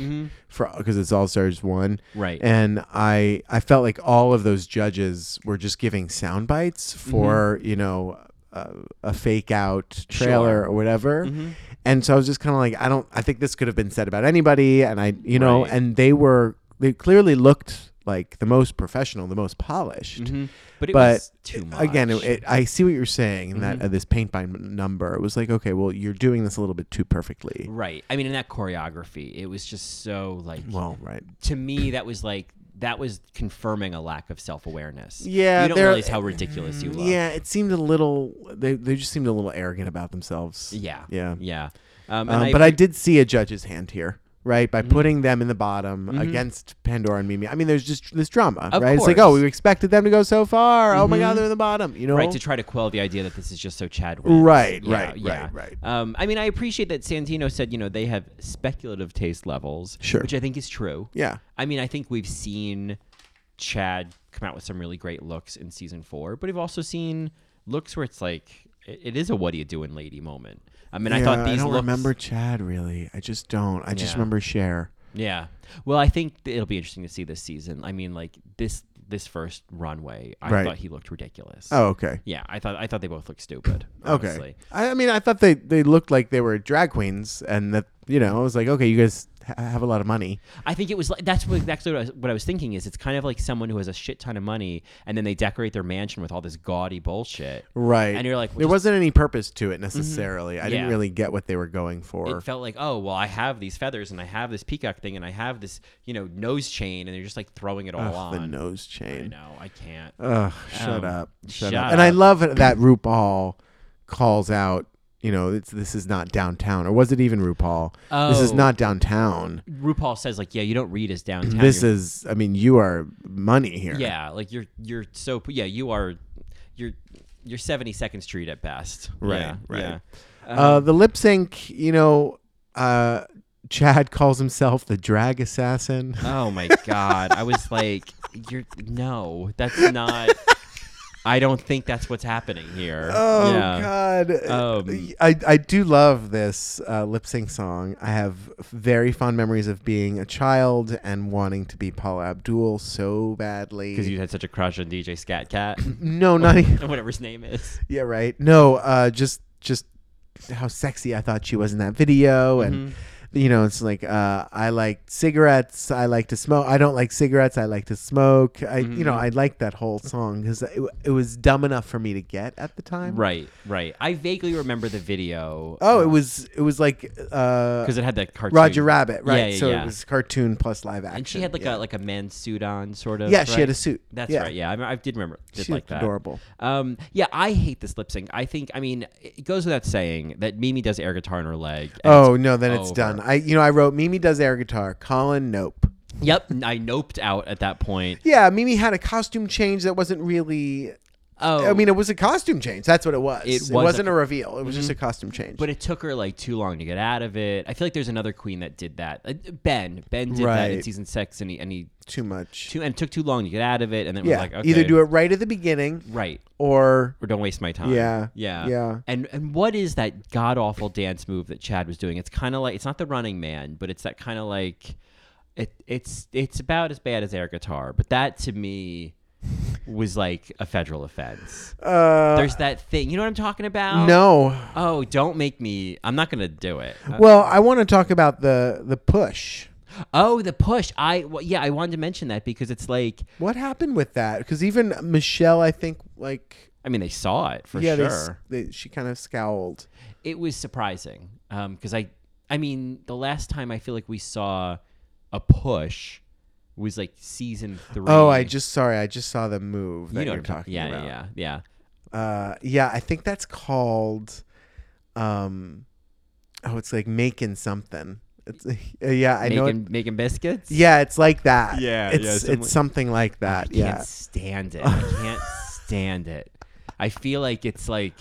Speaker 7: for because it's All Stars one,
Speaker 6: Mm-hmm. Right.
Speaker 7: And I I felt like all of those judges were just giving sound bites
Speaker 6: Mm-hmm.
Speaker 7: for you know a, a fake out trailer or whatever.
Speaker 6: Mm-hmm.
Speaker 7: And so I was just kind of like, I don't. I think this could have been said about anybody, and I you know,
Speaker 6: Right.
Speaker 7: and they were they clearly looked like the most professional, the most polished
Speaker 6: Mm-hmm. but it
Speaker 7: but
Speaker 6: was too much.
Speaker 7: again, it, it, I see what you're saying. And
Speaker 6: Mm-hmm.
Speaker 7: that uh, this paint by n- number it was like, okay, well, you're doing this a little bit too perfectly.
Speaker 6: Right. I mean, in that choreography, it was just so like.
Speaker 7: Well, right.
Speaker 6: to me, that was like that was confirming a lack of self awareness.
Speaker 7: Yeah,
Speaker 6: you don't
Speaker 7: there- Mm,
Speaker 6: realize how ridiculous you look.
Speaker 7: Yeah, it seemed a little. They they just seemed a little arrogant about themselves.
Speaker 6: yeah,
Speaker 7: yeah.
Speaker 6: yeah. Um, and
Speaker 7: Um,
Speaker 6: I, Mm-hmm.
Speaker 7: but I did see a judge's hand here, right? By putting them in the bottom against Pandora and Mimi. I mean, there's just this drama,
Speaker 6: Of
Speaker 7: right? It's like, oh,
Speaker 6: course. Mm-hmm.
Speaker 7: we expected them to go so far. Oh my God, they're in the bottom. You know,
Speaker 6: right to try to quell the idea that this is just so Chad. Wins.
Speaker 7: Right,
Speaker 6: Yeah,
Speaker 7: right,
Speaker 6: yeah.
Speaker 7: right, right.
Speaker 6: Um, I mean, I appreciate that Santino said you know they have speculative taste levels,
Speaker 7: Sure.
Speaker 6: which I think is true.
Speaker 7: Yeah.
Speaker 6: I mean, I think we've seen Chad come out with some really great looks in season four, but we've also seen looks where it's like it, it is a "What are you doing, lady?" moment. I mean, I
Speaker 7: Yeah,
Speaker 6: thought these
Speaker 7: I don't
Speaker 6: looks,
Speaker 7: remember Chad really. I just don't. I just
Speaker 6: Yeah.
Speaker 7: remember Cher.
Speaker 6: Yeah. Well, I think th- it'll be interesting to see this season. I mean, like this this first runway, I
Speaker 7: Right.
Speaker 6: thought he looked ridiculous.
Speaker 7: Oh, okay.
Speaker 6: Yeah, I thought I thought they both looked stupid.
Speaker 7: Okay.
Speaker 6: honestly.
Speaker 7: I, I mean, I thought they, they looked like they were drag queens, and that you know, I was like, okay, you guys ha- have a lot of money.
Speaker 6: I think it was like that's what that's what I, was, what I was thinking is it's kind of like someone who has a shit ton of money and then they decorate their mansion with all this gaudy bullshit.
Speaker 7: Right.
Speaker 6: And you're like,
Speaker 7: there
Speaker 6: well, just-
Speaker 7: wasn't any purpose to it necessarily. I didn't
Speaker 6: Yeah.
Speaker 7: really get what they were going for.
Speaker 6: it felt like, oh well, I have these feathers and I have this peacock thing and I have this you know nose chain and they're just like throwing it all
Speaker 7: Ugh,
Speaker 6: on.
Speaker 7: the nose
Speaker 6: I
Speaker 7: chain.
Speaker 6: know, I can't.
Speaker 7: Ugh, shut
Speaker 6: Um,
Speaker 7: up.
Speaker 6: shut
Speaker 7: Shut, up. And I
Speaker 6: up.
Speaker 7: love that RuPaul calls out, you know, it's, this is not downtown. Or was it even RuPaul? This is
Speaker 6: Oh.
Speaker 7: not downtown.
Speaker 6: RuPaul says like, yeah, you don't read as downtown.
Speaker 7: This
Speaker 6: you're
Speaker 7: is, I mean, you are money here.
Speaker 6: Yeah, like you're you're so yeah you are you're you're seventy second Street at best.
Speaker 7: Right,
Speaker 6: Yeah,
Speaker 7: right.
Speaker 6: yeah. Uh-huh.
Speaker 7: Uh, the lip sync, you know, uh, Chad calls himself the drag
Speaker 6: Uh,
Speaker 7: assassin.
Speaker 6: Oh my god, I was like, you're no, that's not. I don't think that's what's happening here.
Speaker 7: Oh
Speaker 6: yeah.
Speaker 7: God!
Speaker 6: Um,
Speaker 7: I I do love this uh, lip sync song. I have very fond memories of being a child and wanting to be Paula Abdul so badly.
Speaker 6: Because you had such a crush on DJ Scat Cat,
Speaker 7: no, not e- even,
Speaker 6: whatever his name is.
Speaker 7: yeah, right. No, uh, just just how sexy I thought she was in that video, and
Speaker 6: Mm-hmm.
Speaker 7: you know, it's like uh, I like cigarettes. I like to smoke. I don't like cigarettes. I like to smoke. I
Speaker 6: Mm-hmm.
Speaker 7: you know I like that whole song because it, it was dumb enough for me to get at the time.
Speaker 6: Right, right. I vaguely remember the video.
Speaker 7: Oh, it was it was like uh,
Speaker 6: because it had that cartoon.
Speaker 7: Roger Rabbit, right?
Speaker 6: Yeah,
Speaker 7: so
Speaker 6: yeah.
Speaker 7: it was cartoon plus live action.
Speaker 6: and she had like
Speaker 7: yeah.
Speaker 6: a like a man's suit on, sort of.
Speaker 7: yeah, she had
Speaker 6: right?
Speaker 7: a suit.
Speaker 6: That's right. Yeah, I, me- I did remember. Did
Speaker 7: She
Speaker 6: like
Speaker 7: looked
Speaker 6: that.
Speaker 7: adorable.
Speaker 6: Um, yeah, I hate this lip sync. I think. I mean, it goes without saying that Mimi does air guitar in her leg. and
Speaker 7: Oh
Speaker 6: it's-
Speaker 7: no, then it's
Speaker 6: over.
Speaker 7: done. I you know I wrote Mimi does air guitar. Colin, nope.
Speaker 6: Yep, I noped out at that point.
Speaker 7: Yeah, Mimi had a costume change that wasn't really.
Speaker 6: Oh,
Speaker 7: I mean, it was a costume change. That's what it was.
Speaker 6: It
Speaker 7: It,
Speaker 6: was a
Speaker 7: was not a,
Speaker 6: co- Mm-hmm.
Speaker 7: reveal. It was just a costume change.
Speaker 6: But it took her like too long to get out of it. I feel like there's another queen that did that. Uh, Ben, Ben did that in
Speaker 7: Right.
Speaker 6: season six, and he and he
Speaker 7: too much.
Speaker 6: too, and it took too long to get out of it, and then it
Speaker 7: yeah,
Speaker 6: was like okay,
Speaker 7: either do it right at the beginning,
Speaker 6: right
Speaker 7: or
Speaker 6: or don't waste my time.
Speaker 7: Yeah,
Speaker 6: yeah,
Speaker 7: yeah.
Speaker 6: And and what is that god awful dance move that Chad was doing? It's kind of like it's not the Running Man, but it's that kind of like it it's it's about as bad as air guitar, but that to me was like a federal offense.
Speaker 7: uh,
Speaker 6: There's that thing, you know what I'm talking about?
Speaker 7: no.
Speaker 6: Oh, don't make me. I'm not gonna do it. Uh,
Speaker 7: Well, I want to talk about the the push.
Speaker 6: Oh, the push. I well, yeah, I wanted to mention that because it's like
Speaker 7: What happened with that? Because even Michelle, I think, like
Speaker 6: I mean they saw it for
Speaker 7: yeah, they s-
Speaker 6: sure.
Speaker 7: they- she kind of scowled.
Speaker 6: It was surprising because I I mean the last time I feel like we saw a push was like season three.
Speaker 7: Oh, I just sorry, I just saw the move that
Speaker 6: you know
Speaker 7: you
Speaker 6: what
Speaker 7: are
Speaker 6: I'm ta-
Speaker 7: talking
Speaker 6: yeah,
Speaker 7: about.
Speaker 6: yeah yeah
Speaker 7: yeah. Uh, yeah, I think that's called, um, oh, it's like making something. It's yeah,
Speaker 6: yeah
Speaker 7: I know.
Speaker 6: making
Speaker 7: It,
Speaker 6: making biscuits.
Speaker 7: yeah, it's like that.
Speaker 6: Yeah, yeah,
Speaker 7: it's
Speaker 6: something like-
Speaker 7: it's
Speaker 6: Oh,
Speaker 7: something like that.
Speaker 6: I
Speaker 7: Yeah,
Speaker 6: can't stand it. I can't stand it. I feel like it's like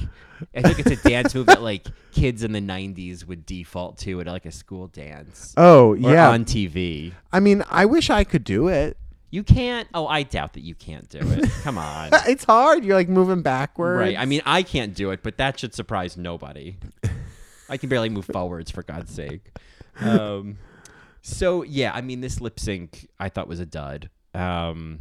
Speaker 6: I think it's a dance move that like kids in the '90s would default to at like a school dance.
Speaker 7: Oh
Speaker 6: or
Speaker 7: yeah.
Speaker 6: on TV.
Speaker 7: I mean, I wish I could do it.
Speaker 6: You can't. Oh, I doubt that you can't do it. Come on.
Speaker 7: It's hard. You're like moving backwards.
Speaker 6: right. I mean, I can't do it, but that should surprise nobody. I can barely move forwards, for God's sake. Um, so yeah, I mean, this lip sync I thought was a dud. Um,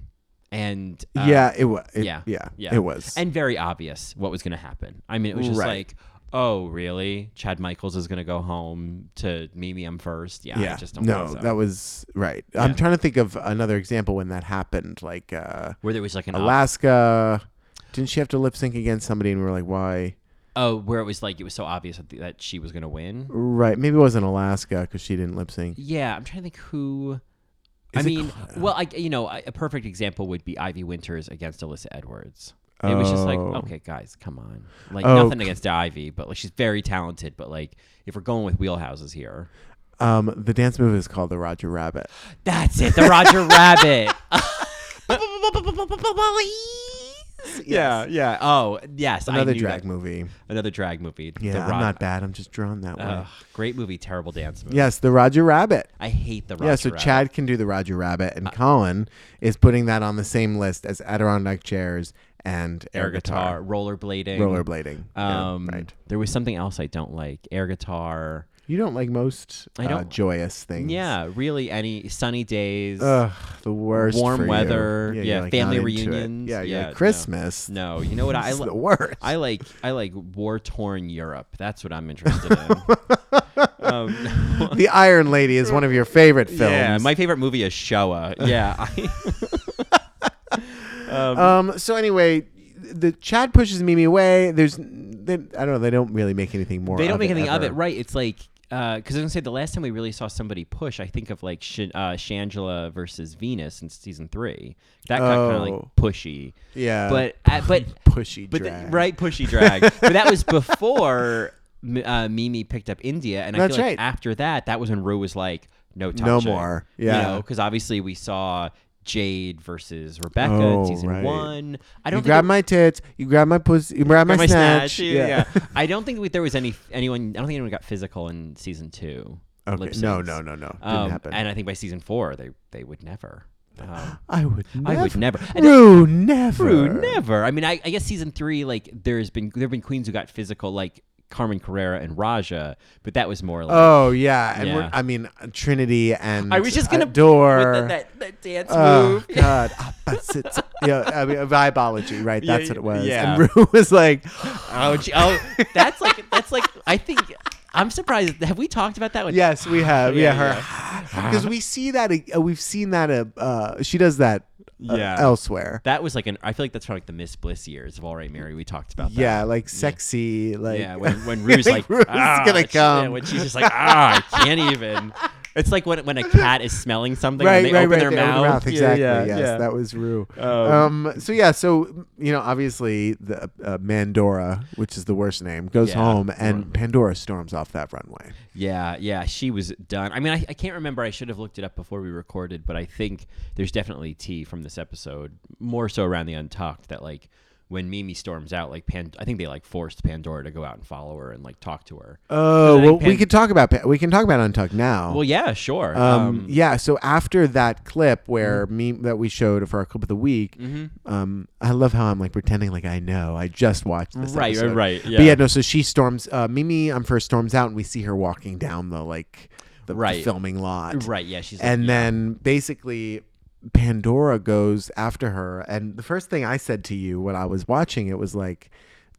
Speaker 6: and uh,
Speaker 7: yeah, it was.
Speaker 6: yeah,
Speaker 7: yeah, It was.
Speaker 6: and very obvious what was going to happen. I mean, it was just
Speaker 7: Right.
Speaker 6: like. Oh really? Chad Michaels is gonna go home to Mimi. I'm first. Yeah, I just don't
Speaker 7: no,
Speaker 6: think so.
Speaker 7: that was right. I'm trying to think of another example when that happened, like uh,
Speaker 6: where there was like an op-
Speaker 7: Alaska. Didn't she have to lip sync against somebody? And we were like, why?
Speaker 6: oh, where it was like it was so obvious that, that she was gonna win.
Speaker 7: Right? Maybe it wasn't Alaska because she didn't lip sync.
Speaker 6: Yeah, I'm trying to think who. I
Speaker 7: Is it
Speaker 6: mean, well, I you know, I- a perfect example would be Ivy Winters against Alyssa Edwards. It was just like,
Speaker 7: Oh.
Speaker 6: okay, guys, come on. Like
Speaker 7: Oh,
Speaker 6: nothing against Ivy, but like she's very talented. But like, if we're going with wheelhouses here,
Speaker 7: Um, the dance move is called the Roger Rabbit.
Speaker 6: that's it. The Roger Rabbit. Yeah, yeah. Oh, yes. I
Speaker 7: Another
Speaker 6: knew
Speaker 7: drag
Speaker 6: that.
Speaker 7: movie.
Speaker 6: Another drag movie. The
Speaker 7: Yeah,
Speaker 6: Ro-
Speaker 7: I'm not bad. I'm just drawn that way.
Speaker 6: Ugh, great movie, terrible dance movie.
Speaker 7: yes, the Roger Rabbit.
Speaker 6: I hate the Roger
Speaker 7: yeah, so
Speaker 6: Rabbit.
Speaker 7: Chad can do the Roger Rabbit, and Colin is putting that on the same list as Adirondack chairs and
Speaker 6: air guitar, rollerblading,
Speaker 7: rollerblading. Yeah,
Speaker 6: Um,
Speaker 7: right.
Speaker 6: There was something else I don't like. Air guitar.
Speaker 7: You don't like most
Speaker 6: I
Speaker 7: uh,
Speaker 6: don't-
Speaker 7: joyous things.
Speaker 6: Yeah, really. Any sunny days.
Speaker 7: Ugh, the worst.
Speaker 6: Warm
Speaker 7: for you.
Speaker 6: weather,
Speaker 7: you're,
Speaker 6: yeah,
Speaker 7: like,
Speaker 6: family
Speaker 7: not into it.
Speaker 6: reunions,
Speaker 7: Yeah, you're
Speaker 6: yeah,
Speaker 7: like,
Speaker 6: no.
Speaker 7: Christmas.
Speaker 6: no, you know what I
Speaker 7: It's the
Speaker 6: like.
Speaker 7: worst.
Speaker 6: I like I like war torn Europe. That's what I'm interested in. um,
Speaker 7: the Iron Lady is one of your favorite films.
Speaker 6: yeah, my favorite movie is Showa. Yeah, I,
Speaker 7: um. So anyway, the Chad pushes Mimi away. There's, they, I don't know. They don't really make anything more.
Speaker 6: they don't
Speaker 7: of
Speaker 6: make anything of it,
Speaker 7: ever.
Speaker 6: right? It's like because I was gonna say the last time we really saw somebody push, I think of like Sh- uh, Shangela versus Venus in season three. That got kind of
Speaker 7: Oh.
Speaker 6: like pushy.
Speaker 7: Yeah.
Speaker 6: but uh, but
Speaker 7: Pushy
Speaker 6: but the-
Speaker 7: drag.
Speaker 6: right pushy drag but that was before M- uh, mimi picked up india and i
Speaker 7: That's
Speaker 6: feel like
Speaker 7: right.
Speaker 6: after that that was when rue was like no touching.
Speaker 7: No more. Yeah.
Speaker 6: because obviously we saw jade versus rebecca in
Speaker 7: Oh,
Speaker 6: season
Speaker 7: right.
Speaker 6: one i don't
Speaker 7: You
Speaker 6: think
Speaker 7: grab
Speaker 6: it-
Speaker 7: my tits. You grab my pussy. You grab my,
Speaker 6: grab my
Speaker 7: snatch.
Speaker 6: i don't think we, there was any anyone i don't think anyone got physical in season two
Speaker 7: Okay.
Speaker 6: lip
Speaker 7: No,
Speaker 6: syncs.
Speaker 7: no, no, no. Didn't
Speaker 6: Um,
Speaker 7: happen.
Speaker 6: and i think by season four they they would never Um,
Speaker 7: I would never.
Speaker 6: I would never. And-
Speaker 7: Rue, never.
Speaker 6: True, never. I mean, I, I guess season three, like there's been there've been queens who got physical, like Carmen Carrera and Raja, but that was more like.
Speaker 7: Oh yeah, and We're,
Speaker 6: Yeah.
Speaker 7: I mean Trinity and
Speaker 6: I was just gonna
Speaker 7: adore
Speaker 6: with that, that, that dance
Speaker 7: Oh
Speaker 6: move.
Speaker 7: God, opposites. yeah, I mean vibology, right?
Speaker 6: Yeah,
Speaker 7: That's what it was.
Speaker 6: yeah.
Speaker 7: And Rue was like,
Speaker 6: Oh, gee, oh, that's like that's like I think I'm surprised. Have we talked about that one?
Speaker 7: "Yes, we have. Yeah,
Speaker 6: Yeah,
Speaker 7: her." Because we see that uh, we've seen that uh, uh, she does that uh,
Speaker 6: Yeah.
Speaker 7: elsewhere.
Speaker 6: That was like an. I feel like that's from like the Miss Bliss years of All Right Mary. We talked about that.
Speaker 7: yeah, like sexy, like
Speaker 6: yeah. When when Rue's like,
Speaker 7: Rue's
Speaker 6: "Ah,"
Speaker 7: gonna
Speaker 6: she- yeah,
Speaker 7: come.
Speaker 6: when she's just like, ah, I can't even. It's like when when a cat is smelling something
Speaker 7: right,
Speaker 6: and they
Speaker 7: right,
Speaker 6: open
Speaker 7: right.
Speaker 6: their
Speaker 7: they
Speaker 6: mouth.
Speaker 7: open Exactly.
Speaker 6: Yeah,
Speaker 7: yes,
Speaker 6: yeah.
Speaker 7: that was Rue. Um, so yeah, so you know, obviously the uh, Mandora, which is the worst name, goes
Speaker 6: Yeah.
Speaker 7: home, and Pandora storms off that runway.
Speaker 6: Yeah, yeah, she was done. I mean, I, I can't remember. I should have looked it up before we recorded, but I think there's definitely tea from this episode, more so around the Untucked, that like when Mimi storms out, like Pan, I think they like forced Pandora to go out and follow her and like talk to her.
Speaker 7: Oh,
Speaker 6: I
Speaker 7: well,
Speaker 6: think
Speaker 7: we
Speaker 6: Pan-
Speaker 7: could talk about Pa- we can talk about Untucked now.
Speaker 6: Well, yeah, sure.
Speaker 7: Oh. um, Mm-hmm. yeah. So after that clip where me that we showed for our clip of the week, um, I love how I'm like pretending like I know. I just watched this.
Speaker 6: Right, right,
Speaker 7: episode.
Speaker 6: right,
Speaker 7: But yeah,
Speaker 6: yeah.
Speaker 7: no. So she storms. Uh, Mimi, I'm first storms out, and we see her walking down the like the, the
Speaker 6: Right.
Speaker 7: filming lot.
Speaker 6: right, yeah, she's like,
Speaker 7: and
Speaker 6: yeah.
Speaker 7: then basically Pandora goes after her. And the first thing I said to you when I was watching it was like,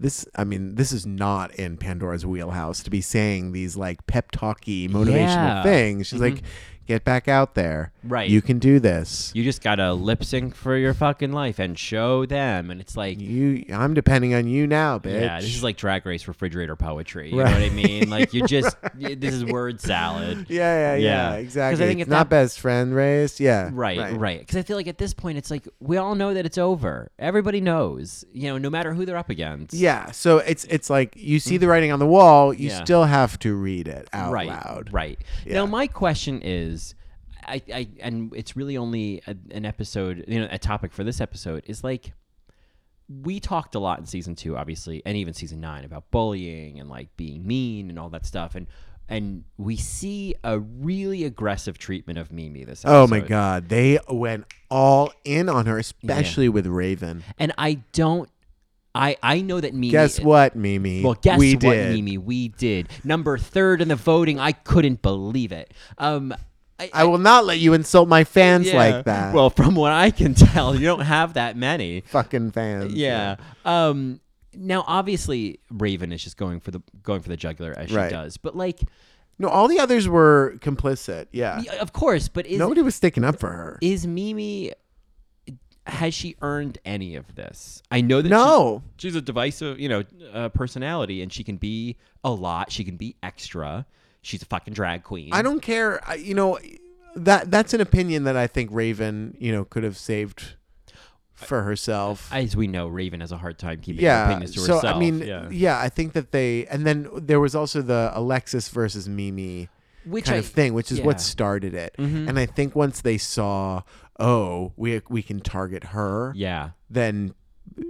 Speaker 7: this, I mean, this is not in Pandora's wheelhouse to be saying these like pep talky motivational
Speaker 6: Yeah. Mm-hmm.
Speaker 7: things. She's like, get back out there.
Speaker 6: Right.
Speaker 7: You can do this.
Speaker 6: you just gotta lip sync for your fucking life and show them, and it's like.
Speaker 7: You, I'm depending on you now, bitch.
Speaker 6: Yeah, this is like Drag Race refrigerator poetry. You know what I mean? Like you just y- this is word salad.
Speaker 7: yeah, yeah, yeah,
Speaker 6: 'Cause I
Speaker 7: exactly.
Speaker 6: think
Speaker 7: it's
Speaker 6: if
Speaker 7: not
Speaker 6: that-
Speaker 7: best friend race. Yeah.
Speaker 6: Right, right. Because I feel like at this point, it's like we all know that it's over. Everybody knows, you know, no matter who they're up against.
Speaker 7: Yeah, so it's it's like you see the writing on the wall, you
Speaker 6: Mm-hmm. Yeah.
Speaker 7: still have to read it out
Speaker 6: right,
Speaker 7: loud.
Speaker 6: right.
Speaker 7: Yeah.
Speaker 6: Now, my question is, I, I, and it's really only a, an episode, you know, a topic for this episode is like, we talked a lot in season two, obviously, and even season nine about bullying and like being mean and all that stuff, and and we see a really aggressive treatment of Mimi this episode.
Speaker 7: Oh my God. They went all in on her, especially with Raven.
Speaker 6: And I don't, I I know that Mimi.
Speaker 7: Guess what, Mimi?
Speaker 6: eh, Well, guess
Speaker 7: we
Speaker 6: what,
Speaker 7: did.
Speaker 6: Mimi? We did number third in the voting. I couldn't believe it. Um, I,
Speaker 7: I will not let you insult my fans
Speaker 6: yeah.
Speaker 7: like that.
Speaker 6: Well, from what I can tell, you don't have that many.
Speaker 7: fucking fans.
Speaker 6: Yeah. Um. Now, obviously, Raven is just going for the going for the jugular as she
Speaker 7: Right.
Speaker 6: does, but like,
Speaker 7: No, all the others were complicit. Yeah.
Speaker 6: y- of course, but is
Speaker 7: Nobody was sticking up for her.
Speaker 6: is Mimi? Has she earned any of this? I know that she-
Speaker 7: No.
Speaker 6: she's a divisive, you know, uh, personality, and she can be a lot. She can be extra. She's a fucking drag queen.
Speaker 7: I don't care. I, you know, that that's an opinion that I think Raven, you know, could have saved for herself.
Speaker 6: As we know, Raven has a hard time keeping her
Speaker 7: yeah.
Speaker 6: opinions to
Speaker 7: so
Speaker 6: herself.
Speaker 7: I mean,
Speaker 6: yeah.
Speaker 7: I think that they, and then there was also the Alexis versus Mimi.
Speaker 6: which
Speaker 7: kind
Speaker 6: I,
Speaker 7: of thing, which is what
Speaker 6: yeah. Mm-hmm.
Speaker 7: started it. And I think once they saw, oh, we we can target her,
Speaker 6: Yeah,
Speaker 7: then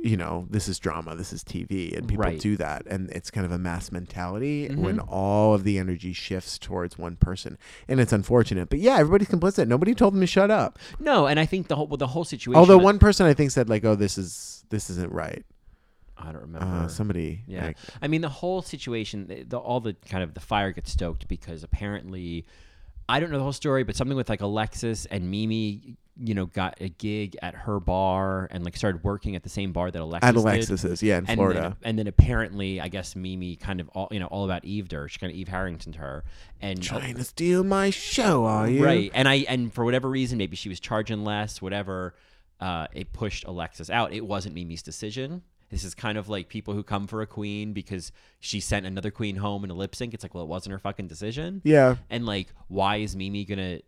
Speaker 7: you know this is drama, this is TV, and people
Speaker 6: Right. Mm-hmm.
Speaker 7: do that, and it's kind of a mass mentality when all of the energy shifts towards one person, and it's unfortunate. But yeah, everybody's complicit. Nobody told them to shut up.
Speaker 6: no, and I think the whole well, the whole situation.
Speaker 7: Although
Speaker 6: was-
Speaker 7: one person I think said like, oh, this is this isn't right.
Speaker 6: I don't remember.
Speaker 7: Uh, somebody,
Speaker 6: Yeah,
Speaker 7: like-
Speaker 6: I mean the whole situation, the, the all the kind of the fire gets stoked because apparently, I don't know the whole story, but something with like Alexis and Mimi, you know, got a gig at her bar and like started working at the same bar that Alexis
Speaker 7: at
Speaker 6: did.
Speaker 7: Alexis's, yeah, in
Speaker 6: and
Speaker 7: Florida.
Speaker 6: Then, and then apparently, I guess Mimi kind of all you know all about Eve her. She kind of Eve Harrington to her, and
Speaker 7: Trying to steal my show, are you?
Speaker 6: Right. And I and for whatever reason, maybe she was charging less, whatever, uh, it pushed Alexis out. It wasn't Mimi's decision. This is kind of like people who come for a queen because she sent another queen home in a lip sync. It's like, well, it wasn't her fucking decision.
Speaker 7: Yeah.
Speaker 6: And like, why is Mimi gonna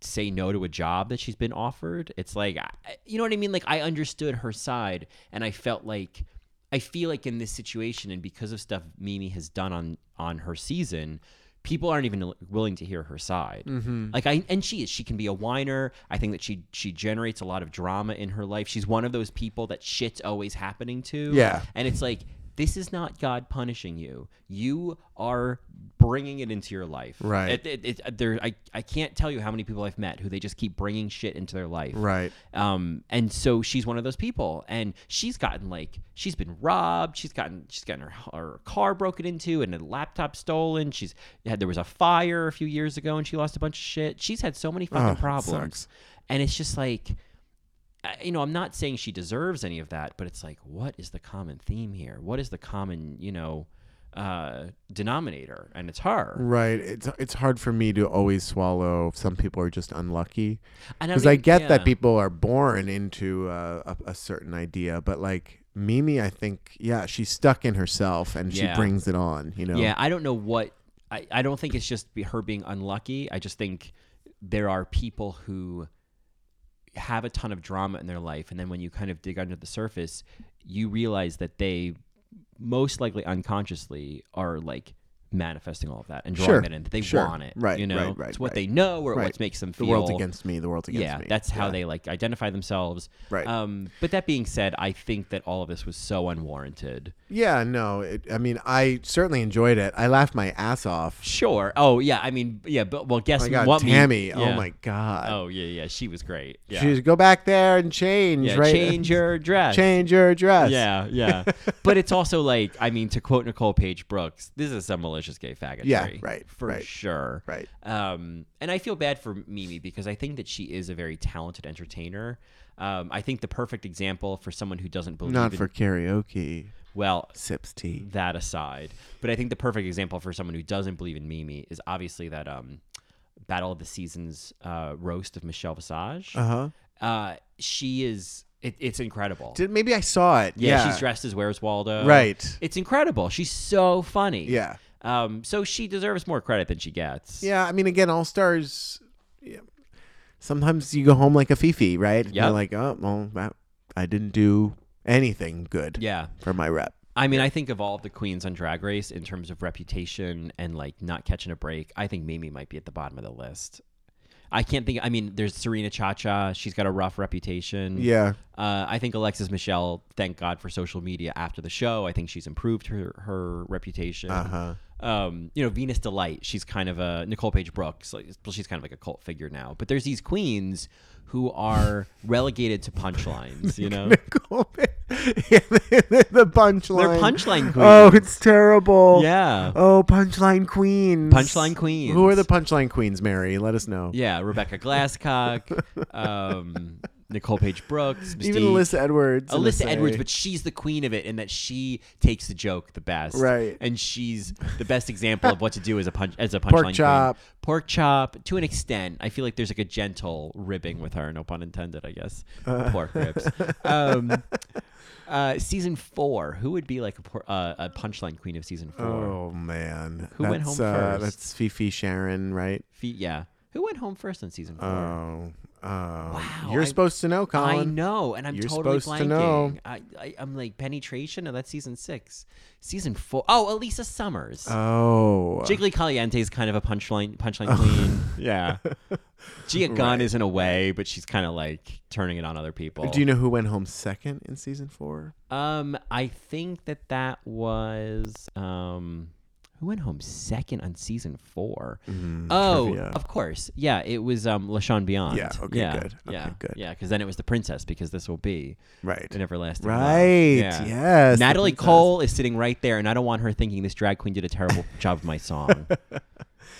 Speaker 6: say no to a job that she's been offered? It's like, I- you know what I mean? Like, I understood her side, and I felt like, I feel like in this situation, and because of stuff Mimi has done on on her season, people aren't even willing to hear her side.
Speaker 7: Mm-hmm.
Speaker 6: Like, I and she is, she can be a whiner. I think that she she generates a lot of drama in her life. She's one of those people that shit's always happening to.
Speaker 7: Yeah.
Speaker 6: and it's like. This is not God punishing you. You are bringing it into your life.
Speaker 7: Right.
Speaker 6: It, it, it- there, I, I can't tell you how many people I've met who they just keep bringing shit into their life.
Speaker 7: Right.
Speaker 6: Um, and so she's one of those people, and she's gotten like she's been robbed. She's gotten she's gotten her, her car broken into and a laptop stolen. She's had there was a fire a few years ago, and she lost a bunch of shit. She's had so many fucking
Speaker 7: Oh, it
Speaker 6: problems,
Speaker 7: sucks.
Speaker 6: and it's just like. I- You know, I'm not saying she deserves any of that, but it's like, what is the common theme here? What is the common, you know, uh, denominator? And it's her.
Speaker 7: Right. It's it's hard for me to always swallow. if Some people are just unlucky.
Speaker 6: I don't
Speaker 7: Because I
Speaker 6: even-
Speaker 7: get
Speaker 6: yeah.
Speaker 7: that people are born into uh, a, a certain idea, but like Mimi, I think yeah, she's stuck in herself and
Speaker 6: Yeah.
Speaker 7: she brings it on. You know.
Speaker 6: Yeah, I don't know what. I, I don't think it's just be- her being unlucky. I just think there are people who have a ton of drama in their life. And then when you kind of dig under the surface, you realize that they most likely unconsciously are like manifesting all of that and drawing
Speaker 7: Sure,
Speaker 6: that in. They
Speaker 7: sure.
Speaker 6: want it.
Speaker 7: Right,
Speaker 6: You know,
Speaker 7: right, right,
Speaker 6: it's what
Speaker 7: right.
Speaker 6: they know or
Speaker 7: Right.
Speaker 6: what makes them
Speaker 7: The
Speaker 6: feel.
Speaker 7: world's against me. The world's against
Speaker 6: yeah,
Speaker 7: me.
Speaker 6: that's how
Speaker 7: Yeah.
Speaker 6: they like identify themselves.
Speaker 7: Right.
Speaker 6: Um, but that being said, I think that all of this was so unwarranted.
Speaker 7: Yeah, no. It, I mean, I certainly enjoyed it. I laughed my ass off.
Speaker 6: Sure. Oh yeah. I mean, yeah. But well, guess
Speaker 7: Oh my God,
Speaker 6: what? me-
Speaker 7: Tammy.
Speaker 6: yeah.
Speaker 7: Oh my God.
Speaker 6: Oh yeah, yeah. She was great. Yeah.
Speaker 7: She's go back there and change.
Speaker 6: yeah.
Speaker 7: right.
Speaker 6: Change your dress.
Speaker 7: Change your dress.
Speaker 6: Yeah, yeah. but it's also like, I mean, to quote Nicole Page Brooks, this is some malicious gay faggotry.
Speaker 7: Yeah, right,
Speaker 6: For
Speaker 7: right,
Speaker 6: sure.
Speaker 7: right.
Speaker 6: Um, and I feel bad for Mimi because I think that she is a very talented entertainer. Um, I think the perfect example for someone who doesn't believe
Speaker 7: Not
Speaker 6: in,
Speaker 7: for karaoke.
Speaker 6: well,
Speaker 7: Sips tea.
Speaker 6: that aside, but I think the perfect example for someone who doesn't believe in Mimi is obviously that um, Battle of the Seasons uh, roast of Michelle Visage. Uh-huh. She is. It, it's incredible.
Speaker 7: Did maybe I saw it?
Speaker 6: yeah, she's dressed as Where's Waldo.
Speaker 7: Right.
Speaker 6: It's incredible. She's so funny.
Speaker 7: Yeah.
Speaker 6: Um. So she deserves more credit than she gets.
Speaker 7: Yeah, I mean, again, All Stars. Yeah, sometimes you go home like a fifi, right? And
Speaker 6: Yeah.
Speaker 7: You're like, oh well, that, I didn't do anything good.
Speaker 6: Yeah.
Speaker 7: For my rep.
Speaker 6: I mean, I think of all of the queens on Drag Race in terms of reputation and like not catching a break. I think Mimi might be at the bottom of the list. I can't think. I mean, there's Serena Chacha. She's got a rough reputation.
Speaker 7: Yeah.
Speaker 6: Uh, I think Alexis Michelle. Thank God for social media after the show. I think she's improved her her reputation. Uh huh. Um, you know, Venus Delight. She's kind of a Nicole Page Brooks. Like, well, she's kind of like a cult figure now. But there's these queens who are relegated to punchlines. You know.
Speaker 7: yeah, the, the punchline.
Speaker 6: They're punchline
Speaker 7: Oh,
Speaker 6: queens.
Speaker 7: it's terrible.
Speaker 6: Yeah.
Speaker 7: Oh, punchline queens.
Speaker 6: Punchline queens.
Speaker 7: Who are the punchline queens, Mary? Let us know.
Speaker 6: Yeah, Rebecca Glasscock, um, Nicole Page Brooks,
Speaker 7: Even
Speaker 6: Mystique.
Speaker 7: Alyssa Edwards. in a
Speaker 6: Alyssa
Speaker 7: say.
Speaker 6: Edwards, but she's the queen of it in that she takes the joke the best,
Speaker 7: Right.
Speaker 6: And she's the best example of what to do as a punch as a punchline. queen.
Speaker 7: chop.
Speaker 6: pork chop. To an extent, I feel like there's like a gentle ribbing with her. No pun intended, I guess.
Speaker 7: Uh.
Speaker 6: pork ribs. Um, uh, season four. Who would be like a, por- uh, a punchline queen of season four?
Speaker 7: Oh man,
Speaker 6: Who went
Speaker 7: That's,
Speaker 6: home
Speaker 7: uh,
Speaker 6: first?
Speaker 7: That's Fifi Sharon, right?
Speaker 6: Fe- yeah. Who went home first in season four?
Speaker 7: Oh, oh. wow!
Speaker 6: I-
Speaker 7: You're supposed to know, Colin.
Speaker 6: I know, and I'm
Speaker 7: You're
Speaker 6: totally
Speaker 7: supposed
Speaker 6: blanking.
Speaker 7: to know.
Speaker 6: I, I, I'm like penetration. No, that's season six. Season four. Oh, Elisa Summers.
Speaker 7: Oh,
Speaker 6: Jiggly Caliente is kind of a punchline punchline queen. yeah. Gia Gunn is in a way, but she's kind of like turning it on other people.
Speaker 7: Do you know who went home second in season four?
Speaker 6: Um, I think that that was um, who went home second on season four? oh,
Speaker 7: Mm-hmm. trivia.
Speaker 6: of course, yeah, it was um Lashawn Beyond.
Speaker 7: Yeah, okay,
Speaker 6: yeah,
Speaker 7: good. Okay,
Speaker 6: yeah,
Speaker 7: good.
Speaker 6: Yeah, because then it was the princess. Because this will be
Speaker 7: Right.
Speaker 6: an everlasting love.
Speaker 7: Right.
Speaker 6: Yeah.
Speaker 7: Yes. the
Speaker 6: Natalie
Speaker 7: princess.
Speaker 6: Cole is sitting right there, and I don't want her thinking this drag queen did a terrible job of my song.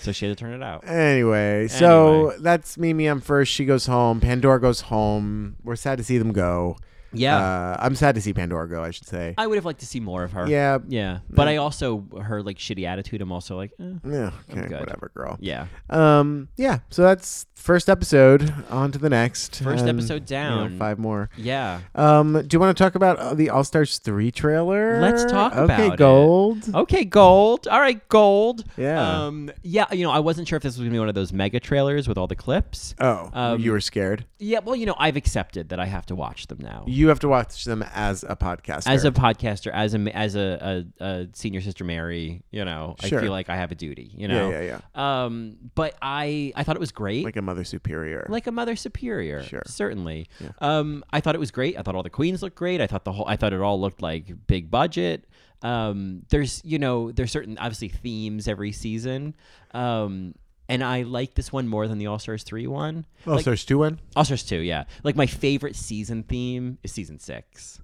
Speaker 6: So she had to turn it out.
Speaker 7: Anyway, so
Speaker 6: Anyway.
Speaker 7: that's Mimi. I'm first. She goes home. Pandora goes home. We're sad to see them go.
Speaker 6: Yeah.
Speaker 7: Uh, I'm sad to see Pandora go. I should say.
Speaker 6: I would have liked to see more of her.
Speaker 7: Yeah.
Speaker 6: Yeah. But I also, her like shitty attitude, I'm also like, eh.
Speaker 7: yeah. Okay.
Speaker 6: good.
Speaker 7: Whatever, girl.
Speaker 6: yeah.
Speaker 7: Um. Yeah. So that's first episode. On to the next.
Speaker 6: First episode
Speaker 7: you know,
Speaker 6: down.
Speaker 7: five more.
Speaker 6: Yeah.
Speaker 7: Um, do you want to talk about uh, the All Stars 3 trailer?
Speaker 6: Let's talk about
Speaker 7: Okay,
Speaker 6: it.
Speaker 7: gold.
Speaker 6: Okay, gold. All right, gold.
Speaker 7: Yeah.
Speaker 6: Um, yeah, you know, I wasn't sure if this was going to be one of those mega trailers with all the clips.
Speaker 7: Oh,
Speaker 6: Um,
Speaker 7: you were scared.
Speaker 6: Yeah, well, you know, I've accepted that I have to watch them now.
Speaker 7: You have to watch them as a podcaster.
Speaker 6: as a podcaster, as a as a, a, a senior sister Mary, you know,
Speaker 7: Sure.
Speaker 6: I feel like I have a duty, you know.
Speaker 7: yeah,
Speaker 6: yeah. Um, but I I thought it was great,
Speaker 7: like a mother superior.
Speaker 6: like a mother superior,
Speaker 7: Sure.
Speaker 6: certainly. Um, I thought it was great. I thought all the queens looked great. I thought the whole I thought it all looked like big budget. um, there's you know there's certain obviously themes every season, um, and I like this one more than the All Stars three one.
Speaker 7: Oh,
Speaker 6: like,
Speaker 7: so it's two one.
Speaker 6: All Stars two, yeah. Like my favorite season theme is season six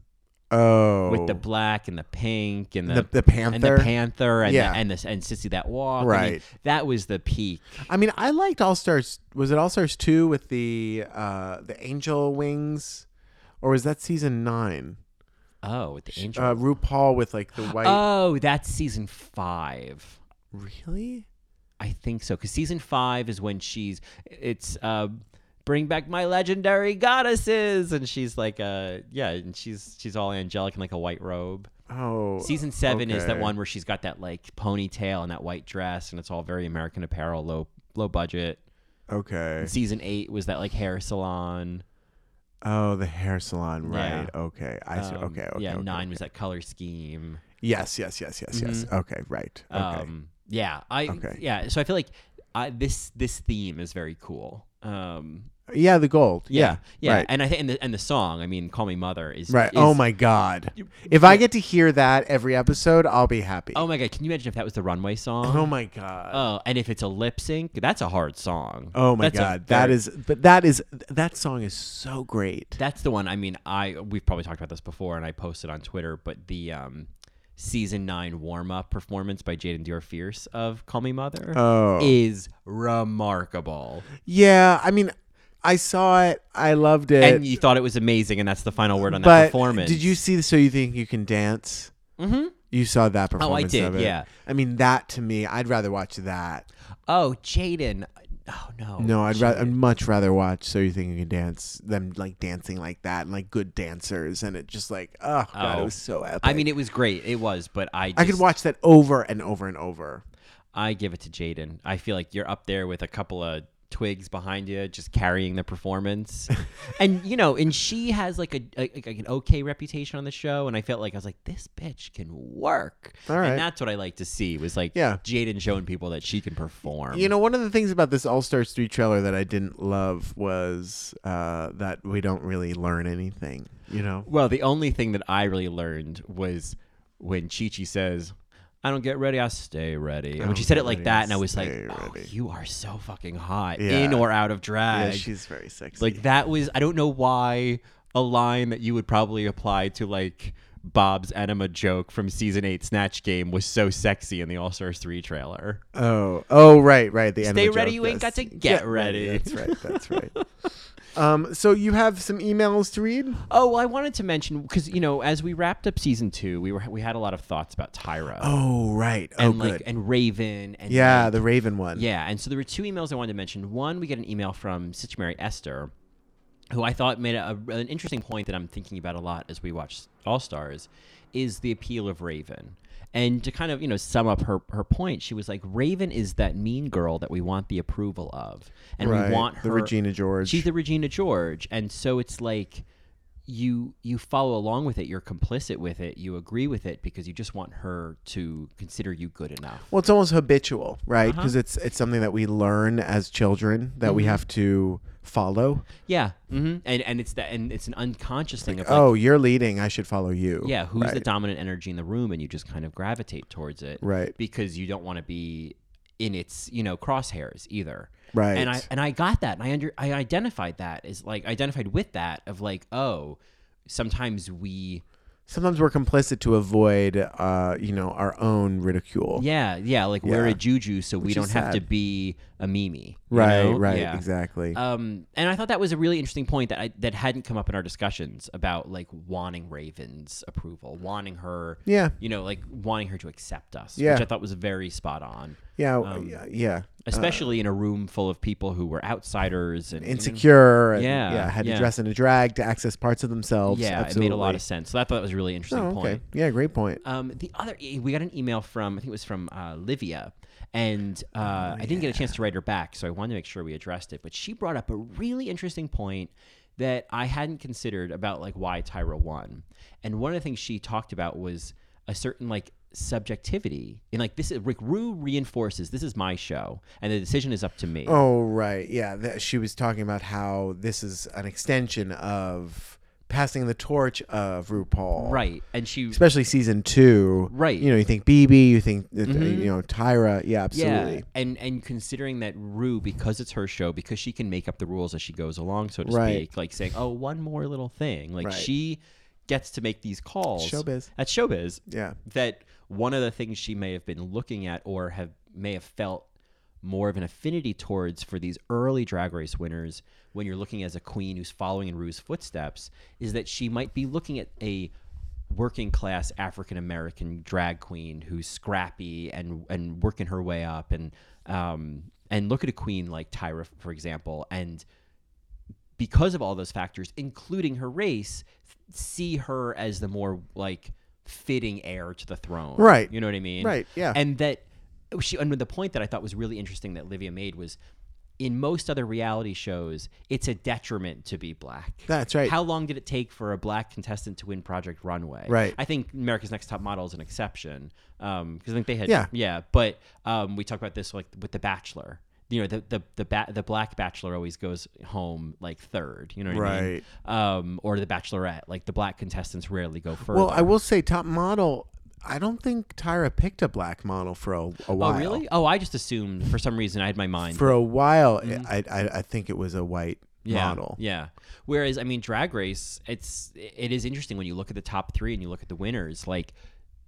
Speaker 7: Oh,
Speaker 6: with the black and the pink and the
Speaker 7: The-
Speaker 6: and
Speaker 7: the
Speaker 6: the
Speaker 7: panther?
Speaker 6: panther and
Speaker 7: Yeah.
Speaker 6: the, and the, and sissy that walk. I mean,
Speaker 7: Right.
Speaker 6: that was the peak.
Speaker 7: I mean, I liked All Stars. Was it All Stars two with the uh the angel wings, or was that season nine?
Speaker 6: Oh, with the angel.
Speaker 7: Uh, RuPaul with like the white.
Speaker 6: oh, that's season five.
Speaker 7: really?
Speaker 6: I think so. Because season five is when she's it's uh, bring back my legendary goddesses, and she's like uh yeah, and she's she's all angelic in like a white robe.
Speaker 7: Oh,
Speaker 6: Season seven is that
Speaker 7: okay.
Speaker 6: one where she's got that like ponytail and that white dress, and it's all very American Apparel, low low budget.
Speaker 7: Okay.
Speaker 6: Season eight was that like hair salon.
Speaker 7: Oh, the hair salon.
Speaker 6: Yeah.
Speaker 7: Right. Okay. I see.
Speaker 6: Um,
Speaker 7: Okay. Okay.
Speaker 6: yeah,
Speaker 7: okay.
Speaker 6: nine was that color scheme.
Speaker 7: Yes. Yes. Yes. Yes. Yes. Okay. Right. Okay.
Speaker 6: Um, yeah, I
Speaker 7: Okay.
Speaker 6: yeah. So I feel like I, this this theme is very cool. Um,
Speaker 7: yeah. The gold.
Speaker 6: Yeah,
Speaker 7: Yeah.
Speaker 6: yeah,
Speaker 7: Right.
Speaker 6: and I think and the, and the song. I mean, "Call Me Mother" is
Speaker 7: right.
Speaker 6: is-
Speaker 7: oh my God. If I get to hear that every episode, I'll be happy.
Speaker 6: oh my god! Can you imagine if that was the runway song?
Speaker 7: Oh my God.
Speaker 6: Oh, and if it's a lip sync, that's a hard song.
Speaker 7: Oh my
Speaker 6: That's a
Speaker 7: god, that
Speaker 6: very-
Speaker 7: is but that is that song is so great.
Speaker 6: that's the one. I mean, I we've probably talked about this before, and I posted on Twitter, but the um, season nine warm up performance by Jaden Dior Fierce of "Call Me Mother"
Speaker 7: Oh.
Speaker 6: is remarkable,
Speaker 7: yeah, I mean, I saw it, I loved it.
Speaker 6: and you thought it was amazing, and that's the final word on
Speaker 7: but
Speaker 6: that performance.
Speaker 7: did you see the So You Think You Can Dance?
Speaker 6: Mhm.
Speaker 7: You saw that
Speaker 6: I
Speaker 7: performance.
Speaker 6: did,
Speaker 7: of it.
Speaker 6: yeah.
Speaker 7: I mean, that to me, I'd rather watch that.
Speaker 6: Oh, Jaden. Oh no.
Speaker 7: No, I'd rather, I'd
Speaker 6: Jaden.
Speaker 7: much rather watch So You Think You Can Dance than like dancing like that and like good dancers and it just like, oh, god,
Speaker 6: Oh.
Speaker 7: it was so epic.
Speaker 6: I mean, it was great. It was, but I just,
Speaker 7: I could watch that over and over and over.
Speaker 6: I give it to Jaden. I feel like you're up there with a couple of twigs behind you, just carrying the performance. and you know, and she has like a, a- like an okay reputation on the show. And I felt like I was like, this bitch can work.
Speaker 7: All right.
Speaker 6: And that's what I like to see was like,
Speaker 7: Yeah.
Speaker 6: Jaden showing people that she can perform.
Speaker 7: You know, one of the things about this All Stars 3 trailer that I didn't love was uh, that we don't really learn anything, you know?
Speaker 6: Well, the only thing that I really learned was when Chi Chi says, I don't get ready, I stay ready. And when she said it like that, and I was like,
Speaker 7: stay
Speaker 6: "Oh,
Speaker 7: ready."
Speaker 6: you are so fucking hot,
Speaker 7: Yeah.
Speaker 6: in or out of drag.
Speaker 7: yeah, she's very sexy.
Speaker 6: like, that was, I don't know why a line that you would probably apply to like Bob's enema joke from season eight Snatch Game was so sexy in the All Stars 3 trailer.
Speaker 7: oh, oh, right, right. The
Speaker 6: Stay
Speaker 7: anime
Speaker 6: ready,
Speaker 7: joke,
Speaker 6: you ain't
Speaker 7: yes.
Speaker 6: got to get ready.
Speaker 7: That's right, that's right. um, so you have some emails to read?
Speaker 6: Oh, well, I wanted to mention because you know, as we wrapped up season two, we were we had a lot of thoughts about Tyra.
Speaker 7: Oh, right. Oh,
Speaker 6: and
Speaker 7: good.
Speaker 6: like and Raven and
Speaker 7: yeah,
Speaker 6: like,
Speaker 7: the Raven one.
Speaker 6: yeah. And so there were two emails I wanted to mention. One, we get an email from Sister Mary Esther, who I thought made a, an interesting point that I'm thinking about a lot as we watch All Stars, is the appeal of Raven. And to kind of you know sum up her her point, she was like, Raven is that mean girl that we want the approval of, and
Speaker 7: Right,
Speaker 6: we want
Speaker 7: the
Speaker 6: her
Speaker 7: Regina George.
Speaker 6: She's the Regina George, and so it's like you you follow along with it you're complicit with it you agree with it because you just want her to consider you good enough
Speaker 7: Well, it's almost habitual, right?
Speaker 6: Uh-huh.
Speaker 7: Because it's it's something that we learn as children that
Speaker 6: Mm-hmm.
Speaker 7: we have to follow.
Speaker 6: Yeah, hmm and and it's that and it's an unconscious thing of like,
Speaker 7: Mm-hmm. oh, you're leading. I should follow you.
Speaker 6: yeah, who's the
Speaker 7: Right.
Speaker 6: dominant energy in the room, and you just kind of gravitate towards it,
Speaker 7: Right.
Speaker 6: Because you don't want to be in its you know crosshairs either,
Speaker 7: Right.
Speaker 6: And I and I got that, and I under I identified that as like identified with that of like oh, sometimes we
Speaker 7: sometimes we're complicit to avoid uh you know our own ridicule
Speaker 6: yeah yeah like we're
Speaker 7: Yeah.
Speaker 6: a juju, so we
Speaker 7: Which
Speaker 6: don't
Speaker 7: is
Speaker 6: have to
Speaker 7: sad.
Speaker 6: be a mimi, you
Speaker 7: right
Speaker 6: know?
Speaker 7: right
Speaker 6: Yeah.
Speaker 7: exactly
Speaker 6: Um, and I thought that was a really interesting point that I, that hadn't come up in our discussions about like wanting Raven's approval, wanting her,
Speaker 7: Yeah.
Speaker 6: you know, like wanting her to accept us,
Speaker 7: Yeah.
Speaker 6: which I thought was very spot on,
Speaker 7: yeah
Speaker 6: um,
Speaker 7: yeah, yeah
Speaker 6: especially in a room full of people who were outsiders and
Speaker 7: insecure and,
Speaker 6: Yeah,
Speaker 7: had to
Speaker 6: yeah.
Speaker 7: dress in a drag to access parts of themselves
Speaker 6: yeah,
Speaker 7: absolutely.
Speaker 6: it made a lot of sense. So I thought that was a really interesting
Speaker 7: oh, okay
Speaker 6: point.
Speaker 7: yeah great point
Speaker 6: Um, the other e- we got an email from I think it was from uh, Livia, and uh, I didn't get a chance to write her back, so I wanted to make sure we addressed it. But she brought up a really interesting point that I hadn't considered about like why Tyra won, and one of the things she talked about was a certain like subjectivity and like this is like Rue reinforces this is my show and the decision is up to me.
Speaker 7: oh right yeah that, she was talking about how this is an extension of passing the torch of RuPaul.
Speaker 6: right, and she
Speaker 7: Especially season two.
Speaker 6: Right. Mm-hmm.
Speaker 7: You know, you think BB, you think, uh, you know, Tyra. Yeah, absolutely.
Speaker 6: Yeah, and and considering that Rue, because it's her show, because she can make up the rules as she goes along, so to
Speaker 7: Right.
Speaker 6: speak, like saying, "Oh, one more little thing," like
Speaker 7: Right.
Speaker 6: she gets to make these calls.
Speaker 7: showbiz.
Speaker 6: At showbiz.
Speaker 7: Yeah.
Speaker 6: That one of the things she may have been looking at or have may have felt more of an affinity towards for these early drag race winners when you're looking as a queen who's following in Rue's footsteps is that she might be looking at a working class African American drag queen who's scrappy and and working her way up and um and look at a queen like Tyra for example and because of all those factors, including her race, f- see her as the more like fitting heir to the throne.
Speaker 7: Right.
Speaker 6: You know what I mean?
Speaker 7: Right, yeah.
Speaker 6: And that she and the point that I thought was really interesting that Livia made was in most other reality shows, it's a detriment to be black.
Speaker 7: That's right.
Speaker 6: How long did it take for a black contestant to win Project Runway?
Speaker 7: Right.
Speaker 6: I think America's Next Top Model is an exception because I think they had
Speaker 7: Yeah.
Speaker 6: yeah. But um, we talked about this like with The Bachelor. You know, the the the, ba- the black bachelor always goes home like third. You know what I mean? Um, or the Bachelorette, like the black contestants rarely go further.
Speaker 7: Well, I will say, top model. I don't think Tyra picked a black model for a, a
Speaker 6: Oh
Speaker 7: while.
Speaker 6: really? Oh, I just assumed for some reason I had my mind
Speaker 7: For a while, eh, I, I I think it was a white
Speaker 6: Mm. yeah,
Speaker 7: model.
Speaker 6: Yeah. Whereas I mean, Drag Race, it's it is interesting when you look at the top three and you look at the winners. Like,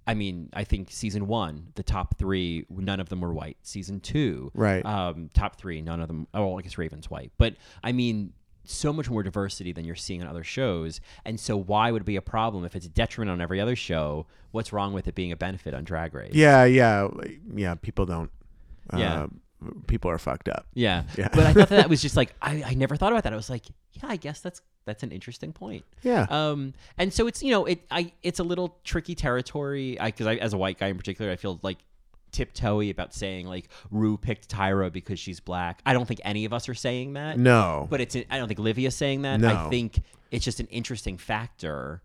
Speaker 6: I mean, I think season one, the top three, none of them were white. Season two,
Speaker 7: Right.
Speaker 6: Um, top three, none of them. Oh, I guess Raven's white, but I mean. So much more diversity than you're seeing on other shows, and so why would it be a problem if it's a detriment on every other show? What's wrong with it being a benefit on Drag Race?
Speaker 7: Yeah, yeah, yeah. People don't. Uh,
Speaker 6: Yeah.
Speaker 7: people are fucked up.
Speaker 6: yeah. But I thought that was just like I, I never thought about that. I was like, yeah, I guess that's that's an interesting point.
Speaker 7: Yeah.
Speaker 6: Um, and so it's you know it I it's a little tricky territory because I, as a white guy in particular I feel like tiptoey about saying like Rue picked Tyra because she's black. I don't think any of us are saying that.
Speaker 7: No.
Speaker 6: But it's I don't think Livia's saying that. I
Speaker 7: No.
Speaker 6: think it's just an interesting factor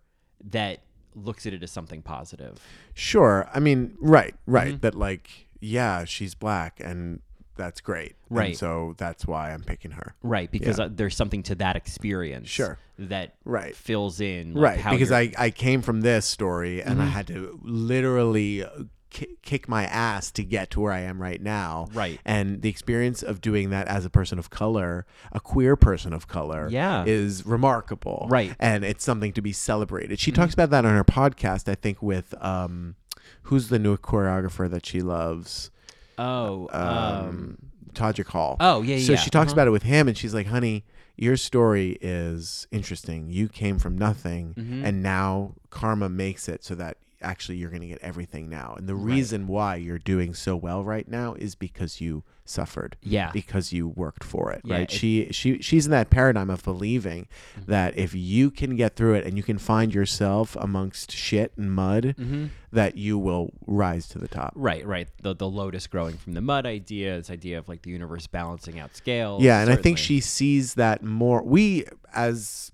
Speaker 6: that looks at it as something positive.
Speaker 7: Sure. I mean, right, right.
Speaker 6: Mm-hmm.
Speaker 7: That like, yeah, she's black, and that's great. And
Speaker 6: Right.
Speaker 7: so that's why I'm picking her.
Speaker 6: Right, because uh, there's something to that experience.
Speaker 7: Sure.
Speaker 6: That
Speaker 7: Right.
Speaker 6: fills in. like,
Speaker 7: right
Speaker 6: how
Speaker 7: because
Speaker 6: you're- Mm-hmm.
Speaker 7: I, I came from this story and i had to literally ki- kick my ass to get to where i am right now
Speaker 6: Right.
Speaker 7: and the experience of doing that as a person of color a queer person of color
Speaker 6: Yeah.
Speaker 7: is remarkable
Speaker 6: Right. Mm-hmm.
Speaker 7: and it's something to be celebrated she talks about that on her podcast i think with um who's the new choreographer that she loves
Speaker 6: Oh,
Speaker 7: uh,
Speaker 6: um,
Speaker 7: Todrick Hall.
Speaker 6: Oh, yeah,
Speaker 7: So
Speaker 6: yeah,
Speaker 7: she talks about it with him, and she's like, "Honey, your story is interesting. You came from nothing,
Speaker 6: Mm-hmm.
Speaker 7: and now karma makes it so that actually you're going to get everything now. And the reason why you're doing so well right now is because you suffered.
Speaker 6: Yeah.
Speaker 7: because you worked for it.
Speaker 6: Yeah, Mm-hmm.
Speaker 7: right?
Speaker 6: it-
Speaker 7: she she she's in that paradigm of believing that if you can get through it and you can find yourself amongst shit and mud,
Speaker 6: Mm-hmm.
Speaker 7: that you will rise to the top.
Speaker 6: right, right. The the lotus growing from the mud idea, this idea of like the universe balancing out scales.
Speaker 7: Yeah, and I think
Speaker 6: certainly.
Speaker 7: she sees that more. We as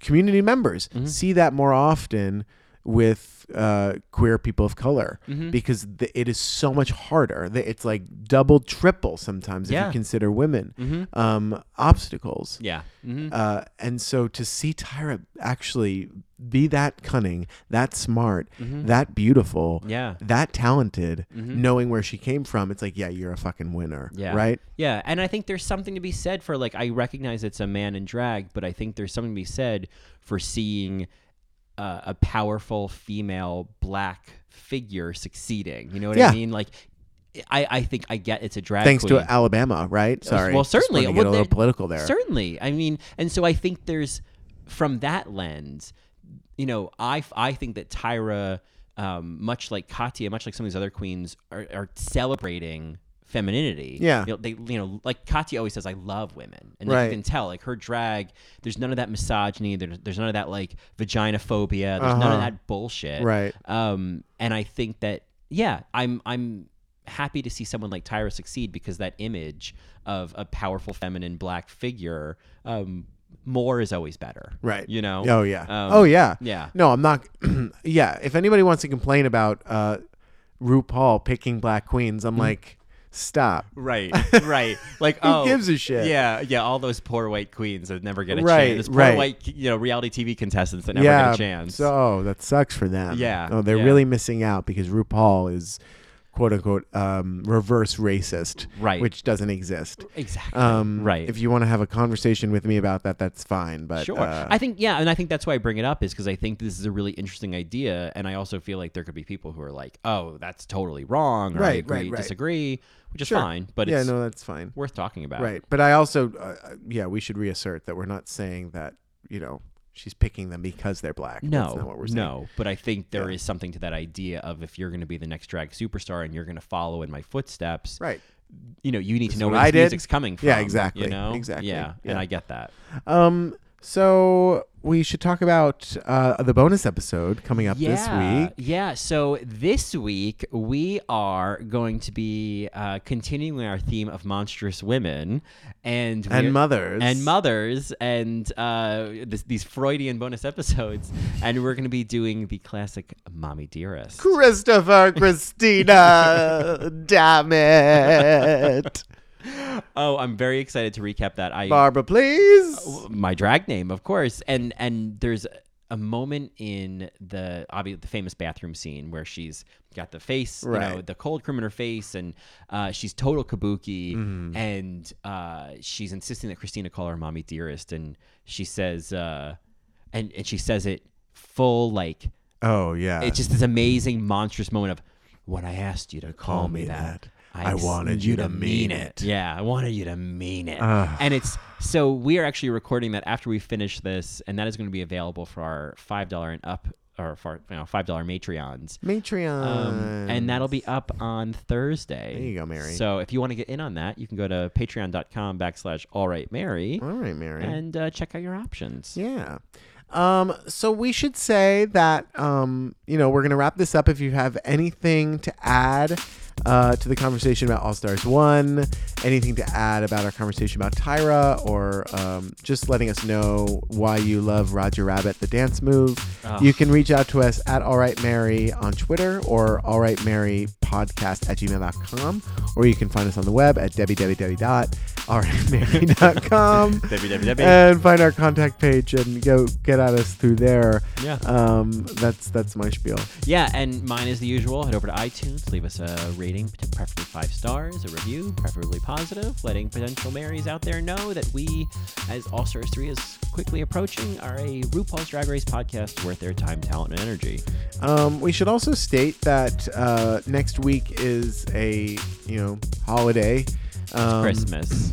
Speaker 7: community members
Speaker 6: Mm-hmm.
Speaker 7: see that more often with uh, queer people of color
Speaker 6: Mm-hmm.
Speaker 7: because th- it is so much harder. Th- It's like double, triple sometimes if
Speaker 6: Yeah. Mm-hmm.
Speaker 7: you consider women um, obstacles.
Speaker 6: Yeah. hmm
Speaker 7: Uh, and so to see Tyra actually be that cunning, that smart, that beautiful,
Speaker 6: Mm-hmm. Yeah. Mm-hmm.
Speaker 7: that talented, knowing where she came from, it's like, yeah, you're a fucking winner,
Speaker 6: Yeah.
Speaker 7: right?
Speaker 6: Yeah. And I think there's something to be said for like I recognize it's a man in drag, but I think there's something to be said for seeing uh, a powerful female black figure succeeding. You know what
Speaker 7: Yeah.
Speaker 6: I mean? Like I, I think I get it's a drag
Speaker 7: thanks
Speaker 6: queen.
Speaker 7: to Alabama, right? Sorry.
Speaker 6: Well,
Speaker 7: Just wanted
Speaker 6: certainly.
Speaker 7: to get
Speaker 6: Well,
Speaker 7: a little
Speaker 6: there-
Speaker 7: political there.
Speaker 6: Certainly. I mean, and so I think there's, from that lens, you know, I, I think that Tyra, um, much like Katya, much like some of these other queens, are, are celebrating femininity.
Speaker 7: Yeah.
Speaker 6: You know, they, you know, like Katya always says, I love women. And
Speaker 7: Right.
Speaker 6: you can tell, like, her drag, there's none of that misogyny. There's, there's none of that, like, vagina phobia. There's none
Speaker 7: Uh-huh.
Speaker 6: of that bullshit.
Speaker 7: Right.
Speaker 6: Um, and I think that yeah, I'm I'm happy to see someone like Tyra succeed because that image of a powerful feminine black figure, um, more is always better.
Speaker 7: Right.
Speaker 6: You know.
Speaker 7: Oh yeah.
Speaker 6: Um,
Speaker 7: oh yeah.
Speaker 6: yeah.
Speaker 7: No, I'm not.
Speaker 6: Mm.
Speaker 7: yeah. If anybody wants to complain about uh, RuPaul picking black queens, I'm like, Stop.
Speaker 6: Right, right. Like,
Speaker 7: Who
Speaker 6: oh,
Speaker 7: gives a shit?
Speaker 6: Yeah, yeah. All those poor white queens that never get a
Speaker 7: Right,
Speaker 6: chance. Those poor
Speaker 7: right.
Speaker 6: white, you know, reality TV contestants that never get a chance.
Speaker 7: So oh, that sucks for them.
Speaker 6: Yeah,
Speaker 7: Oh, they're
Speaker 6: yeah.
Speaker 7: really missing out because RuPaul is quote unquote um, reverse racist.
Speaker 6: Right.
Speaker 7: Which doesn't exist.
Speaker 6: exactly.
Speaker 7: Um,
Speaker 6: right.
Speaker 7: If you want to have a conversation with me about that, that's fine. But
Speaker 6: Sure.
Speaker 7: uh,
Speaker 6: I think yeah, and I think that's why I bring it up is because I think this is a really interesting idea, and I also feel like there could be people who are like, "Oh, that's totally wrong," or I
Speaker 7: Right,
Speaker 6: agree,
Speaker 7: right, right.
Speaker 6: disagree, which is
Speaker 7: Sure.
Speaker 6: fine, but
Speaker 7: yeah,
Speaker 6: it's
Speaker 7: no, that's fine.
Speaker 6: worth talking about.
Speaker 7: Right. But I also, uh, yeah, we should reassert that we're not saying that you know she's picking them because they're black. that's not
Speaker 6: No,
Speaker 7: what we're saying.
Speaker 6: no, but I think there is something to that idea of if you're going to be the next drag superstar and you're going to follow in my footsteps,
Speaker 7: Right.
Speaker 6: You know, you need to know
Speaker 7: what
Speaker 6: where
Speaker 7: I
Speaker 6: this
Speaker 7: did.
Speaker 6: music's coming from.
Speaker 7: Yeah, exactly,
Speaker 6: You know,
Speaker 7: exactly,
Speaker 6: Yeah,
Speaker 7: yeah.
Speaker 6: and I get that.
Speaker 7: Um. So we should talk about uh, the bonus episode coming up
Speaker 6: yeah,
Speaker 7: this week.
Speaker 6: Yeah. So this week we are going to be uh, continuing our theme of monstrous women and
Speaker 7: And
Speaker 6: we're-
Speaker 7: mothers.
Speaker 6: and mothers and uh, this, these Freudian bonus episodes, and we're going to be doing the classic "Mommy Dearest."
Speaker 7: Christopher Christina, damn it,
Speaker 6: Oh, I'm very excited to recap that. I
Speaker 7: Barbara,
Speaker 6: Uh,
Speaker 7: please.
Speaker 6: my drag name, of course. And and there's a moment in the obvi- the famous bathroom scene where she's got the face, you know,
Speaker 7: Right.
Speaker 6: the cold cream in her face, and uh, she's total kabuki, and uh, she's insisting that Christina call her mommy dearest, and she says, uh, and and she says it full like
Speaker 7: Oh yeah,
Speaker 6: it's just this amazing monstrous moment of when I asked you to call, me, that.
Speaker 7: I
Speaker 6: ex-
Speaker 7: wanted you to mean it." Ah.
Speaker 6: Yeah, I wanted you to mean it. And it's so we are actually recording that after we finish this, and that is going to be available for our five dollar and up or for you know five dollar Matreons.
Speaker 7: Matreon,
Speaker 6: Um, and that'll be up on Thursday. There
Speaker 7: you go, Mary.
Speaker 6: So if you want to get in on that, you can go to patreon.com backslash all right Mary
Speaker 7: all right, Mary.
Speaker 6: and uh, check out your options.
Speaker 7: Yeah. Um, so we should say that um, you know we're gonna wrap this up. If you have anything to add uh, to the conversation about All Stars One, anything to add about our conversation about Tyra, or um, just letting us know why you love Roger Rabbit, the dance move, you can reach out to us at All Right Mary on Twitter or All Right Mary podcast at gmail.com, or you can find us on the web at www.allrightmary.com.
Speaker 6: www.
Speaker 7: and find our contact page and go get at us through there.
Speaker 6: Yeah.
Speaker 7: Um, that's that's my spiel.
Speaker 6: Yeah, and mine is the usual. Head over to iTunes, leave us a rating, p- preferably five stars, a review, preferably positive, letting potential Marys out there know that we, as All Stars 3 is quickly approaching, are a RuPaul's Drag Race podcast worth their time, talent, and energy.
Speaker 7: Um, we should also state that uh, next week is a you know holiday. Um,
Speaker 6: Christmas.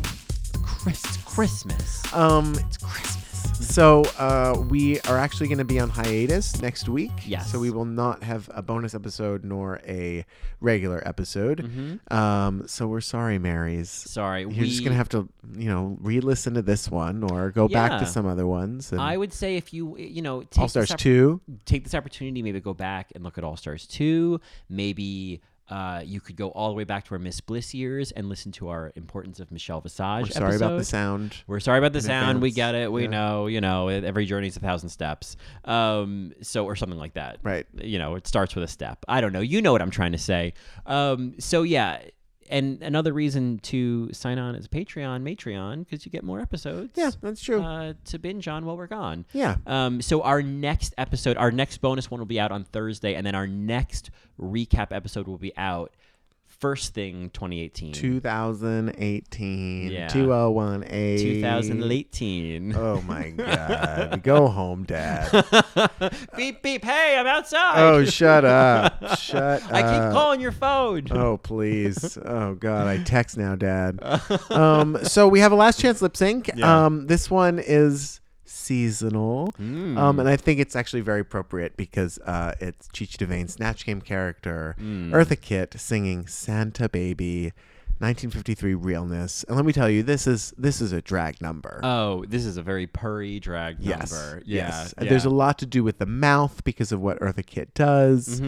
Speaker 6: Chris- Christmas.
Speaker 7: Um, it's Christmas. So uh, we are actually going to be on hiatus next week.
Speaker 6: Yes.
Speaker 7: So we will not have a bonus episode nor a regular episode. Um, so we're sorry, Marys.
Speaker 6: Mm-hmm. Sorry.
Speaker 7: You're just gonna have to, you know, re-listen to this one or go back
Speaker 6: Yeah.
Speaker 7: to some other ones. And
Speaker 6: I would say if you, you know, take
Speaker 7: All Stars
Speaker 6: this opp-
Speaker 7: two.
Speaker 6: take this opportunity, maybe go back and look at All Stars 2. Maybe uh, you could go all the way back to our Miss Bliss years and listen to our Importance of Michelle Visage.
Speaker 7: We're sorry about the
Speaker 6: episode.
Speaker 7: sound.
Speaker 6: We're sorry about the sound. We
Speaker 7: advance.
Speaker 6: get it. We
Speaker 7: Yeah.
Speaker 6: know, you know, every journey's a thousand steps. Um, so, or something like that.
Speaker 7: Right.
Speaker 6: You know, it starts with a step. I don't know. You know what I'm trying to say. Um, so yeah. And another reason to sign on is Patreon, Matreon, because you get more episodes.
Speaker 7: Yeah, that's true.
Speaker 6: Uh, to binge on while we're gone.
Speaker 7: Yeah.
Speaker 6: Um, so our next episode, our next bonus one will be out on Thursday, and then our next recap episode will be out first thing 2018.
Speaker 7: 2018.
Speaker 6: Yeah.
Speaker 7: 2018.
Speaker 6: 2018.
Speaker 7: Oh my God. go home, Dad.
Speaker 6: beep beep. Hey, I'm outside.
Speaker 7: Oh, shut up. Shut up.
Speaker 6: I keep calling your phone.
Speaker 7: Oh please! Oh God! I text now, Dad. Um, so we have a last chance lip sync. Um, this one is seasonal, um, and I think it's actually very appropriate because uh, it's Cheech Devane's Snatch Game character Eartha Kitt singing "Santa Baby," 1953 realness. And let me tell you, this is this is a drag number.
Speaker 6: Oh, this is a very purry drag
Speaker 7: Yes.
Speaker 6: number. Yeah,
Speaker 7: Yes.
Speaker 6: yeah.
Speaker 7: There's a lot to do with the mouth because of what Eartha Kitt does.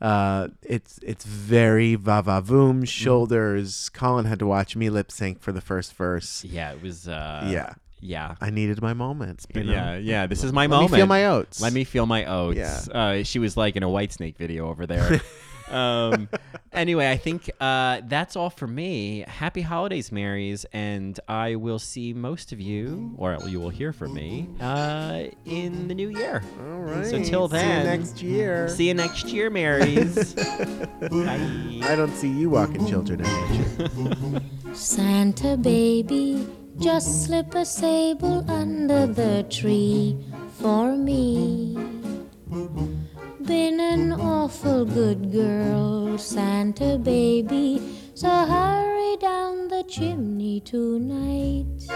Speaker 7: Uh, it's it's very va va voom shoulders. Colin had to watch me lip sync for the first verse.
Speaker 6: Yeah, it was. Uh,
Speaker 7: Yeah.
Speaker 6: yeah.
Speaker 7: I needed my moments. you know?
Speaker 6: Yeah, yeah. This is my
Speaker 7: Let me
Speaker 6: moment.
Speaker 7: feel my oats.
Speaker 6: Let me feel my oats.
Speaker 7: Yeah.
Speaker 6: Uh, she was like in a white snake video over there. um, anyway, I think uh, that's all for me. Happy holidays, Marys, and I will see most of you, or you will hear from me, uh, in the new year. All right. So till then,
Speaker 7: see you next year.
Speaker 6: see you next year, Marys. Bye.
Speaker 7: I don't see you walking children out.
Speaker 8: Santa baby, just slip a sable under the tree for me. Been an awful good girl, Santa baby, so hurry down the chimney tonight.